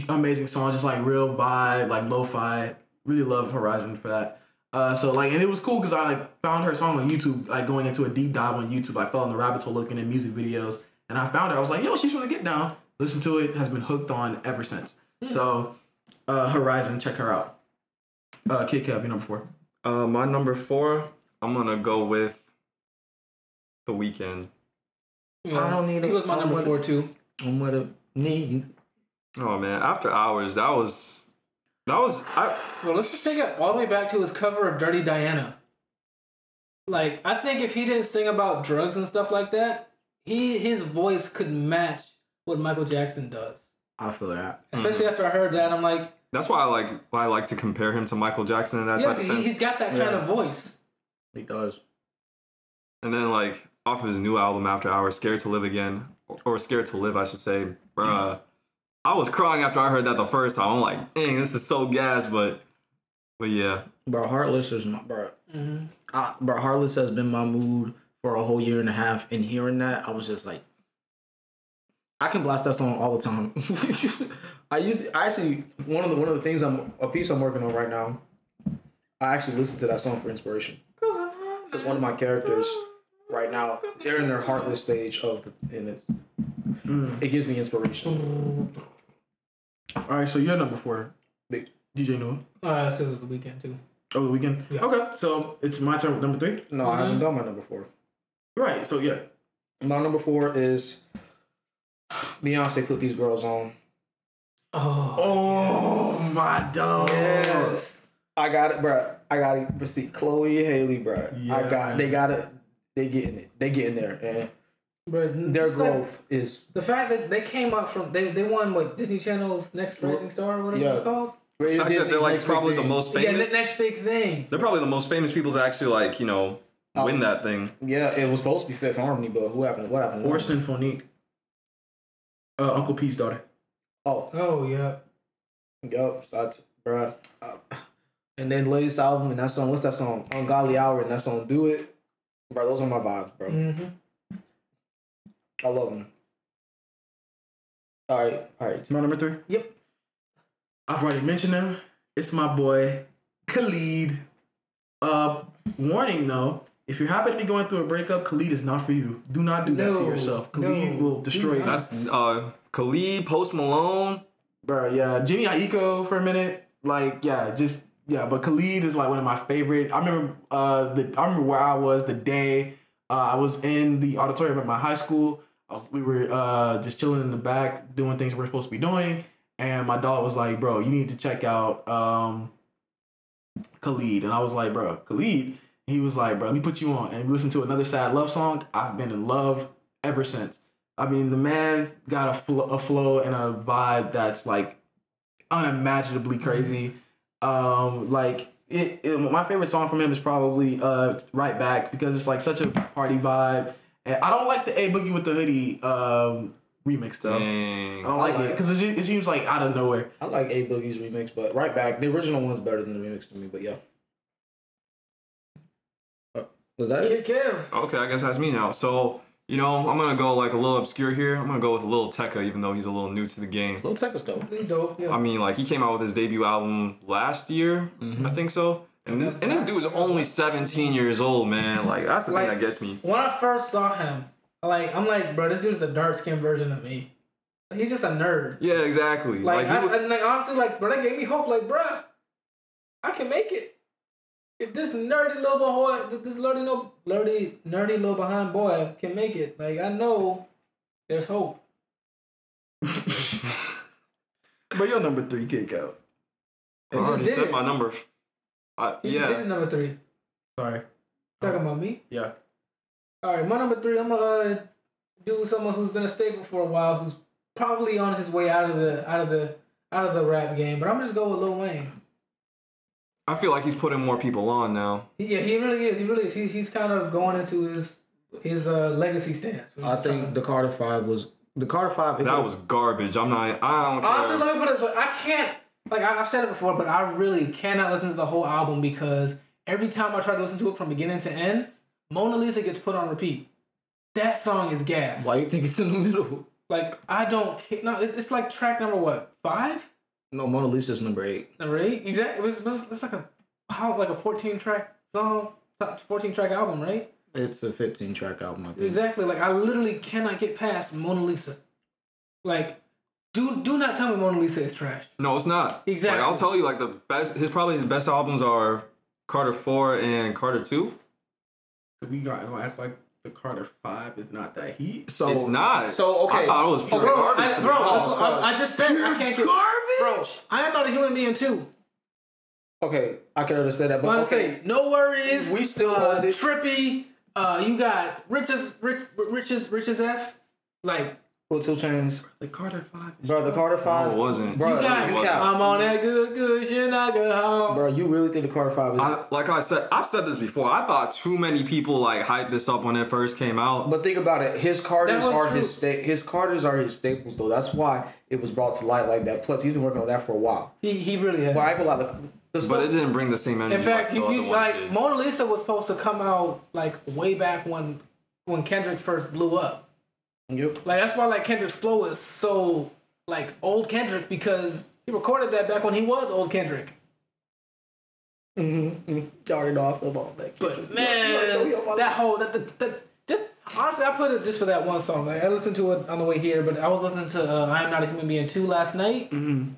[SPEAKER 4] amazing songs, just like real vibe, like lo-fi. Really love Horizon for that. Uh, so like, and it was cool because I like found her song on YouTube. Like going into a deep dive on YouTube, I fell in the rabbit hole looking at music videos, and I found her. I was like, yo, she's gonna get down. Listen to it. Has been hooked on ever since.
[SPEAKER 5] Hmm.
[SPEAKER 4] So, uh, Horizon, check her out. Uh, Kid Kev, your number four.
[SPEAKER 3] Uh, my number four, I'm gonna go with The Weeknd.
[SPEAKER 5] I don't need
[SPEAKER 1] He
[SPEAKER 5] it.
[SPEAKER 1] was my
[SPEAKER 5] I'm
[SPEAKER 1] number
[SPEAKER 5] with
[SPEAKER 1] four
[SPEAKER 5] it.
[SPEAKER 1] too.
[SPEAKER 5] I'm with a need.
[SPEAKER 3] Oh man, After Hours, that was That was I.
[SPEAKER 1] Well, let's just take it all the way back to his cover of Dirty Diana. Like, I think if he didn't sing about drugs and stuff like that, he his voice could match what Michael Jackson does.
[SPEAKER 5] I feel that.
[SPEAKER 1] Especially after I heard that, I'm like,
[SPEAKER 3] That's why I like why I like to compare him to Michael Jackson in that
[SPEAKER 1] yeah,
[SPEAKER 3] type of
[SPEAKER 1] he,
[SPEAKER 3] sense.
[SPEAKER 1] he's got that kind
[SPEAKER 5] Yeah.
[SPEAKER 1] of voice.
[SPEAKER 5] He does.
[SPEAKER 3] And then like off of his new album After Hours, Scared to Live Again, or- or Scared to Live, I should say. Bruh, I was crying after I heard that the first time. I'm like, dang, this is so gas, but but yeah,
[SPEAKER 5] Bro, Heartless is my bro.
[SPEAKER 1] Mhm.
[SPEAKER 5] I, bro, Heartless has been my mood for a whole year and a half. And hearing that, I was just like, I can blast that song all the time. I used I actually one of the one of the things I'm a piece I'm working on right now. I actually listened to that song for inspiration because one of my characters right now they're in their heartless stage of the, and it's it gives me inspiration.
[SPEAKER 4] Mm. All right, so you're number four,
[SPEAKER 5] Big.
[SPEAKER 4] DJ Noah.
[SPEAKER 1] Uh, so it was the weekend too.
[SPEAKER 4] Over the weekend.
[SPEAKER 1] Yeah.
[SPEAKER 4] Okay, so it's my turn. with Number three.
[SPEAKER 5] No, I haven't done my number four.
[SPEAKER 4] Right. So yeah.
[SPEAKER 5] My number four is Beyonce put these girls on.
[SPEAKER 1] Oh,
[SPEAKER 4] Oh my dog.
[SPEAKER 1] yes.
[SPEAKER 5] I got it, bruh. I got it. But see, Chloe and Haley, bruh. I
[SPEAKER 4] Yeah,
[SPEAKER 5] got. They
[SPEAKER 4] man.
[SPEAKER 5] got it. They getting it. They getting there, and
[SPEAKER 1] But
[SPEAKER 5] their
[SPEAKER 1] it's like-
[SPEAKER 5] growth is
[SPEAKER 1] the fact that they came up from they they won what Disney Channel's Next Rising Star or whatever
[SPEAKER 5] Yeah.
[SPEAKER 1] it's called.
[SPEAKER 5] greater.
[SPEAKER 3] I guess
[SPEAKER 5] Disney's
[SPEAKER 3] they're like
[SPEAKER 5] next big
[SPEAKER 3] probably the
[SPEAKER 5] thing.
[SPEAKER 3] most
[SPEAKER 1] Yeah,
[SPEAKER 3] famous.
[SPEAKER 1] the next big thing.
[SPEAKER 3] they're probably the most famous people to actually like you know
[SPEAKER 5] Oh.
[SPEAKER 3] win that thing.
[SPEAKER 5] Yeah, it was supposed to be Fifth Harmony, but who happened? What happened?
[SPEAKER 4] Or Symphonique. Uh, Uncle P's daughter.
[SPEAKER 5] Oh,
[SPEAKER 1] Oh yeah.
[SPEAKER 5] yup. That's bruh. Uh, And then latest album and that song. What's that song? Ungodly Hour and that song. Do it, bro. Those are my vibes, bro.
[SPEAKER 1] Mm-hmm.
[SPEAKER 5] I love them. All right, all right.
[SPEAKER 4] My number three.
[SPEAKER 1] Yep.
[SPEAKER 4] I've already mentioned him. It's my boy Khalid. Uh, warning though, if you happen to be going through a breakup, Khalid is not for you. Do not do that to
[SPEAKER 1] No,
[SPEAKER 4] yourself. Khalid
[SPEAKER 1] no,
[SPEAKER 4] will destroy
[SPEAKER 1] do
[SPEAKER 4] you.
[SPEAKER 1] not.
[SPEAKER 3] That's uh Khalid, Post Malone.
[SPEAKER 4] Bro, yeah, Jimmy Aiko for a minute, like yeah, just yeah. But Khalid is like one of my favorite. I remember uh, the I remember where I was the day uh, I was in the auditorium at my high school. I was we were uh just chilling in the back doing things we we're supposed to be doing, and my dog was like, "Bro, you need to check out um Khalid," and I was like, "Bro, Khalid." He was like, "Bro, let me put you on," and we listened to another sad love song. I've been in love ever since. I mean, the man got a, fl- a flow and a vibe that's like unimaginably crazy. Um, like it, it- my favorite song from him is probably uh "Right Back" because it's like such a party vibe. And I don't like the A Boogie with the Hoodie um remix though. I
[SPEAKER 3] Dang.
[SPEAKER 4] don't like, it
[SPEAKER 5] like-
[SPEAKER 4] because it, se- it seems like out of nowhere.
[SPEAKER 5] I like A Boogie's remix, but right back, the original one's better than the remix to me. But yeah, Uh, was that it?
[SPEAKER 1] Kev. Kev.
[SPEAKER 3] Okay, I guess that's me now. So you know I'm gonna go like a little obscure here. I'm gonna go with a little Tekka, even though he's a little new to the game.
[SPEAKER 5] Little Tech was dope.
[SPEAKER 1] He dope. Yeah.
[SPEAKER 3] I mean, like he came out with his debut album last year, I think so. And this and this dude is only 17 years old, man. Like that's the
[SPEAKER 1] Like-
[SPEAKER 3] thing that gets me.
[SPEAKER 1] when I first saw him, like I'm like, bro, this dude's the dark skinned version of me. Like, he's just a nerd.
[SPEAKER 3] Yeah, exactly.
[SPEAKER 1] Like,
[SPEAKER 3] Like,
[SPEAKER 1] I,
[SPEAKER 3] he, wa-
[SPEAKER 1] and, like honestly, like bro, that gave me hope. Like, bro, I can make it. If this nerdy little boy, if this nerdy little nerdy nerdy little behind boy can make it, like I know there's hope.
[SPEAKER 4] But your number three kick out.
[SPEAKER 3] I already
[SPEAKER 1] did
[SPEAKER 3] said
[SPEAKER 1] it.
[SPEAKER 3] my number. I,
[SPEAKER 1] This is- this is
[SPEAKER 3] yeah,
[SPEAKER 1] number three.
[SPEAKER 4] Sorry.
[SPEAKER 1] Talking about me.
[SPEAKER 4] Yeah.
[SPEAKER 1] All right, my number three. I'm gonna uh, do someone who's been a staple for a while, who's probably on his way out of the out of the out of the rap game. But I'm just go with Lil Wayne.
[SPEAKER 3] I feel like he's putting more people on now.
[SPEAKER 1] Yeah, he really is. He really is. He, he's kind of going into his his uh, legacy stance. which
[SPEAKER 5] I
[SPEAKER 1] is
[SPEAKER 5] think
[SPEAKER 1] tough.
[SPEAKER 5] the Carter Five was the Carter Five.
[SPEAKER 3] That was garbage. I'm not. I don't care.
[SPEAKER 1] honestly, let me put it this way: I can't. Like I, I've said it before, but I really cannot listen to the whole album because every time I try to listen to it from beginning to end, Mona Lisa gets put on repeat. That song is gas.
[SPEAKER 5] why you think it's in the middle?
[SPEAKER 1] Like I don't. ca- No, it's, it's like track number what five.
[SPEAKER 5] No, Mona Lisa's number eight.
[SPEAKER 1] Number eight, exactly. It was, it was it's like a how like a fourteen track song, fourteen track album, right?
[SPEAKER 5] It's a fifteen track album. I think.
[SPEAKER 1] Exactly. Like I literally cannot get past Mona Lisa. Like, do do not tell me Mona Lisa is trash.
[SPEAKER 3] no, it's not.
[SPEAKER 1] Exactly.
[SPEAKER 3] Like, I'll tell you, like the best. His probably his best albums are Carter Four and Carter Two.
[SPEAKER 4] We got to act like the Carter Five is not that heat.
[SPEAKER 5] So
[SPEAKER 3] It's not.
[SPEAKER 5] So okay.
[SPEAKER 3] I thought it was pure
[SPEAKER 1] Bro,
[SPEAKER 3] garbage.
[SPEAKER 1] I, bro, that's what- I, I just said I can't get
[SPEAKER 4] Garbage.
[SPEAKER 1] bro. I am not a human being too.
[SPEAKER 5] Okay, I can understand that, but
[SPEAKER 1] But I
[SPEAKER 5] okay,
[SPEAKER 1] say no worries.
[SPEAKER 5] We still
[SPEAKER 1] uh,
[SPEAKER 5] want it.
[SPEAKER 1] trippy. Uh, you got riches, rich, riches, riches F. Like
[SPEAKER 5] Cool, two chains,
[SPEAKER 4] The Carter Five. is-
[SPEAKER 5] bro. The Carter Five
[SPEAKER 3] it wasn't.
[SPEAKER 5] Bro,
[SPEAKER 1] you got.
[SPEAKER 5] you cap.
[SPEAKER 1] I'm on that good, good shit. I go home.
[SPEAKER 5] Bro, you really think the Carter Five is?
[SPEAKER 3] I, like I said, I've said this before. I thought too many people like hyped this up when it first came out.
[SPEAKER 5] but think about it. His Carters
[SPEAKER 1] That was
[SPEAKER 5] are
[SPEAKER 1] true.
[SPEAKER 5] his sta- his Carters are his staples, though. That's why it was brought to light like that. Plus, he's been working on that for a while.
[SPEAKER 1] He he really had.
[SPEAKER 5] But I feel like the, the
[SPEAKER 3] but it
[SPEAKER 5] stuff,
[SPEAKER 3] didn't bring the same energy.
[SPEAKER 1] In fact,
[SPEAKER 3] like,
[SPEAKER 1] you,
[SPEAKER 3] the
[SPEAKER 1] you
[SPEAKER 3] other ones
[SPEAKER 1] like
[SPEAKER 3] did.
[SPEAKER 1] Mona Lisa was supposed to come out like way back when when Kendrick first blew up.
[SPEAKER 5] Yep.
[SPEAKER 1] Like that's why like Kendrick's flow is so like old Kendrick because he recorded that back when he was old Kendrick.
[SPEAKER 5] Mm-hmm, started off of all that.
[SPEAKER 1] But man, that whole that, that, that just honestly, I put it just for that one song. Like I listened to it on the way here, but I was listening to uh, "I Am Not a Human Being" two last night. Mm-hmm.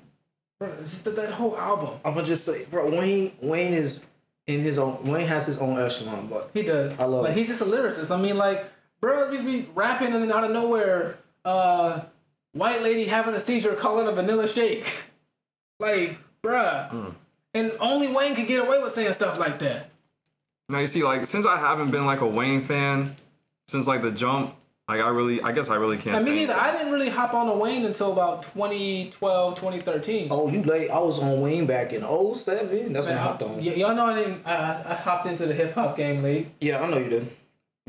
[SPEAKER 1] Bro, it's just that, that whole album,
[SPEAKER 5] I'm gonna just say, bro, Wayne Wayne is in his own. Wayne has his own echelon, but
[SPEAKER 1] he does.
[SPEAKER 5] I love
[SPEAKER 1] Like
[SPEAKER 5] it.
[SPEAKER 1] he's just a lyricist. I mean, like bro, he's be rapping and then out of nowhere, uh, white lady having a seizure, call it a vanilla shake. like, bruh.
[SPEAKER 5] Hmm.
[SPEAKER 1] And only Wayne could get away with saying stuff like that.
[SPEAKER 3] Now you see, like since I haven't been like a Wayne fan since like the jump, like I really, I guess I really can't.
[SPEAKER 1] I mean,
[SPEAKER 3] say
[SPEAKER 1] neither.
[SPEAKER 3] anything.
[SPEAKER 1] I didn't really hop on to Wayne until about 2012, 2013.
[SPEAKER 5] oh, you late? I was on Wayne back in 07. That's when I
[SPEAKER 1] Man,
[SPEAKER 5] hopped
[SPEAKER 1] I-
[SPEAKER 5] on.
[SPEAKER 1] y- y'all know I didn't. I, I- I hopped into the hip hop game late.
[SPEAKER 5] yeah, I know you did.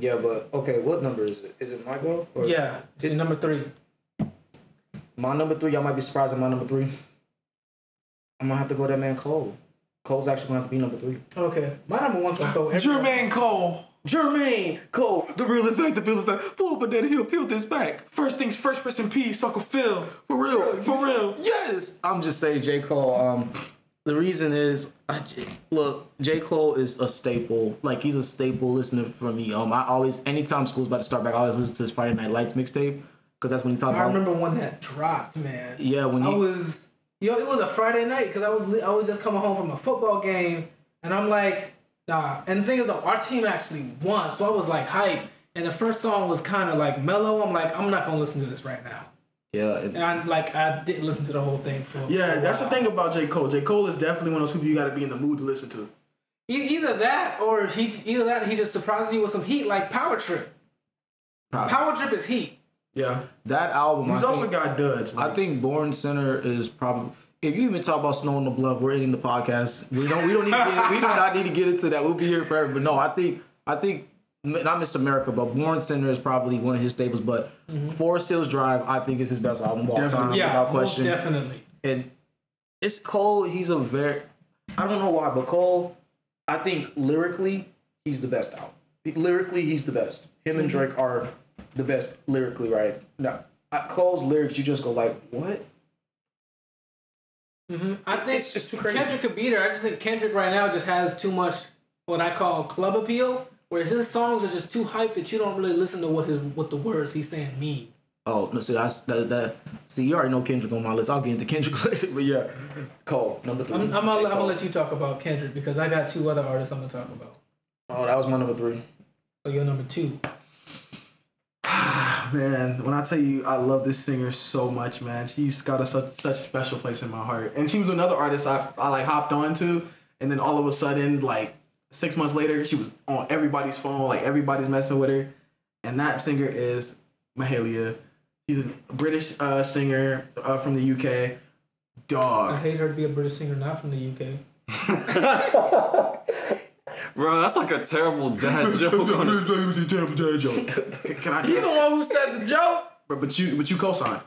[SPEAKER 5] Yeah, but okay, what number is it? Is it my go? Or
[SPEAKER 1] Yeah, it's number three.
[SPEAKER 5] My number three, y'all might be surprised at my number three. I'm gonna have to go that man Cole. Cole's actually gonna have to be number three.
[SPEAKER 1] Okay, my number one's gonna throw every.
[SPEAKER 4] Jermaine Cole.
[SPEAKER 5] Jermaine Cole.
[SPEAKER 3] the real is back, the bill is back. Full banana, he'll peel this back
[SPEAKER 4] First things first, rest in peace, Uncle Phil.
[SPEAKER 3] for real.
[SPEAKER 4] For real.
[SPEAKER 5] Yes! I'm just saying J. Cole, um, the reason is I j- look, J. Cole is a staple. Like he's a staple listener for me. Um I always anytime school's about to start back, I always listen to his Friday Night Lights mixtape. Cause that's when he talked
[SPEAKER 1] I
[SPEAKER 5] about
[SPEAKER 1] remember when that dropped, man.
[SPEAKER 5] Yeah, when
[SPEAKER 1] I
[SPEAKER 5] he-
[SPEAKER 1] was, yo, it was a Friday night because I was li- I was just coming home from a football game, and I'm like, nah. And the thing is, though, our team actually won, so I was like hyped. And the first song was kind of like mellow. I'm like, I'm not gonna listen to this right now.
[SPEAKER 5] Yeah, it-
[SPEAKER 1] And I like I didn't listen to the whole thing for. for
[SPEAKER 4] Yeah,
[SPEAKER 1] a
[SPEAKER 4] that's the
[SPEAKER 1] while.
[SPEAKER 4] thing about J. Cole. J. Cole is definitely one of those people you got to be in the mood to listen to.
[SPEAKER 1] E- Either that, or he either that, or he just surprises you with some heat, like Power Trip. Power Trip is heat.
[SPEAKER 4] Yeah.
[SPEAKER 5] that album
[SPEAKER 4] He's
[SPEAKER 5] I
[SPEAKER 4] also
[SPEAKER 5] think-
[SPEAKER 4] got duds.
[SPEAKER 5] I think Born Center is probably. If you even talk about Snow in the Blood, we're ending the podcast. We don't. We don't need. To get, we do not need to get into that. We'll be here forever. But no, I think. I think. Not Miss America, but Born Center is probably one of his staples. But Forest Hills Drive, I think, is his best album of all time,
[SPEAKER 4] Definitely.
[SPEAKER 5] without
[SPEAKER 1] most
[SPEAKER 5] question.
[SPEAKER 1] definitely.
[SPEAKER 5] And it's Cole. He's a very. I don't know why, but Cole. I think lyrically, he's the best out. Lyrically, he's the best. Him and Drake are the best lyrically, right? Now, I- Cole's lyrics, you just go like, what?
[SPEAKER 1] I think
[SPEAKER 5] It's just too crazy.
[SPEAKER 1] Kendrick could beat her. I just think Kendrick right now just has too much what I call club appeal, whereas his songs are just too hyped that you don't really listen to what his what the words he's saying mean.
[SPEAKER 5] Oh no! See, that's that, that. See, you already know Kendrick on my list. I'll get into Kendrick later, but yeah, Cole number 3
[SPEAKER 1] I'm, I'm, gonna,
[SPEAKER 5] J.
[SPEAKER 1] I'm gonna
[SPEAKER 5] Cole.
[SPEAKER 1] let you talk about Kendrick because I got two other artists I'm gonna talk about.
[SPEAKER 5] Oh, that was my number three.
[SPEAKER 1] So you're number two.
[SPEAKER 4] man, when I tell you I love this singer so much, man, she's got a such such special place in my heart. And she was another artist I, I like hopped on to, and then all of a sudden, like six months later, she was on everybody's phone, like everybody's messing with her. And that singer is Mahalia. She's a British uh, singer uh, from the UK.
[SPEAKER 1] I
[SPEAKER 4] Dog.
[SPEAKER 1] hate her to be a British singer, not from the UK.
[SPEAKER 3] Bro, that's like a terrible dad joke. On his-
[SPEAKER 4] Can can I?
[SPEAKER 3] He's the one who said the joke.
[SPEAKER 4] But but you but you co-sign.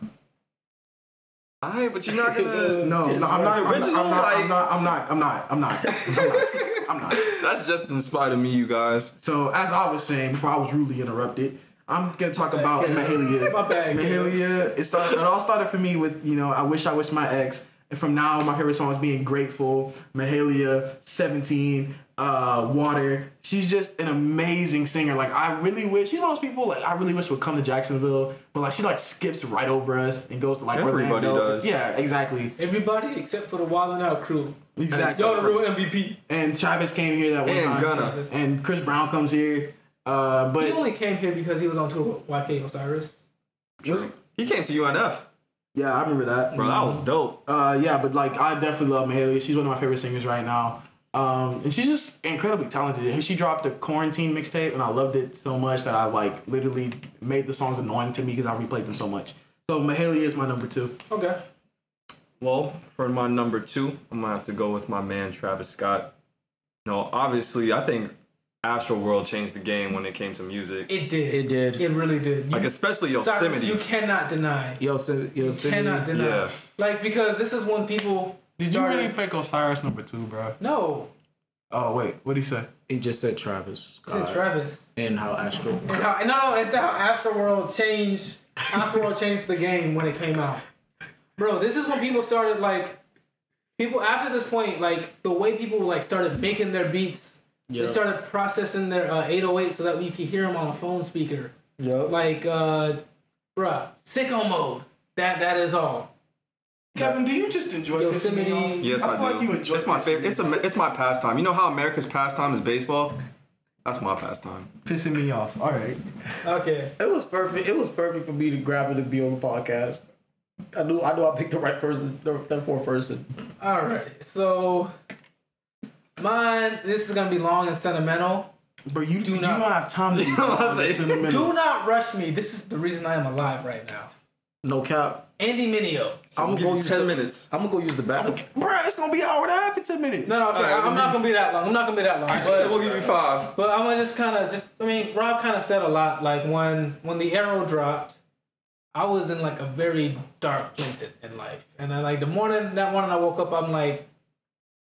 [SPEAKER 3] Alright, but you're not gonna.
[SPEAKER 4] No, no, I'm not. I'm
[SPEAKER 3] original,
[SPEAKER 4] not.
[SPEAKER 3] like-
[SPEAKER 4] I'm not. I'm not. I'm not. I'm not. I'm not. I'm not.
[SPEAKER 3] That's just in spite of me, you guys.
[SPEAKER 4] So as I was saying before I was rudely interrupted, I'm gonna talk about Mahalia.
[SPEAKER 1] My bad, kid.
[SPEAKER 4] Mahalia. It started. It all started for me with you know I wish I wish my ex. And from now on, my favorite song is being grateful. Mahalia, Seventeen, uh, Water. She's just an amazing singer. Like I really wish she's one of those people like I really wish would come to Jacksonville, but like she like skips right over us and goes to like
[SPEAKER 3] Everybody
[SPEAKER 4] Orlando.
[SPEAKER 3] does.
[SPEAKER 4] Yeah, exactly,
[SPEAKER 1] Everybody except for the Wild and Out crew.
[SPEAKER 4] exactly.
[SPEAKER 1] Y'all the real MVP.
[SPEAKER 4] And Travis came here that one
[SPEAKER 3] And
[SPEAKER 4] time.
[SPEAKER 3] Gunna.
[SPEAKER 4] And Chris Brown comes here. Uh, but
[SPEAKER 1] He only came here because he was on tour with YK Osiris.
[SPEAKER 3] He came to UNF.
[SPEAKER 4] Yeah, I remember that.
[SPEAKER 3] bro. That was dope.
[SPEAKER 4] Uh, yeah, but like I definitely love Mahalia. She's one of my favorite singers right now. Um, and she's just incredibly talented. She dropped a quarantine mixtape, and I loved it so much that I like literally made the songs annoying to me because I replayed them so much. So Mahalia is my number two.
[SPEAKER 1] Okay.
[SPEAKER 3] Well, for my number two, I'm gonna have to go with my man Travis Scott. You know, obviously, I think Astro World changed the game when it came to music.
[SPEAKER 1] It did.
[SPEAKER 5] It did.
[SPEAKER 1] It really did. You,
[SPEAKER 3] like especially
[SPEAKER 1] Cyrus,
[SPEAKER 3] Yosemite.
[SPEAKER 1] you cannot deny.
[SPEAKER 5] Yo, so, yo,
[SPEAKER 1] You cannot deny.
[SPEAKER 3] Yeah.
[SPEAKER 1] Like because this is when people.
[SPEAKER 4] Did you
[SPEAKER 1] started-
[SPEAKER 4] really pick Osiris number two, bro?
[SPEAKER 1] No,
[SPEAKER 4] Oh wait, what did he say?
[SPEAKER 5] He just said Travis
[SPEAKER 1] to
[SPEAKER 5] Scott
[SPEAKER 1] Travis.
[SPEAKER 5] and how Astro.
[SPEAKER 1] And how, and no, no, it's how Astroworld changed. Astroworld changed the game when it came out, bro. This is when people started like, people after this point, like the way people like started making their beats.
[SPEAKER 5] Yeah.
[SPEAKER 1] They started processing their uh, 808 so that you could hear them on a phone speaker. Like, uh, bruh, sicko mode. That that is all.
[SPEAKER 4] Kevin, do you just enjoy
[SPEAKER 1] Yosemite.
[SPEAKER 3] yes,
[SPEAKER 4] I
[SPEAKER 3] I,
[SPEAKER 4] feel like
[SPEAKER 3] do.
[SPEAKER 4] you enjoy
[SPEAKER 3] it's my
[SPEAKER 4] this
[SPEAKER 3] favorite. It's a, it's my pastime. You know how America's pastime is baseball. That's my pastime.
[SPEAKER 4] pissing me off? All right,
[SPEAKER 1] Okay.
[SPEAKER 6] It was perfect. It was perfect for me to grab it and be on the podcast. I knew I knew I picked the right person, the, the fourth person.
[SPEAKER 1] All right. So mine. This is gonna be long and sentimental.
[SPEAKER 4] bro, you do
[SPEAKER 1] not-
[SPEAKER 4] You don't have time to. be in the middle.
[SPEAKER 1] Do not rush me. This is the reason I am alive right now.
[SPEAKER 5] No cap.
[SPEAKER 1] Andy Mineo.
[SPEAKER 3] I'm
[SPEAKER 5] gonna go
[SPEAKER 3] gonna
[SPEAKER 5] to
[SPEAKER 3] ten
[SPEAKER 5] the-
[SPEAKER 3] minutes.
[SPEAKER 5] I'm gonna go use the bathroom.
[SPEAKER 4] Bruh, it's gonna be an hour and a half in ten minutes.
[SPEAKER 1] No, no, okay.
[SPEAKER 3] right,
[SPEAKER 1] I'm not gonna be that long. I'm not gonna be that long.
[SPEAKER 3] I
[SPEAKER 1] but-
[SPEAKER 3] said we'll give you five.
[SPEAKER 1] But I'm gonna just kind of just. I mean, Rob kind of said a lot. Like when when the arrow dropped, I was in like a very dark place in, in life. And I like the morning that morning I woke up, I'm like,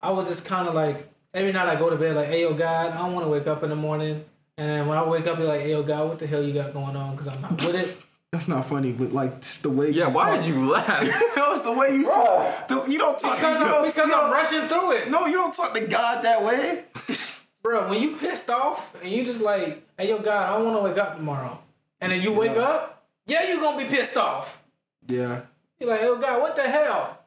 [SPEAKER 1] I was just kind of like every night I go to bed like, hey yo God, I don't want to wake up in the morning. And then when I wake up, be like, hey yo God, what the hell you got going on? Because I'm not with it.
[SPEAKER 4] That's not funny, but like just the way.
[SPEAKER 3] Yeah, why did you laugh?
[SPEAKER 4] That was the way you talk. The- you don't talk.
[SPEAKER 1] Because,
[SPEAKER 4] you
[SPEAKER 1] I'm,
[SPEAKER 4] don't-
[SPEAKER 1] because
[SPEAKER 4] you
[SPEAKER 1] I'm
[SPEAKER 4] don't-
[SPEAKER 1] rushing through it.
[SPEAKER 4] No, you don't talk to God that way.
[SPEAKER 1] bro, when you pissed off and you just like, hey yo God, I don't want to wake up tomorrow. And then you wake up, yeah, you gonna be pissed off.
[SPEAKER 4] Yeah.
[SPEAKER 1] You're like, oh God, what the hell?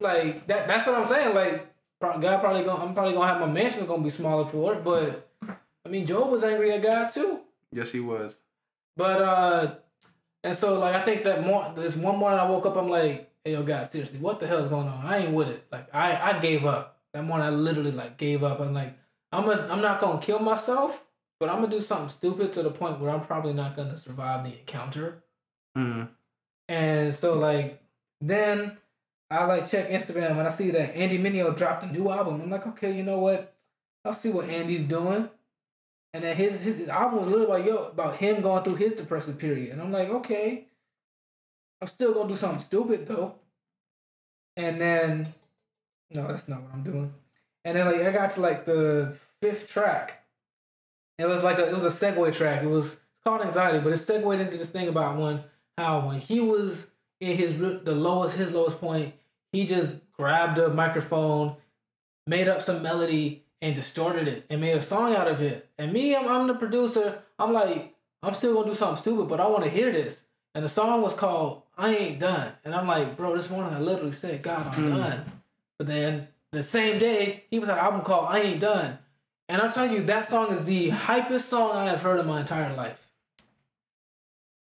[SPEAKER 1] Like that that's what I'm saying. Like pro- God probably gonna I'm probably gonna have my mansion gonna be smaller for it, but I mean Job was angry at God too.
[SPEAKER 4] Yes, he was.
[SPEAKER 1] But uh and so like I think that more this one morning I woke up, I'm like, hey yo God, seriously, what the hell is going on? I ain't with it. Like I I gave up. That morning I literally like gave up. I'm like, I'm a, I'm not gonna kill myself, but I'm gonna do something stupid to the point where I'm probably not gonna survive the encounter.
[SPEAKER 4] Mm.
[SPEAKER 1] And so like then I like check Instagram and I see that Andy Mineo dropped a new album. I'm like, okay, you know what? I'll see what Andy's doing. And then his his, his album was literally about yo about him going through his depressive period. And I'm like, okay. I'm still gonna do something stupid though. And then no, that's not what I'm doing. And then like I got to like the fifth track. It was like a it was a segue track. It was called anxiety, but it segued into this thing about when how when he was in his re- the lowest his lowest point, he just grabbed a microphone, made up some melody and distorted it and made a song out of it. And me, I'm, I'm the producer. I'm like, I'm still gonna do something stupid, but I want to hear this. And the song was called "I Ain't Done," and I'm like, bro, this morning I literally said, "God, I'm done." But then the same day, he was on an album called "I Ain't Done," and I'm telling you, that song is the hypest song I have heard in my entire life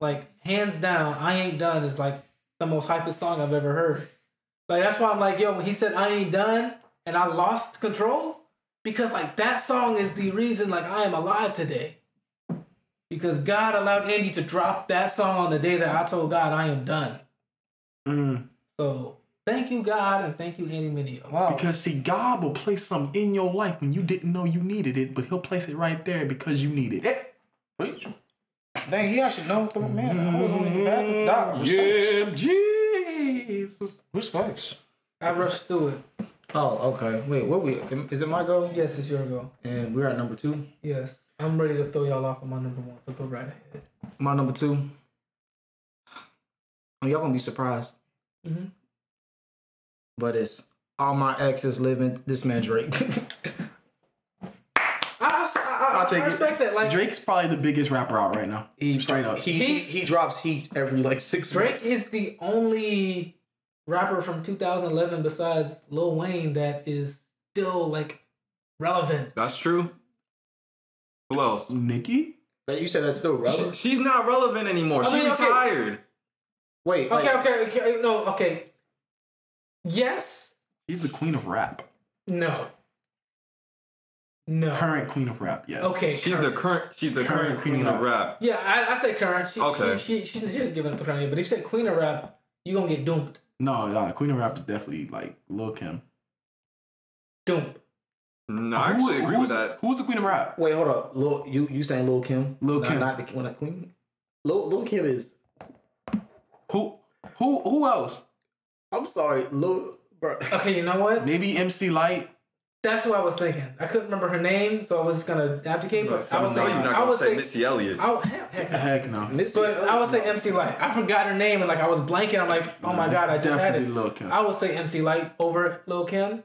[SPEAKER 1] like hands down, I ain't done is like the most hypest song I've ever heard. Like that's why I'm like, yo, when he said I ain't done and I lost control, because like that song is the reason like I am alive today. Because God allowed Andy to drop that song on the day that I told God I am done.
[SPEAKER 4] Mm-hmm.
[SPEAKER 1] So thank you God and thank you Andy Mineo.
[SPEAKER 3] Oh.
[SPEAKER 4] Because see, God will place something in your life when you didn't know you needed it, but He'll place it right there because you needed it.
[SPEAKER 5] Dang, he actually know the man. I was on the
[SPEAKER 4] Mm-hmm.
[SPEAKER 5] bathroom. Nah, respects.
[SPEAKER 4] Jesus.
[SPEAKER 5] Respects.
[SPEAKER 1] I rushed through it.
[SPEAKER 5] Oh, okay. Wait, what we? Is it my go?
[SPEAKER 1] Yes, it's your go.
[SPEAKER 5] And we're at number two.
[SPEAKER 1] Yes. I'm ready to throw y'all off on my number one, so go right ahead.
[SPEAKER 5] My number two. Oh, y'all gonna be surprised. Mm-hmm.
[SPEAKER 1] Mhm.
[SPEAKER 5] But it's all my exes living this man Drake.
[SPEAKER 1] I, I, I,
[SPEAKER 4] I'll take
[SPEAKER 1] I
[SPEAKER 4] it.
[SPEAKER 1] respect that. Like
[SPEAKER 4] Drake's probably the biggest rapper out right now.
[SPEAKER 5] he
[SPEAKER 4] Straight up.
[SPEAKER 5] He, he
[SPEAKER 1] He's-
[SPEAKER 5] he drops heat every like six
[SPEAKER 1] Drake
[SPEAKER 5] months.
[SPEAKER 1] is the only rapper from 2011 besides Lil Wayne that is still like relevant.
[SPEAKER 3] That's true. Who else?
[SPEAKER 4] Nicki?
[SPEAKER 5] But you said that's still relevant.
[SPEAKER 3] She's not relevant anymore.
[SPEAKER 1] I
[SPEAKER 3] she
[SPEAKER 1] mean, okay.
[SPEAKER 3] retired.
[SPEAKER 5] Wait,
[SPEAKER 1] Okay,
[SPEAKER 5] like,
[SPEAKER 1] okay, okay. uh, No, okay. Yes.
[SPEAKER 4] She's the queen of rap.
[SPEAKER 1] No. No.
[SPEAKER 4] Current queen of rap. Yes.
[SPEAKER 1] Okay.
[SPEAKER 3] She's the current. She's the current,
[SPEAKER 4] Current
[SPEAKER 3] queen
[SPEAKER 4] queen
[SPEAKER 3] of
[SPEAKER 4] of-
[SPEAKER 3] rap.
[SPEAKER 1] Yeah, I, I say current. She,
[SPEAKER 3] Okay.
[SPEAKER 1] She, she, she, she's giving up the current, but if you say queen of rap, you gonna get doomed.
[SPEAKER 4] No, no. Queen of rap is definitely like Lil Kim.
[SPEAKER 1] Doomed.
[SPEAKER 3] No, I actually agree with that.
[SPEAKER 4] Who's the queen of rap?
[SPEAKER 5] wait, hold up. Lil, you you saying Lil Kim?
[SPEAKER 4] Lil
[SPEAKER 5] Not-
[SPEAKER 4] Kim.
[SPEAKER 5] not the one that Queen. Lil, Lil Kim is.
[SPEAKER 4] Who? Who? Who else?
[SPEAKER 5] I'm sorry, Lil, bro.
[SPEAKER 1] Okay, you know what?
[SPEAKER 4] Maybe MC Light.
[SPEAKER 1] That's what I was thinking. I couldn't remember her name, so I was just gonna abdicate. But I
[SPEAKER 3] I
[SPEAKER 1] was
[SPEAKER 3] know
[SPEAKER 1] saying,
[SPEAKER 3] you're not
[SPEAKER 1] I
[SPEAKER 3] gonna
[SPEAKER 1] was
[SPEAKER 3] say
[SPEAKER 1] saying,
[SPEAKER 3] Missy Elliott.
[SPEAKER 1] I would- heck, heck,
[SPEAKER 4] Heck no.
[SPEAKER 5] Missy
[SPEAKER 1] But I would say
[SPEAKER 5] Elliott.
[SPEAKER 1] MC Light. I forgot her name, and like I was blanking. I'm like, oh my
[SPEAKER 4] It's
[SPEAKER 1] god, I just had
[SPEAKER 4] definitely
[SPEAKER 1] it.
[SPEAKER 4] Lil Kim.
[SPEAKER 1] I would say MC Light over Lil Kim.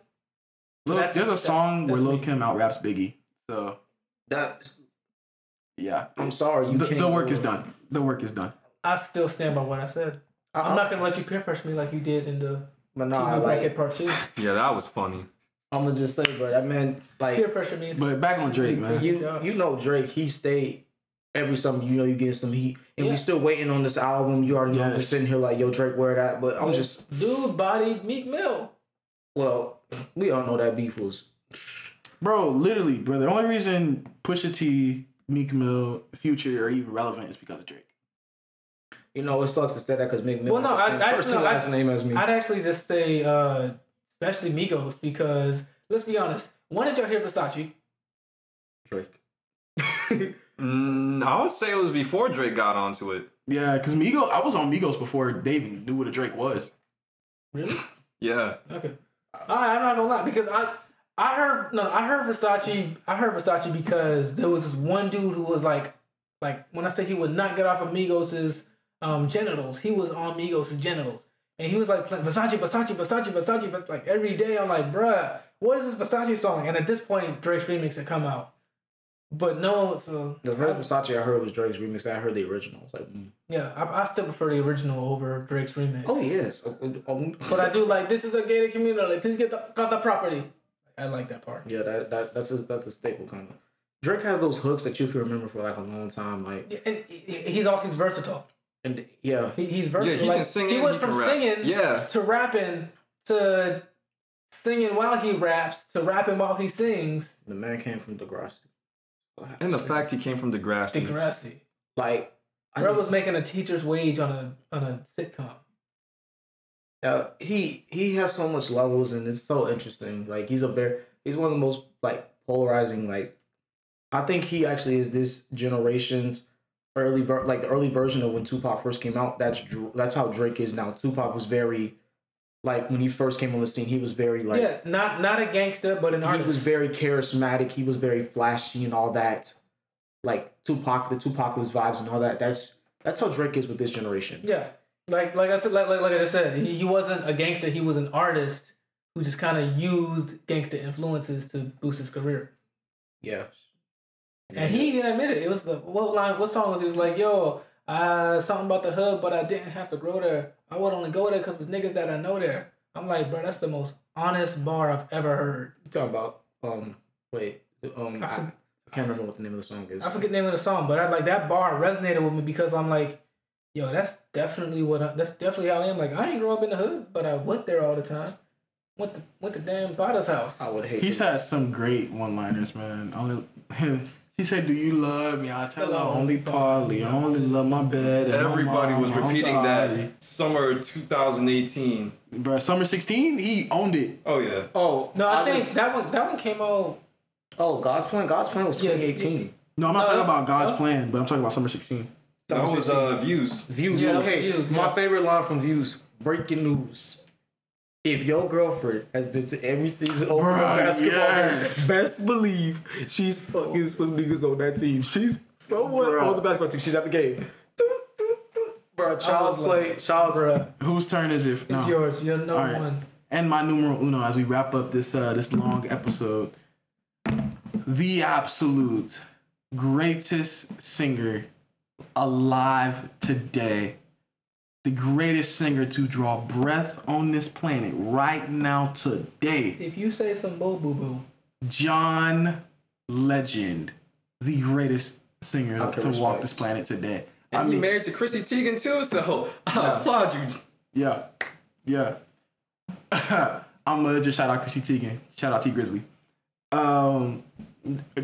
[SPEAKER 4] Lil,
[SPEAKER 1] that's-
[SPEAKER 4] there's a
[SPEAKER 1] that's-
[SPEAKER 4] song
[SPEAKER 1] that's
[SPEAKER 4] where Lil
[SPEAKER 1] me.
[SPEAKER 4] Kim out raps Biggie. So
[SPEAKER 5] That,
[SPEAKER 4] yeah,
[SPEAKER 5] I'm sorry, you
[SPEAKER 4] the,
[SPEAKER 5] can't.
[SPEAKER 4] the work
[SPEAKER 5] go-
[SPEAKER 4] is done. The work is done.
[SPEAKER 1] I still stand by what I said.
[SPEAKER 5] I,
[SPEAKER 1] I'm not gonna let you peer pressure me like you did in the
[SPEAKER 5] But
[SPEAKER 1] TV
[SPEAKER 5] nah,
[SPEAKER 1] bracket
[SPEAKER 5] like,
[SPEAKER 1] part two.
[SPEAKER 3] Yeah, that was funny.
[SPEAKER 5] I'm gonna just say, bro. That man, like,
[SPEAKER 1] Peer pressure me.
[SPEAKER 4] But back on Drake, man.
[SPEAKER 5] You you know Drake, he stayed every summer. You know you get some heat, and
[SPEAKER 1] Yeah.
[SPEAKER 5] we still waiting on this album. You already know I'm
[SPEAKER 4] Yes.
[SPEAKER 5] just sitting here like, yo, Drake, where that? But I'm just
[SPEAKER 1] dude bodied Meek Mill.
[SPEAKER 5] well, we all know that beef was
[SPEAKER 4] Bro, literally, bro. The only reason Pusha T, Meek Mill, Future are even relevant is because of Drake.
[SPEAKER 5] you know it sucks to say that because Mick Mill
[SPEAKER 1] Well, no,
[SPEAKER 5] has the
[SPEAKER 1] I-
[SPEAKER 5] same
[SPEAKER 1] I-
[SPEAKER 5] first
[SPEAKER 1] no,
[SPEAKER 5] and
[SPEAKER 1] I-
[SPEAKER 5] last name as me.
[SPEAKER 1] I'd actually just say, uh, especially Migos, because let's be honest. When did y'all hear Versace?
[SPEAKER 5] Drake.
[SPEAKER 3] Mm, I would say it was before Drake got onto it.
[SPEAKER 4] Yeah, cause Migos, I was on Migos before they even knew what a Drake was.
[SPEAKER 1] Really?
[SPEAKER 3] Yeah,
[SPEAKER 1] Okay. I, I'm not gonna lie because I I heard no I heard Versace I heard Versace because there was this one dude who was like like when I say he would not get off of Migos's um, genitals he was on Migos's genitals and he was like playing Versace Versace Versace Versace but like every day I'm like bruh what is this Versace song and at this point Drake's remix had come out but no uh, so
[SPEAKER 5] The first Versace I heard was Drake's remix. I heard the original. I was like, mm.
[SPEAKER 1] yeah I, I still prefer the original over Drake's remix
[SPEAKER 5] oh yes, Oh, oh, oh.
[SPEAKER 1] mm. but I do like this is a gated community please get the got the property I like that part
[SPEAKER 5] yeah, that, that that's a, that's a staple kind of. Drake has those hooks that you can remember for like a long time, like
[SPEAKER 1] Yeah, and he- he's all he's versatile.
[SPEAKER 5] and yeah,
[SPEAKER 1] He, he's
[SPEAKER 3] yeah,
[SPEAKER 1] versatile.
[SPEAKER 3] he
[SPEAKER 1] Like,
[SPEAKER 3] can sing.
[SPEAKER 1] He
[SPEAKER 3] and
[SPEAKER 1] went
[SPEAKER 3] he
[SPEAKER 1] from
[SPEAKER 3] can rap.
[SPEAKER 1] singing
[SPEAKER 3] Yeah,
[SPEAKER 1] to rapping to singing while he raps to rapping while he sings.
[SPEAKER 5] the man came from Degrassi.
[SPEAKER 3] and the fact he came from Degrassi.
[SPEAKER 1] Degrassi.
[SPEAKER 5] like I
[SPEAKER 1] Bro
[SPEAKER 5] just-
[SPEAKER 1] was making a teacher's wage on a on a sitcom.
[SPEAKER 5] uh, he he has so much levels and it's so interesting. Like he's a bear. He's one of the most like polarizing. Like I think he actually is this generation's early ver- like the early version of when Tupac first came out. That's Dr- that's how Drake is now. Tupac was very like when he first came on the scene. He was very like
[SPEAKER 1] yeah, not not a gangster, but an
[SPEAKER 5] he
[SPEAKER 1] artist.
[SPEAKER 5] was very charismatic. He was very flashy and all that. Like Tupac, the Tupacalypse vibes and all that. That's that's how Drake is with this generation.
[SPEAKER 1] yeah, like like I said, like like, like I just said, he, he wasn't a gangster. He was an artist who just kind of used gangster influences to boost his career.
[SPEAKER 5] Yeah.
[SPEAKER 1] And he even admitted it was the what line, what song was it? It was like, yo, uh, something about the hood, but I didn't have to grow there. I would only go there because was niggas that I know there. I'm like, bro, that's the most honest bar I've ever heard.
[SPEAKER 5] You talking about um wait um I,
[SPEAKER 1] I for-
[SPEAKER 5] I can't remember what the name of the song is.
[SPEAKER 1] I forget the name of the song, but I like that bar resonated with me because I'm like, yo, that's definitely what I, that's definitely how I am. Like, I ain't grow up in the hood, but I went there all the time. Went to went to damn Potter's house.
[SPEAKER 5] I would hate.
[SPEAKER 4] He's
[SPEAKER 5] to-
[SPEAKER 4] had some great one-liners, man. Only he said, "Do you love me?" I tell her only partly. I only love my bed. and my
[SPEAKER 3] Everybody was
[SPEAKER 4] mama. I'm
[SPEAKER 3] repeating
[SPEAKER 4] sorry."
[SPEAKER 3] that summer 2018.
[SPEAKER 4] Bro, summer '16, he owned it.
[SPEAKER 3] Oh yeah,
[SPEAKER 5] oh
[SPEAKER 1] no, I, think
[SPEAKER 5] just-
[SPEAKER 1] that one that one came out.
[SPEAKER 5] oh God's plan. God's plan was
[SPEAKER 1] Yeah,
[SPEAKER 5] 2018.
[SPEAKER 4] No, I'm not talking
[SPEAKER 1] Uh,
[SPEAKER 4] about God's
[SPEAKER 1] uh.
[SPEAKER 4] plan, but I'm talking about summer '16.
[SPEAKER 3] that was
[SPEAKER 5] 2016.
[SPEAKER 3] uh, views.
[SPEAKER 5] Views.
[SPEAKER 1] Yeah,
[SPEAKER 5] okay,
[SPEAKER 1] Views,
[SPEAKER 5] my
[SPEAKER 1] yeah.
[SPEAKER 5] favorite line from Views: breaking news. If your girlfriend has been to every season of
[SPEAKER 4] Bruh,
[SPEAKER 5] basketball,
[SPEAKER 4] yes.
[SPEAKER 5] best believe she's fucking some niggas on that team. She's someone
[SPEAKER 4] Bruh.
[SPEAKER 5] on the basketball team. She's at the game. Doot, doot, doot. Bruh, child's play, child's
[SPEAKER 1] Bruh,
[SPEAKER 4] Whose turn is it?
[SPEAKER 1] it's
[SPEAKER 4] now?
[SPEAKER 1] yours. You're no
[SPEAKER 4] All right.
[SPEAKER 1] one.
[SPEAKER 4] And my numero uno as we wrap up this uh, this long episode. The absolute greatest singer alive today. The greatest singer to draw breath on this planet right now today.
[SPEAKER 1] If you say some boo boo boo,
[SPEAKER 4] John Legend, the greatest singer to walk this planet today.
[SPEAKER 3] And
[SPEAKER 4] I
[SPEAKER 3] you
[SPEAKER 4] mean-
[SPEAKER 3] married to Chrissy Teigen too, so I
[SPEAKER 4] Yeah.
[SPEAKER 3] applaud you.
[SPEAKER 4] Yeah. Yeah. I'm gonna just shout out Chrissy Teigen. Shout out T Grizzly. Um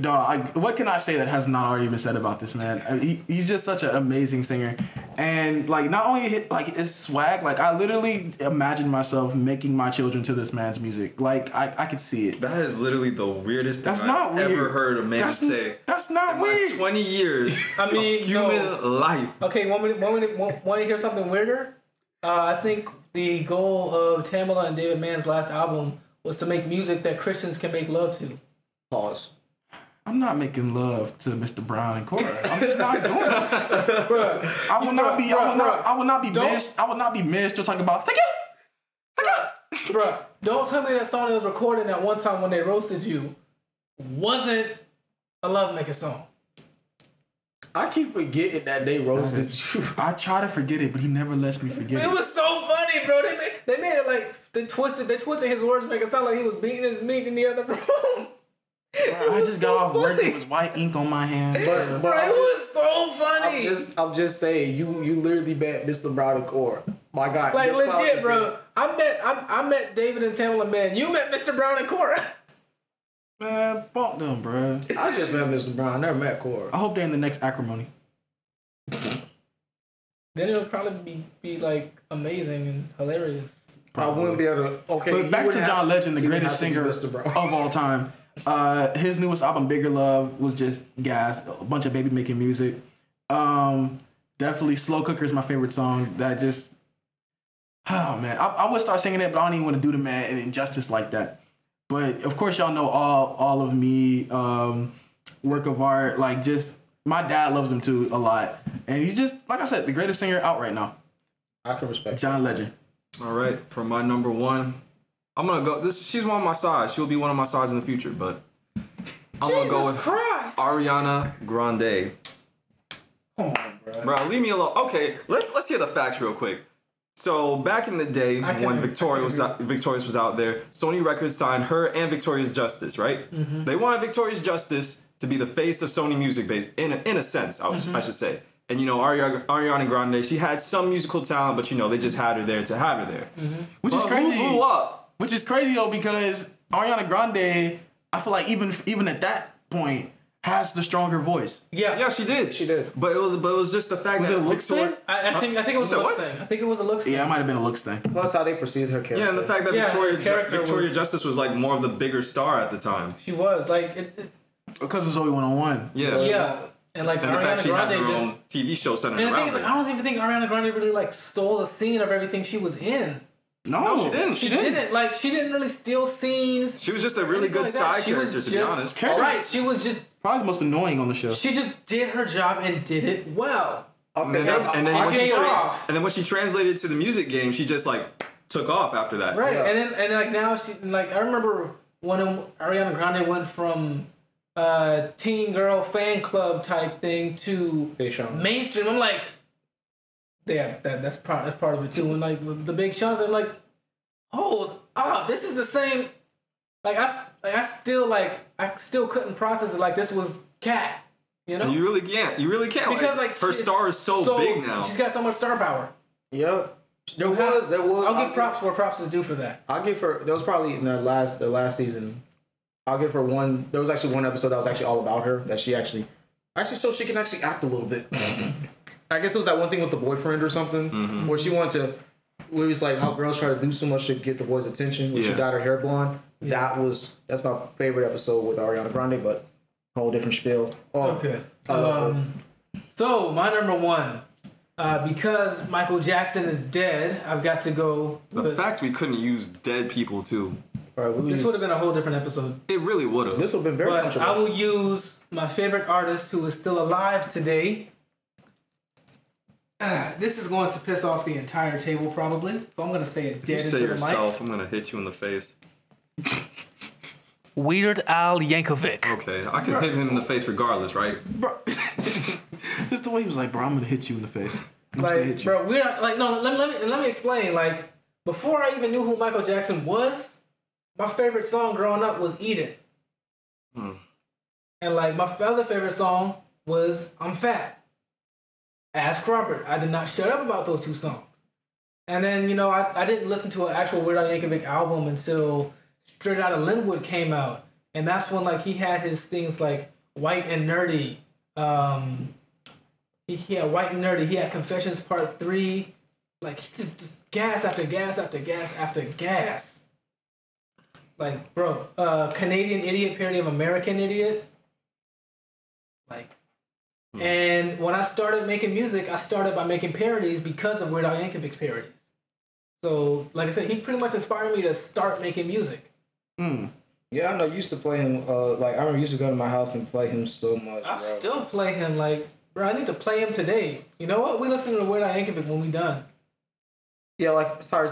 [SPEAKER 4] dog, I, what can I say that has not already been said about this man? I- he, he's just such an amazing singer. And like not only hit like his swag, like I literally imagine myself making my children to this man's music. Like I, I could see it.
[SPEAKER 3] That is literally the weirdest
[SPEAKER 4] That's
[SPEAKER 3] thing
[SPEAKER 4] not
[SPEAKER 3] I've
[SPEAKER 4] weird.
[SPEAKER 3] ever heard a man
[SPEAKER 4] that's,
[SPEAKER 3] say.
[SPEAKER 4] That's not
[SPEAKER 3] in my
[SPEAKER 4] weird.
[SPEAKER 3] 20 years
[SPEAKER 1] I mean,
[SPEAKER 3] of human
[SPEAKER 1] no.
[SPEAKER 3] life.
[SPEAKER 1] Okay, want me to, want me to, want, want to hear something weirder? Uh, I think the goal of Tamala and David Mann's last album was to make music that Christians can make love to.
[SPEAKER 5] Pause.
[SPEAKER 4] I'm not making love to Mr. Brown and Cora. I'm just not doing it. I will not be. I will
[SPEAKER 1] bruh,
[SPEAKER 4] not.
[SPEAKER 1] bruh.
[SPEAKER 4] I will not be
[SPEAKER 1] Don't-
[SPEAKER 4] missed. I will not be missed. You're talking about. Thank you. Thank you.
[SPEAKER 1] Bruh, don't tell me that song that was recorded at one time when they roasted you wasn't a lovemaking song.
[SPEAKER 5] I keep forgetting that they roasted you.
[SPEAKER 4] I try to forget it, but he never lets me forget
[SPEAKER 1] It
[SPEAKER 4] it.
[SPEAKER 1] was so funny, bro. They made, they made it like they twisted they twisted his words, make it sound like he was beating his meat in the other room. It
[SPEAKER 4] I
[SPEAKER 1] was
[SPEAKER 4] just
[SPEAKER 1] so
[SPEAKER 4] got off work.
[SPEAKER 1] funny.
[SPEAKER 4] It was white ink on my hand.
[SPEAKER 5] But, but
[SPEAKER 1] Bro,
[SPEAKER 5] I'm
[SPEAKER 1] it
[SPEAKER 5] just-
[SPEAKER 1] was so funny.
[SPEAKER 5] I'm just, I'm just saying, you, you literally bet Mr. Brown and Cora. My God,
[SPEAKER 1] like
[SPEAKER 5] your clout
[SPEAKER 1] legit,
[SPEAKER 5] is
[SPEAKER 1] bro. I met I, I met David and Tamala, man. You met Mr. Brown and Cora.
[SPEAKER 4] Man, bump them, bro.
[SPEAKER 5] there. I just met Mr. Brown. I never met Cora.
[SPEAKER 4] I hope they're in the next acrimony.
[SPEAKER 1] Then it'll probably be, be like amazing and hilarious.
[SPEAKER 5] I wouldn't be able to. Okay,
[SPEAKER 4] But
[SPEAKER 5] he
[SPEAKER 4] back
[SPEAKER 5] would
[SPEAKER 4] to
[SPEAKER 5] have-
[SPEAKER 4] John Legend, the
[SPEAKER 5] he would
[SPEAKER 4] greatest
[SPEAKER 5] have to
[SPEAKER 4] singer
[SPEAKER 5] be
[SPEAKER 4] of
[SPEAKER 5] Brown.
[SPEAKER 4] all time. Uh, his newest album, Bigger Love, was just gas. A bunch of baby making music. Um, definitely, Slow Cooker is my favorite song. That just, oh man, I, I would start singing it, but I don't even want to do the man an injustice like that. But of course, y'all know all all of me. Um, work of art, like just my dad loves him too a lot, and he's just like I said, the greatest singer out right now,
[SPEAKER 5] I can respect.
[SPEAKER 4] John Legend.
[SPEAKER 3] All right, for my number one, I'm gonna go. This she's one of my sides. She'll be one of my sides in the future, but I'm gonna go with Ariana Grande. Come on, bro. Bro, leave me alone. Okay, let's let's hear the facts real quick. So back in the day
[SPEAKER 1] can-
[SPEAKER 3] when Victoria was out, Victorious was out there, Sony Records signed her and Victorious Justice, right? So they wanted Victorious Justice to be the face of Sony music, base in a, in a sense, I, was, I should say. And you know, Ariana, Ariana Grande, she had some musical talent, but you know, they just had her there to have her there.
[SPEAKER 4] Which is
[SPEAKER 3] But who
[SPEAKER 4] crazy.
[SPEAKER 3] blew up?
[SPEAKER 4] Which is crazy though because Ariana Grande, I feel like even even at that point has the stronger voice.
[SPEAKER 1] Yeah.
[SPEAKER 3] Yeah, she did.
[SPEAKER 5] She did.
[SPEAKER 3] But it was but it was just the fact
[SPEAKER 4] Was
[SPEAKER 3] that
[SPEAKER 4] it a looks
[SPEAKER 3] Victoria-
[SPEAKER 4] thing?
[SPEAKER 1] I, I think I think it was a
[SPEAKER 3] You said
[SPEAKER 1] looks
[SPEAKER 3] what?
[SPEAKER 1] thing. I think it was a looks
[SPEAKER 4] Yeah, it
[SPEAKER 1] thing.
[SPEAKER 4] might have been a looks thing.
[SPEAKER 5] Plus, how they perceived her character.
[SPEAKER 3] Yeah, and the fact that
[SPEAKER 1] Yeah,
[SPEAKER 3] Victoria
[SPEAKER 1] her
[SPEAKER 3] Ju-
[SPEAKER 1] character
[SPEAKER 3] Victoria
[SPEAKER 1] was-
[SPEAKER 3] Justice was like more of the bigger star at the time.
[SPEAKER 1] She was like it, it's,
[SPEAKER 4] Because of Zoe 101.
[SPEAKER 3] Yeah.
[SPEAKER 1] yeah, and like
[SPEAKER 3] And the fact
[SPEAKER 1] Ariana
[SPEAKER 3] she had
[SPEAKER 1] Grande
[SPEAKER 3] her
[SPEAKER 1] just.
[SPEAKER 3] own TV show centered
[SPEAKER 1] And the thing
[SPEAKER 3] around
[SPEAKER 1] is,
[SPEAKER 3] her.
[SPEAKER 1] like, I don't even think Ariana Grande really like stole the scene of everything she was in.
[SPEAKER 4] No,
[SPEAKER 3] she didn't. She
[SPEAKER 1] She didn't like she didn't really steal scenes.
[SPEAKER 3] She was just a really
[SPEAKER 1] Anything
[SPEAKER 3] good
[SPEAKER 1] like that.
[SPEAKER 3] side
[SPEAKER 1] She was
[SPEAKER 3] character, to be
[SPEAKER 1] just-
[SPEAKER 3] honest.
[SPEAKER 4] Char-
[SPEAKER 1] Right, she was just
[SPEAKER 4] Probably the most annoying on the show.
[SPEAKER 1] she just did her job and did it well.
[SPEAKER 3] And then, that's- and then
[SPEAKER 1] I
[SPEAKER 3] when she
[SPEAKER 1] can't
[SPEAKER 3] tra-
[SPEAKER 1] get off.
[SPEAKER 3] and then when she translated to the music game, she just like took off after that.
[SPEAKER 1] Right, and then and like now she like I remember when Ariana Grande went from uh teen girl fan club type thing to
[SPEAKER 5] Big Sean.
[SPEAKER 1] mainstream. I'm like, yeah, that that's part that's part of it too. And like with the big shot, they're like, hold up, this is the same. Like I s- like I still like I still couldn't process it. Like this was cat, you know.
[SPEAKER 3] And you really can't. You really can't.
[SPEAKER 1] because like
[SPEAKER 3] her
[SPEAKER 1] she-
[SPEAKER 3] star is so, big now.
[SPEAKER 1] She's got so much star power.
[SPEAKER 5] Yep. There was, there was.
[SPEAKER 1] I'll give props where props is due for that.
[SPEAKER 5] I'll give her. That was probably in the last, the last season. I'll give her one. There was actually one episode that was actually all about her. That she actually, actually, so she can actually act a little bit. I guess it was that one thing with the boyfriend or something, where she wanted to. Where it's like how girls try to do so much to get the boys' attention. When she
[SPEAKER 3] Yeah.
[SPEAKER 5] dyed her hair blonde, that was that's my favorite episode with Ariana Grande, but whole different spiel. Oh,
[SPEAKER 1] Okay.
[SPEAKER 5] I love her.
[SPEAKER 1] Um, so my number one, uh, because Michael Jackson is dead, I've got to go.
[SPEAKER 3] the
[SPEAKER 1] With,
[SPEAKER 3] fact we couldn't use dead people too.
[SPEAKER 5] All right, we-
[SPEAKER 1] this would have been a whole different episode,
[SPEAKER 3] It really would have.
[SPEAKER 5] This would have been very
[SPEAKER 1] but I
[SPEAKER 5] controversial.
[SPEAKER 1] will use my favorite artist who is still alive today. Ah, this is going to piss off the entire table probably, so I'm going to say it
[SPEAKER 3] You
[SPEAKER 1] dead
[SPEAKER 3] say
[SPEAKER 1] into the mic.
[SPEAKER 3] yourself, I'm gonna hit you in the face.
[SPEAKER 1] Weird Al Yankovic.
[SPEAKER 3] Okay, I can hit him in the face regardless, right?
[SPEAKER 4] Bro. just the way he was like, bro, I'm gonna hit you in the face. I'm just gonna
[SPEAKER 1] Like,
[SPEAKER 4] hit you.
[SPEAKER 1] bro, we're not, like, no, let, me- let me let me explain. Like, before I even knew who Michael Jackson was, my favorite song growing up was "Eat It,"
[SPEAKER 4] Hmm.
[SPEAKER 1] and like my other favorite song was "I'm Fat." Ask Robert. I did not shut up about those two songs. And then, you know, I, I didn't listen to an actual Weird Al Yankovic album until Straight Outta Linwood came out. And that's when, like, he had his things like White and Nerdy. Um, he, he had White and Nerdy. He had Confessions Part 3. Like, he just, just gas after gas after gas after gas. Like, bro, uh, Canadian Idiot parody of American Idiot. Like, and when I started making music, I started by making parodies because of Weird Al Yankovic's parodies. So, like I said, he pretty much inspired me to start making music.
[SPEAKER 5] Yeah, I know. You used to play him. Uh, like I remember, you used to go to my house and play him so much.
[SPEAKER 1] I
[SPEAKER 5] bro.
[SPEAKER 1] still play him like, bro, I need to play him today. You know what? We listen to Weird Al Yankovic when we done.
[SPEAKER 5] Yeah, like sorry,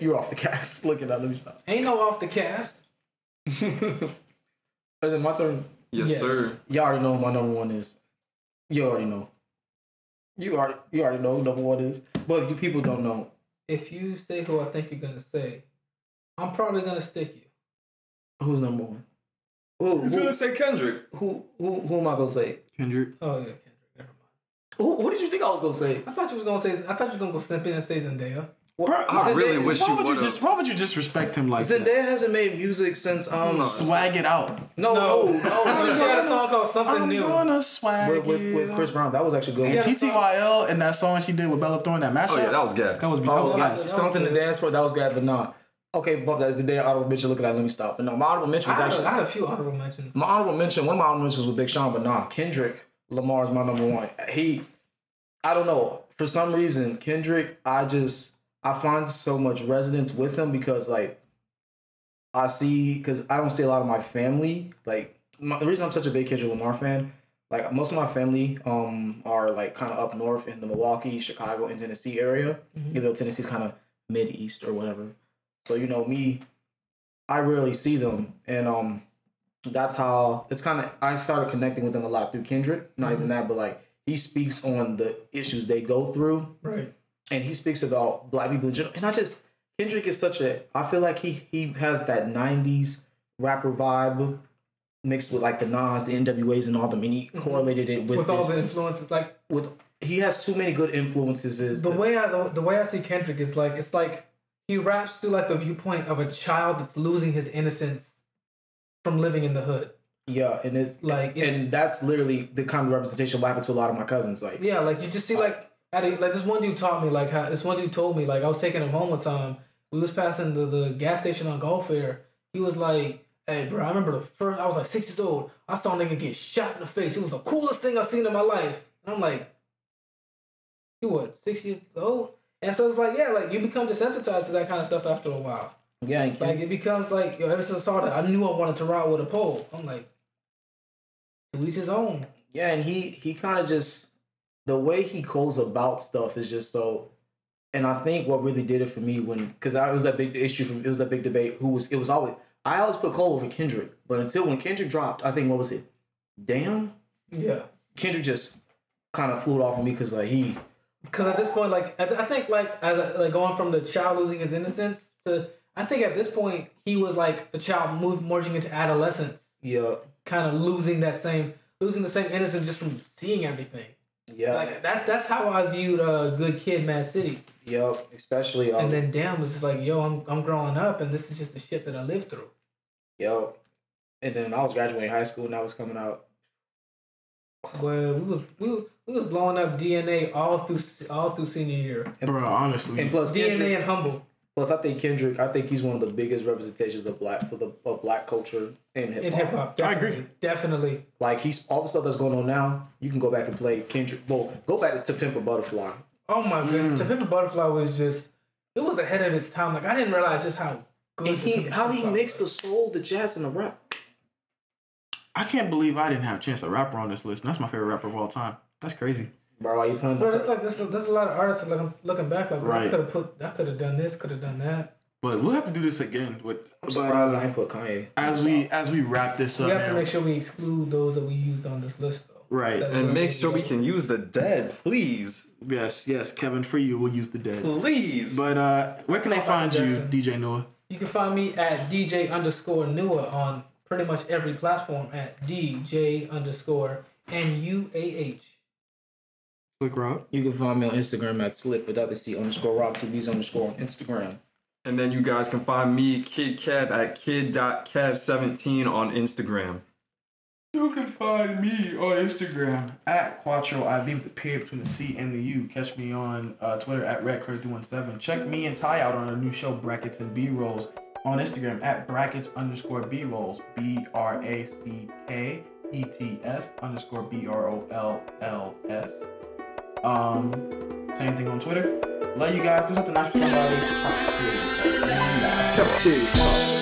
[SPEAKER 5] you're off the cast. Look at that. Let me stop.
[SPEAKER 1] Ain't no off the cast.
[SPEAKER 5] Is it my turn?
[SPEAKER 3] Yes,
[SPEAKER 1] Yes.
[SPEAKER 3] sir.
[SPEAKER 5] Y'all already know who my number one is. You already know. You already you already know who number one is. But if you people don't know,
[SPEAKER 1] If you say who I think you're gonna say, I'm probably gonna stick you.
[SPEAKER 5] who's number one? Who
[SPEAKER 3] He's gonna
[SPEAKER 5] who
[SPEAKER 3] say Kendrick.
[SPEAKER 5] who, who, who am I gonna say?
[SPEAKER 4] Kendrick.
[SPEAKER 1] Oh yeah, Kendrick. Never mind.
[SPEAKER 5] Who, who did you think I was gonna say?
[SPEAKER 1] I thought you was gonna say. I thought you was gonna go slip in and say Zendaya.
[SPEAKER 3] I really wish
[SPEAKER 4] why
[SPEAKER 3] you
[SPEAKER 4] would
[SPEAKER 3] would've.
[SPEAKER 4] you just why would you disrespect him like that?
[SPEAKER 5] Zendaya hasn't made music since um
[SPEAKER 3] No.
[SPEAKER 4] Swag it out.
[SPEAKER 5] no no no,
[SPEAKER 1] I
[SPEAKER 5] no,
[SPEAKER 1] she had a song called Something
[SPEAKER 4] I'm
[SPEAKER 1] New.
[SPEAKER 4] gonna swag
[SPEAKER 5] with, with,
[SPEAKER 4] it
[SPEAKER 5] with Chris Brown that was actually good.
[SPEAKER 1] Yeah.
[SPEAKER 4] TTYL and that song she did with Bella Thorne, that mashup.
[SPEAKER 3] Oh yeah, that was gas.
[SPEAKER 4] that was, that
[SPEAKER 5] Oh,
[SPEAKER 4] was
[SPEAKER 5] like,
[SPEAKER 4] gas.
[SPEAKER 5] something to dance for that was good, but nah. Okay, but that's the day honorable mention. Look at that. Let me stop. But no, my honorable mention
[SPEAKER 1] I
[SPEAKER 5] was
[SPEAKER 1] had,
[SPEAKER 5] actually
[SPEAKER 1] a, I had a few honorable mentions.
[SPEAKER 5] my honorable mention, one of my honorable mentions was Big Sean, but nah, Kendrick Lamar is my number one. He, I don't know, for some reason, Kendrick, I just, I find so much resonance with him because, like, I see, because I don't see a lot of my family. Like, my, the reason I'm such a big Kendrick Lamar fan, like, most of my family um are, like, kind of up north in the Milwaukee, Chicago, and Tennessee area. Even though Tennessee's kind of mid east or whatever. So, you know, me, I rarely see them. And, um, that's how it's kind of I started connecting with them a lot through Kendrick. Not
[SPEAKER 1] Mm-hmm.
[SPEAKER 5] even that, but like he speaks on the issues they go through,
[SPEAKER 1] Right.
[SPEAKER 5] and he speaks about black people in general. And I just Kendrick is such a I feel like he he has that '90s rapper vibe mixed with like the Nas, the NWA's, and all them, and he correlated it with
[SPEAKER 1] Mm-hmm. With all
[SPEAKER 5] his-
[SPEAKER 1] the influences, like
[SPEAKER 5] with he has too many good influences. Is
[SPEAKER 1] the way I the, the way I see Kendrick is like it's like he raps through like the viewpoint of a child that's losing his innocence from living in the hood.
[SPEAKER 5] yeah, and it's
[SPEAKER 1] Like it-
[SPEAKER 5] and that's literally the kind of representation what happened to a lot of my cousins. Like
[SPEAKER 1] Yeah, like you just see like at a, like this one dude taught me like how this one dude told me like I was taking him home one time. We was passing the, the gas station on Gulf Air. He was like, "Hey, bro, I remember the first. I was like six years old. I saw a nigga get shot in the face. It was the coolest thing I've seen in my life." And I'm like, "You what? Six years old?" And so it's like, yeah, like you become desensitized to that kind of stuff after a while.
[SPEAKER 5] yeah, and
[SPEAKER 1] Like it becomes like, yo, ever since I saw that, I knew I wanted to ride with a pole. I'm like, to each his own.
[SPEAKER 5] Yeah, and he he kind of just the way he goes about stuff is just so. And I think what really did it for me when because I it was that big issue from it was that big debate who was it was always I always put Cole over Kendrick, but until when Kendrick dropped, I think what was it? Damn,
[SPEAKER 1] Yeah.
[SPEAKER 5] Kendrick just kind of flew it off of me because like he
[SPEAKER 1] because at this point, like I, I think, like as, like going from the child losing his innocence to, I think at this point he was like a child move merging into adolescence,
[SPEAKER 5] yeah
[SPEAKER 1] kind of losing that same losing the same innocence just from seeing everything.
[SPEAKER 5] yeah
[SPEAKER 1] Like that that's how I viewed uh, Good Kid, Mad City,
[SPEAKER 5] yeah especially um,
[SPEAKER 1] and then Damn was just like, yo, I'm I'm growing up, and this is just the shit that I lived through.
[SPEAKER 5] yo, and then I was graduating high school and I was coming out.
[SPEAKER 1] Well, we was we, was- we was blowing up DNA all through s- all through senior year.
[SPEAKER 4] Bro, honestly.
[SPEAKER 5] And plus Kendrick,
[SPEAKER 1] DNA and humble.
[SPEAKER 5] Plus, I think Kendrick. I think he's one of the biggest representations of black for the of black culture in hip
[SPEAKER 1] In hip
[SPEAKER 5] hop.
[SPEAKER 1] hop, definitely.
[SPEAKER 4] agree.
[SPEAKER 1] Definitely.
[SPEAKER 5] Like he's all the stuff that's going on now. You can go back and play Kendrick. Well, go back to, to Pimp a Butterfly.
[SPEAKER 1] Oh my god,
[SPEAKER 4] Mm.
[SPEAKER 1] To Pimp a Butterfly was just it was ahead of its time. Like I didn't realize just how good
[SPEAKER 5] And
[SPEAKER 1] To
[SPEAKER 5] he
[SPEAKER 1] Pimp a
[SPEAKER 5] how he
[SPEAKER 1] Butterfly
[SPEAKER 5] mixed
[SPEAKER 1] was.
[SPEAKER 5] the soul, the jazz, and the rap.
[SPEAKER 4] I can't believe I didn't have Chance the Rapper on this list. and That's my favorite rapper of all time. That's crazy.
[SPEAKER 5] Bro, why you playing?
[SPEAKER 1] Bro, there's like this there's a lot of artists like I'm looking back like bro, I
[SPEAKER 4] Right.
[SPEAKER 1] could have put I could have done this, could have done that.
[SPEAKER 4] But we'll have to do this again. With, but
[SPEAKER 5] Surprised I
[SPEAKER 4] uh,
[SPEAKER 5] ain't put Kanye.
[SPEAKER 4] as we as we wrap this up,
[SPEAKER 1] We have to
[SPEAKER 4] man,
[SPEAKER 1] make sure we exclude those that we used on this list though.
[SPEAKER 4] Right.
[SPEAKER 1] That
[SPEAKER 3] and
[SPEAKER 1] were-
[SPEAKER 3] make sure we can use the dead, please,
[SPEAKER 4] yes, yes, Kevin, for you, we'll use the dead.
[SPEAKER 3] please.
[SPEAKER 4] But uh, where can they find you,
[SPEAKER 1] Jackson.
[SPEAKER 4] DJ Noah?
[SPEAKER 1] You can find me at DJ underscore Nua on pretty much every platform at DJ underscore N U A H.
[SPEAKER 4] Slick Rob.
[SPEAKER 5] You can find me on Instagram at slick without the C underscore Rob two B's underscore on Instagram.
[SPEAKER 3] And then you guys can find me, Kid Kev, at kid.kev17 on Instagram.
[SPEAKER 4] You can find me on Instagram at Quattro IV with the period between the C and the U. Catch me on uh, Twitter at RedClear317. Check me and Ty out on our new show, Brackets and B Rolls, on Instagram at Brackets underscore B Rolls, B R A C K E T S underscore B R O L L S. Um, same thing on Twitter. Love you guys. Do something nice for somebody. Talk to you. Love you guys.
[SPEAKER 7] Cafeteria Talk.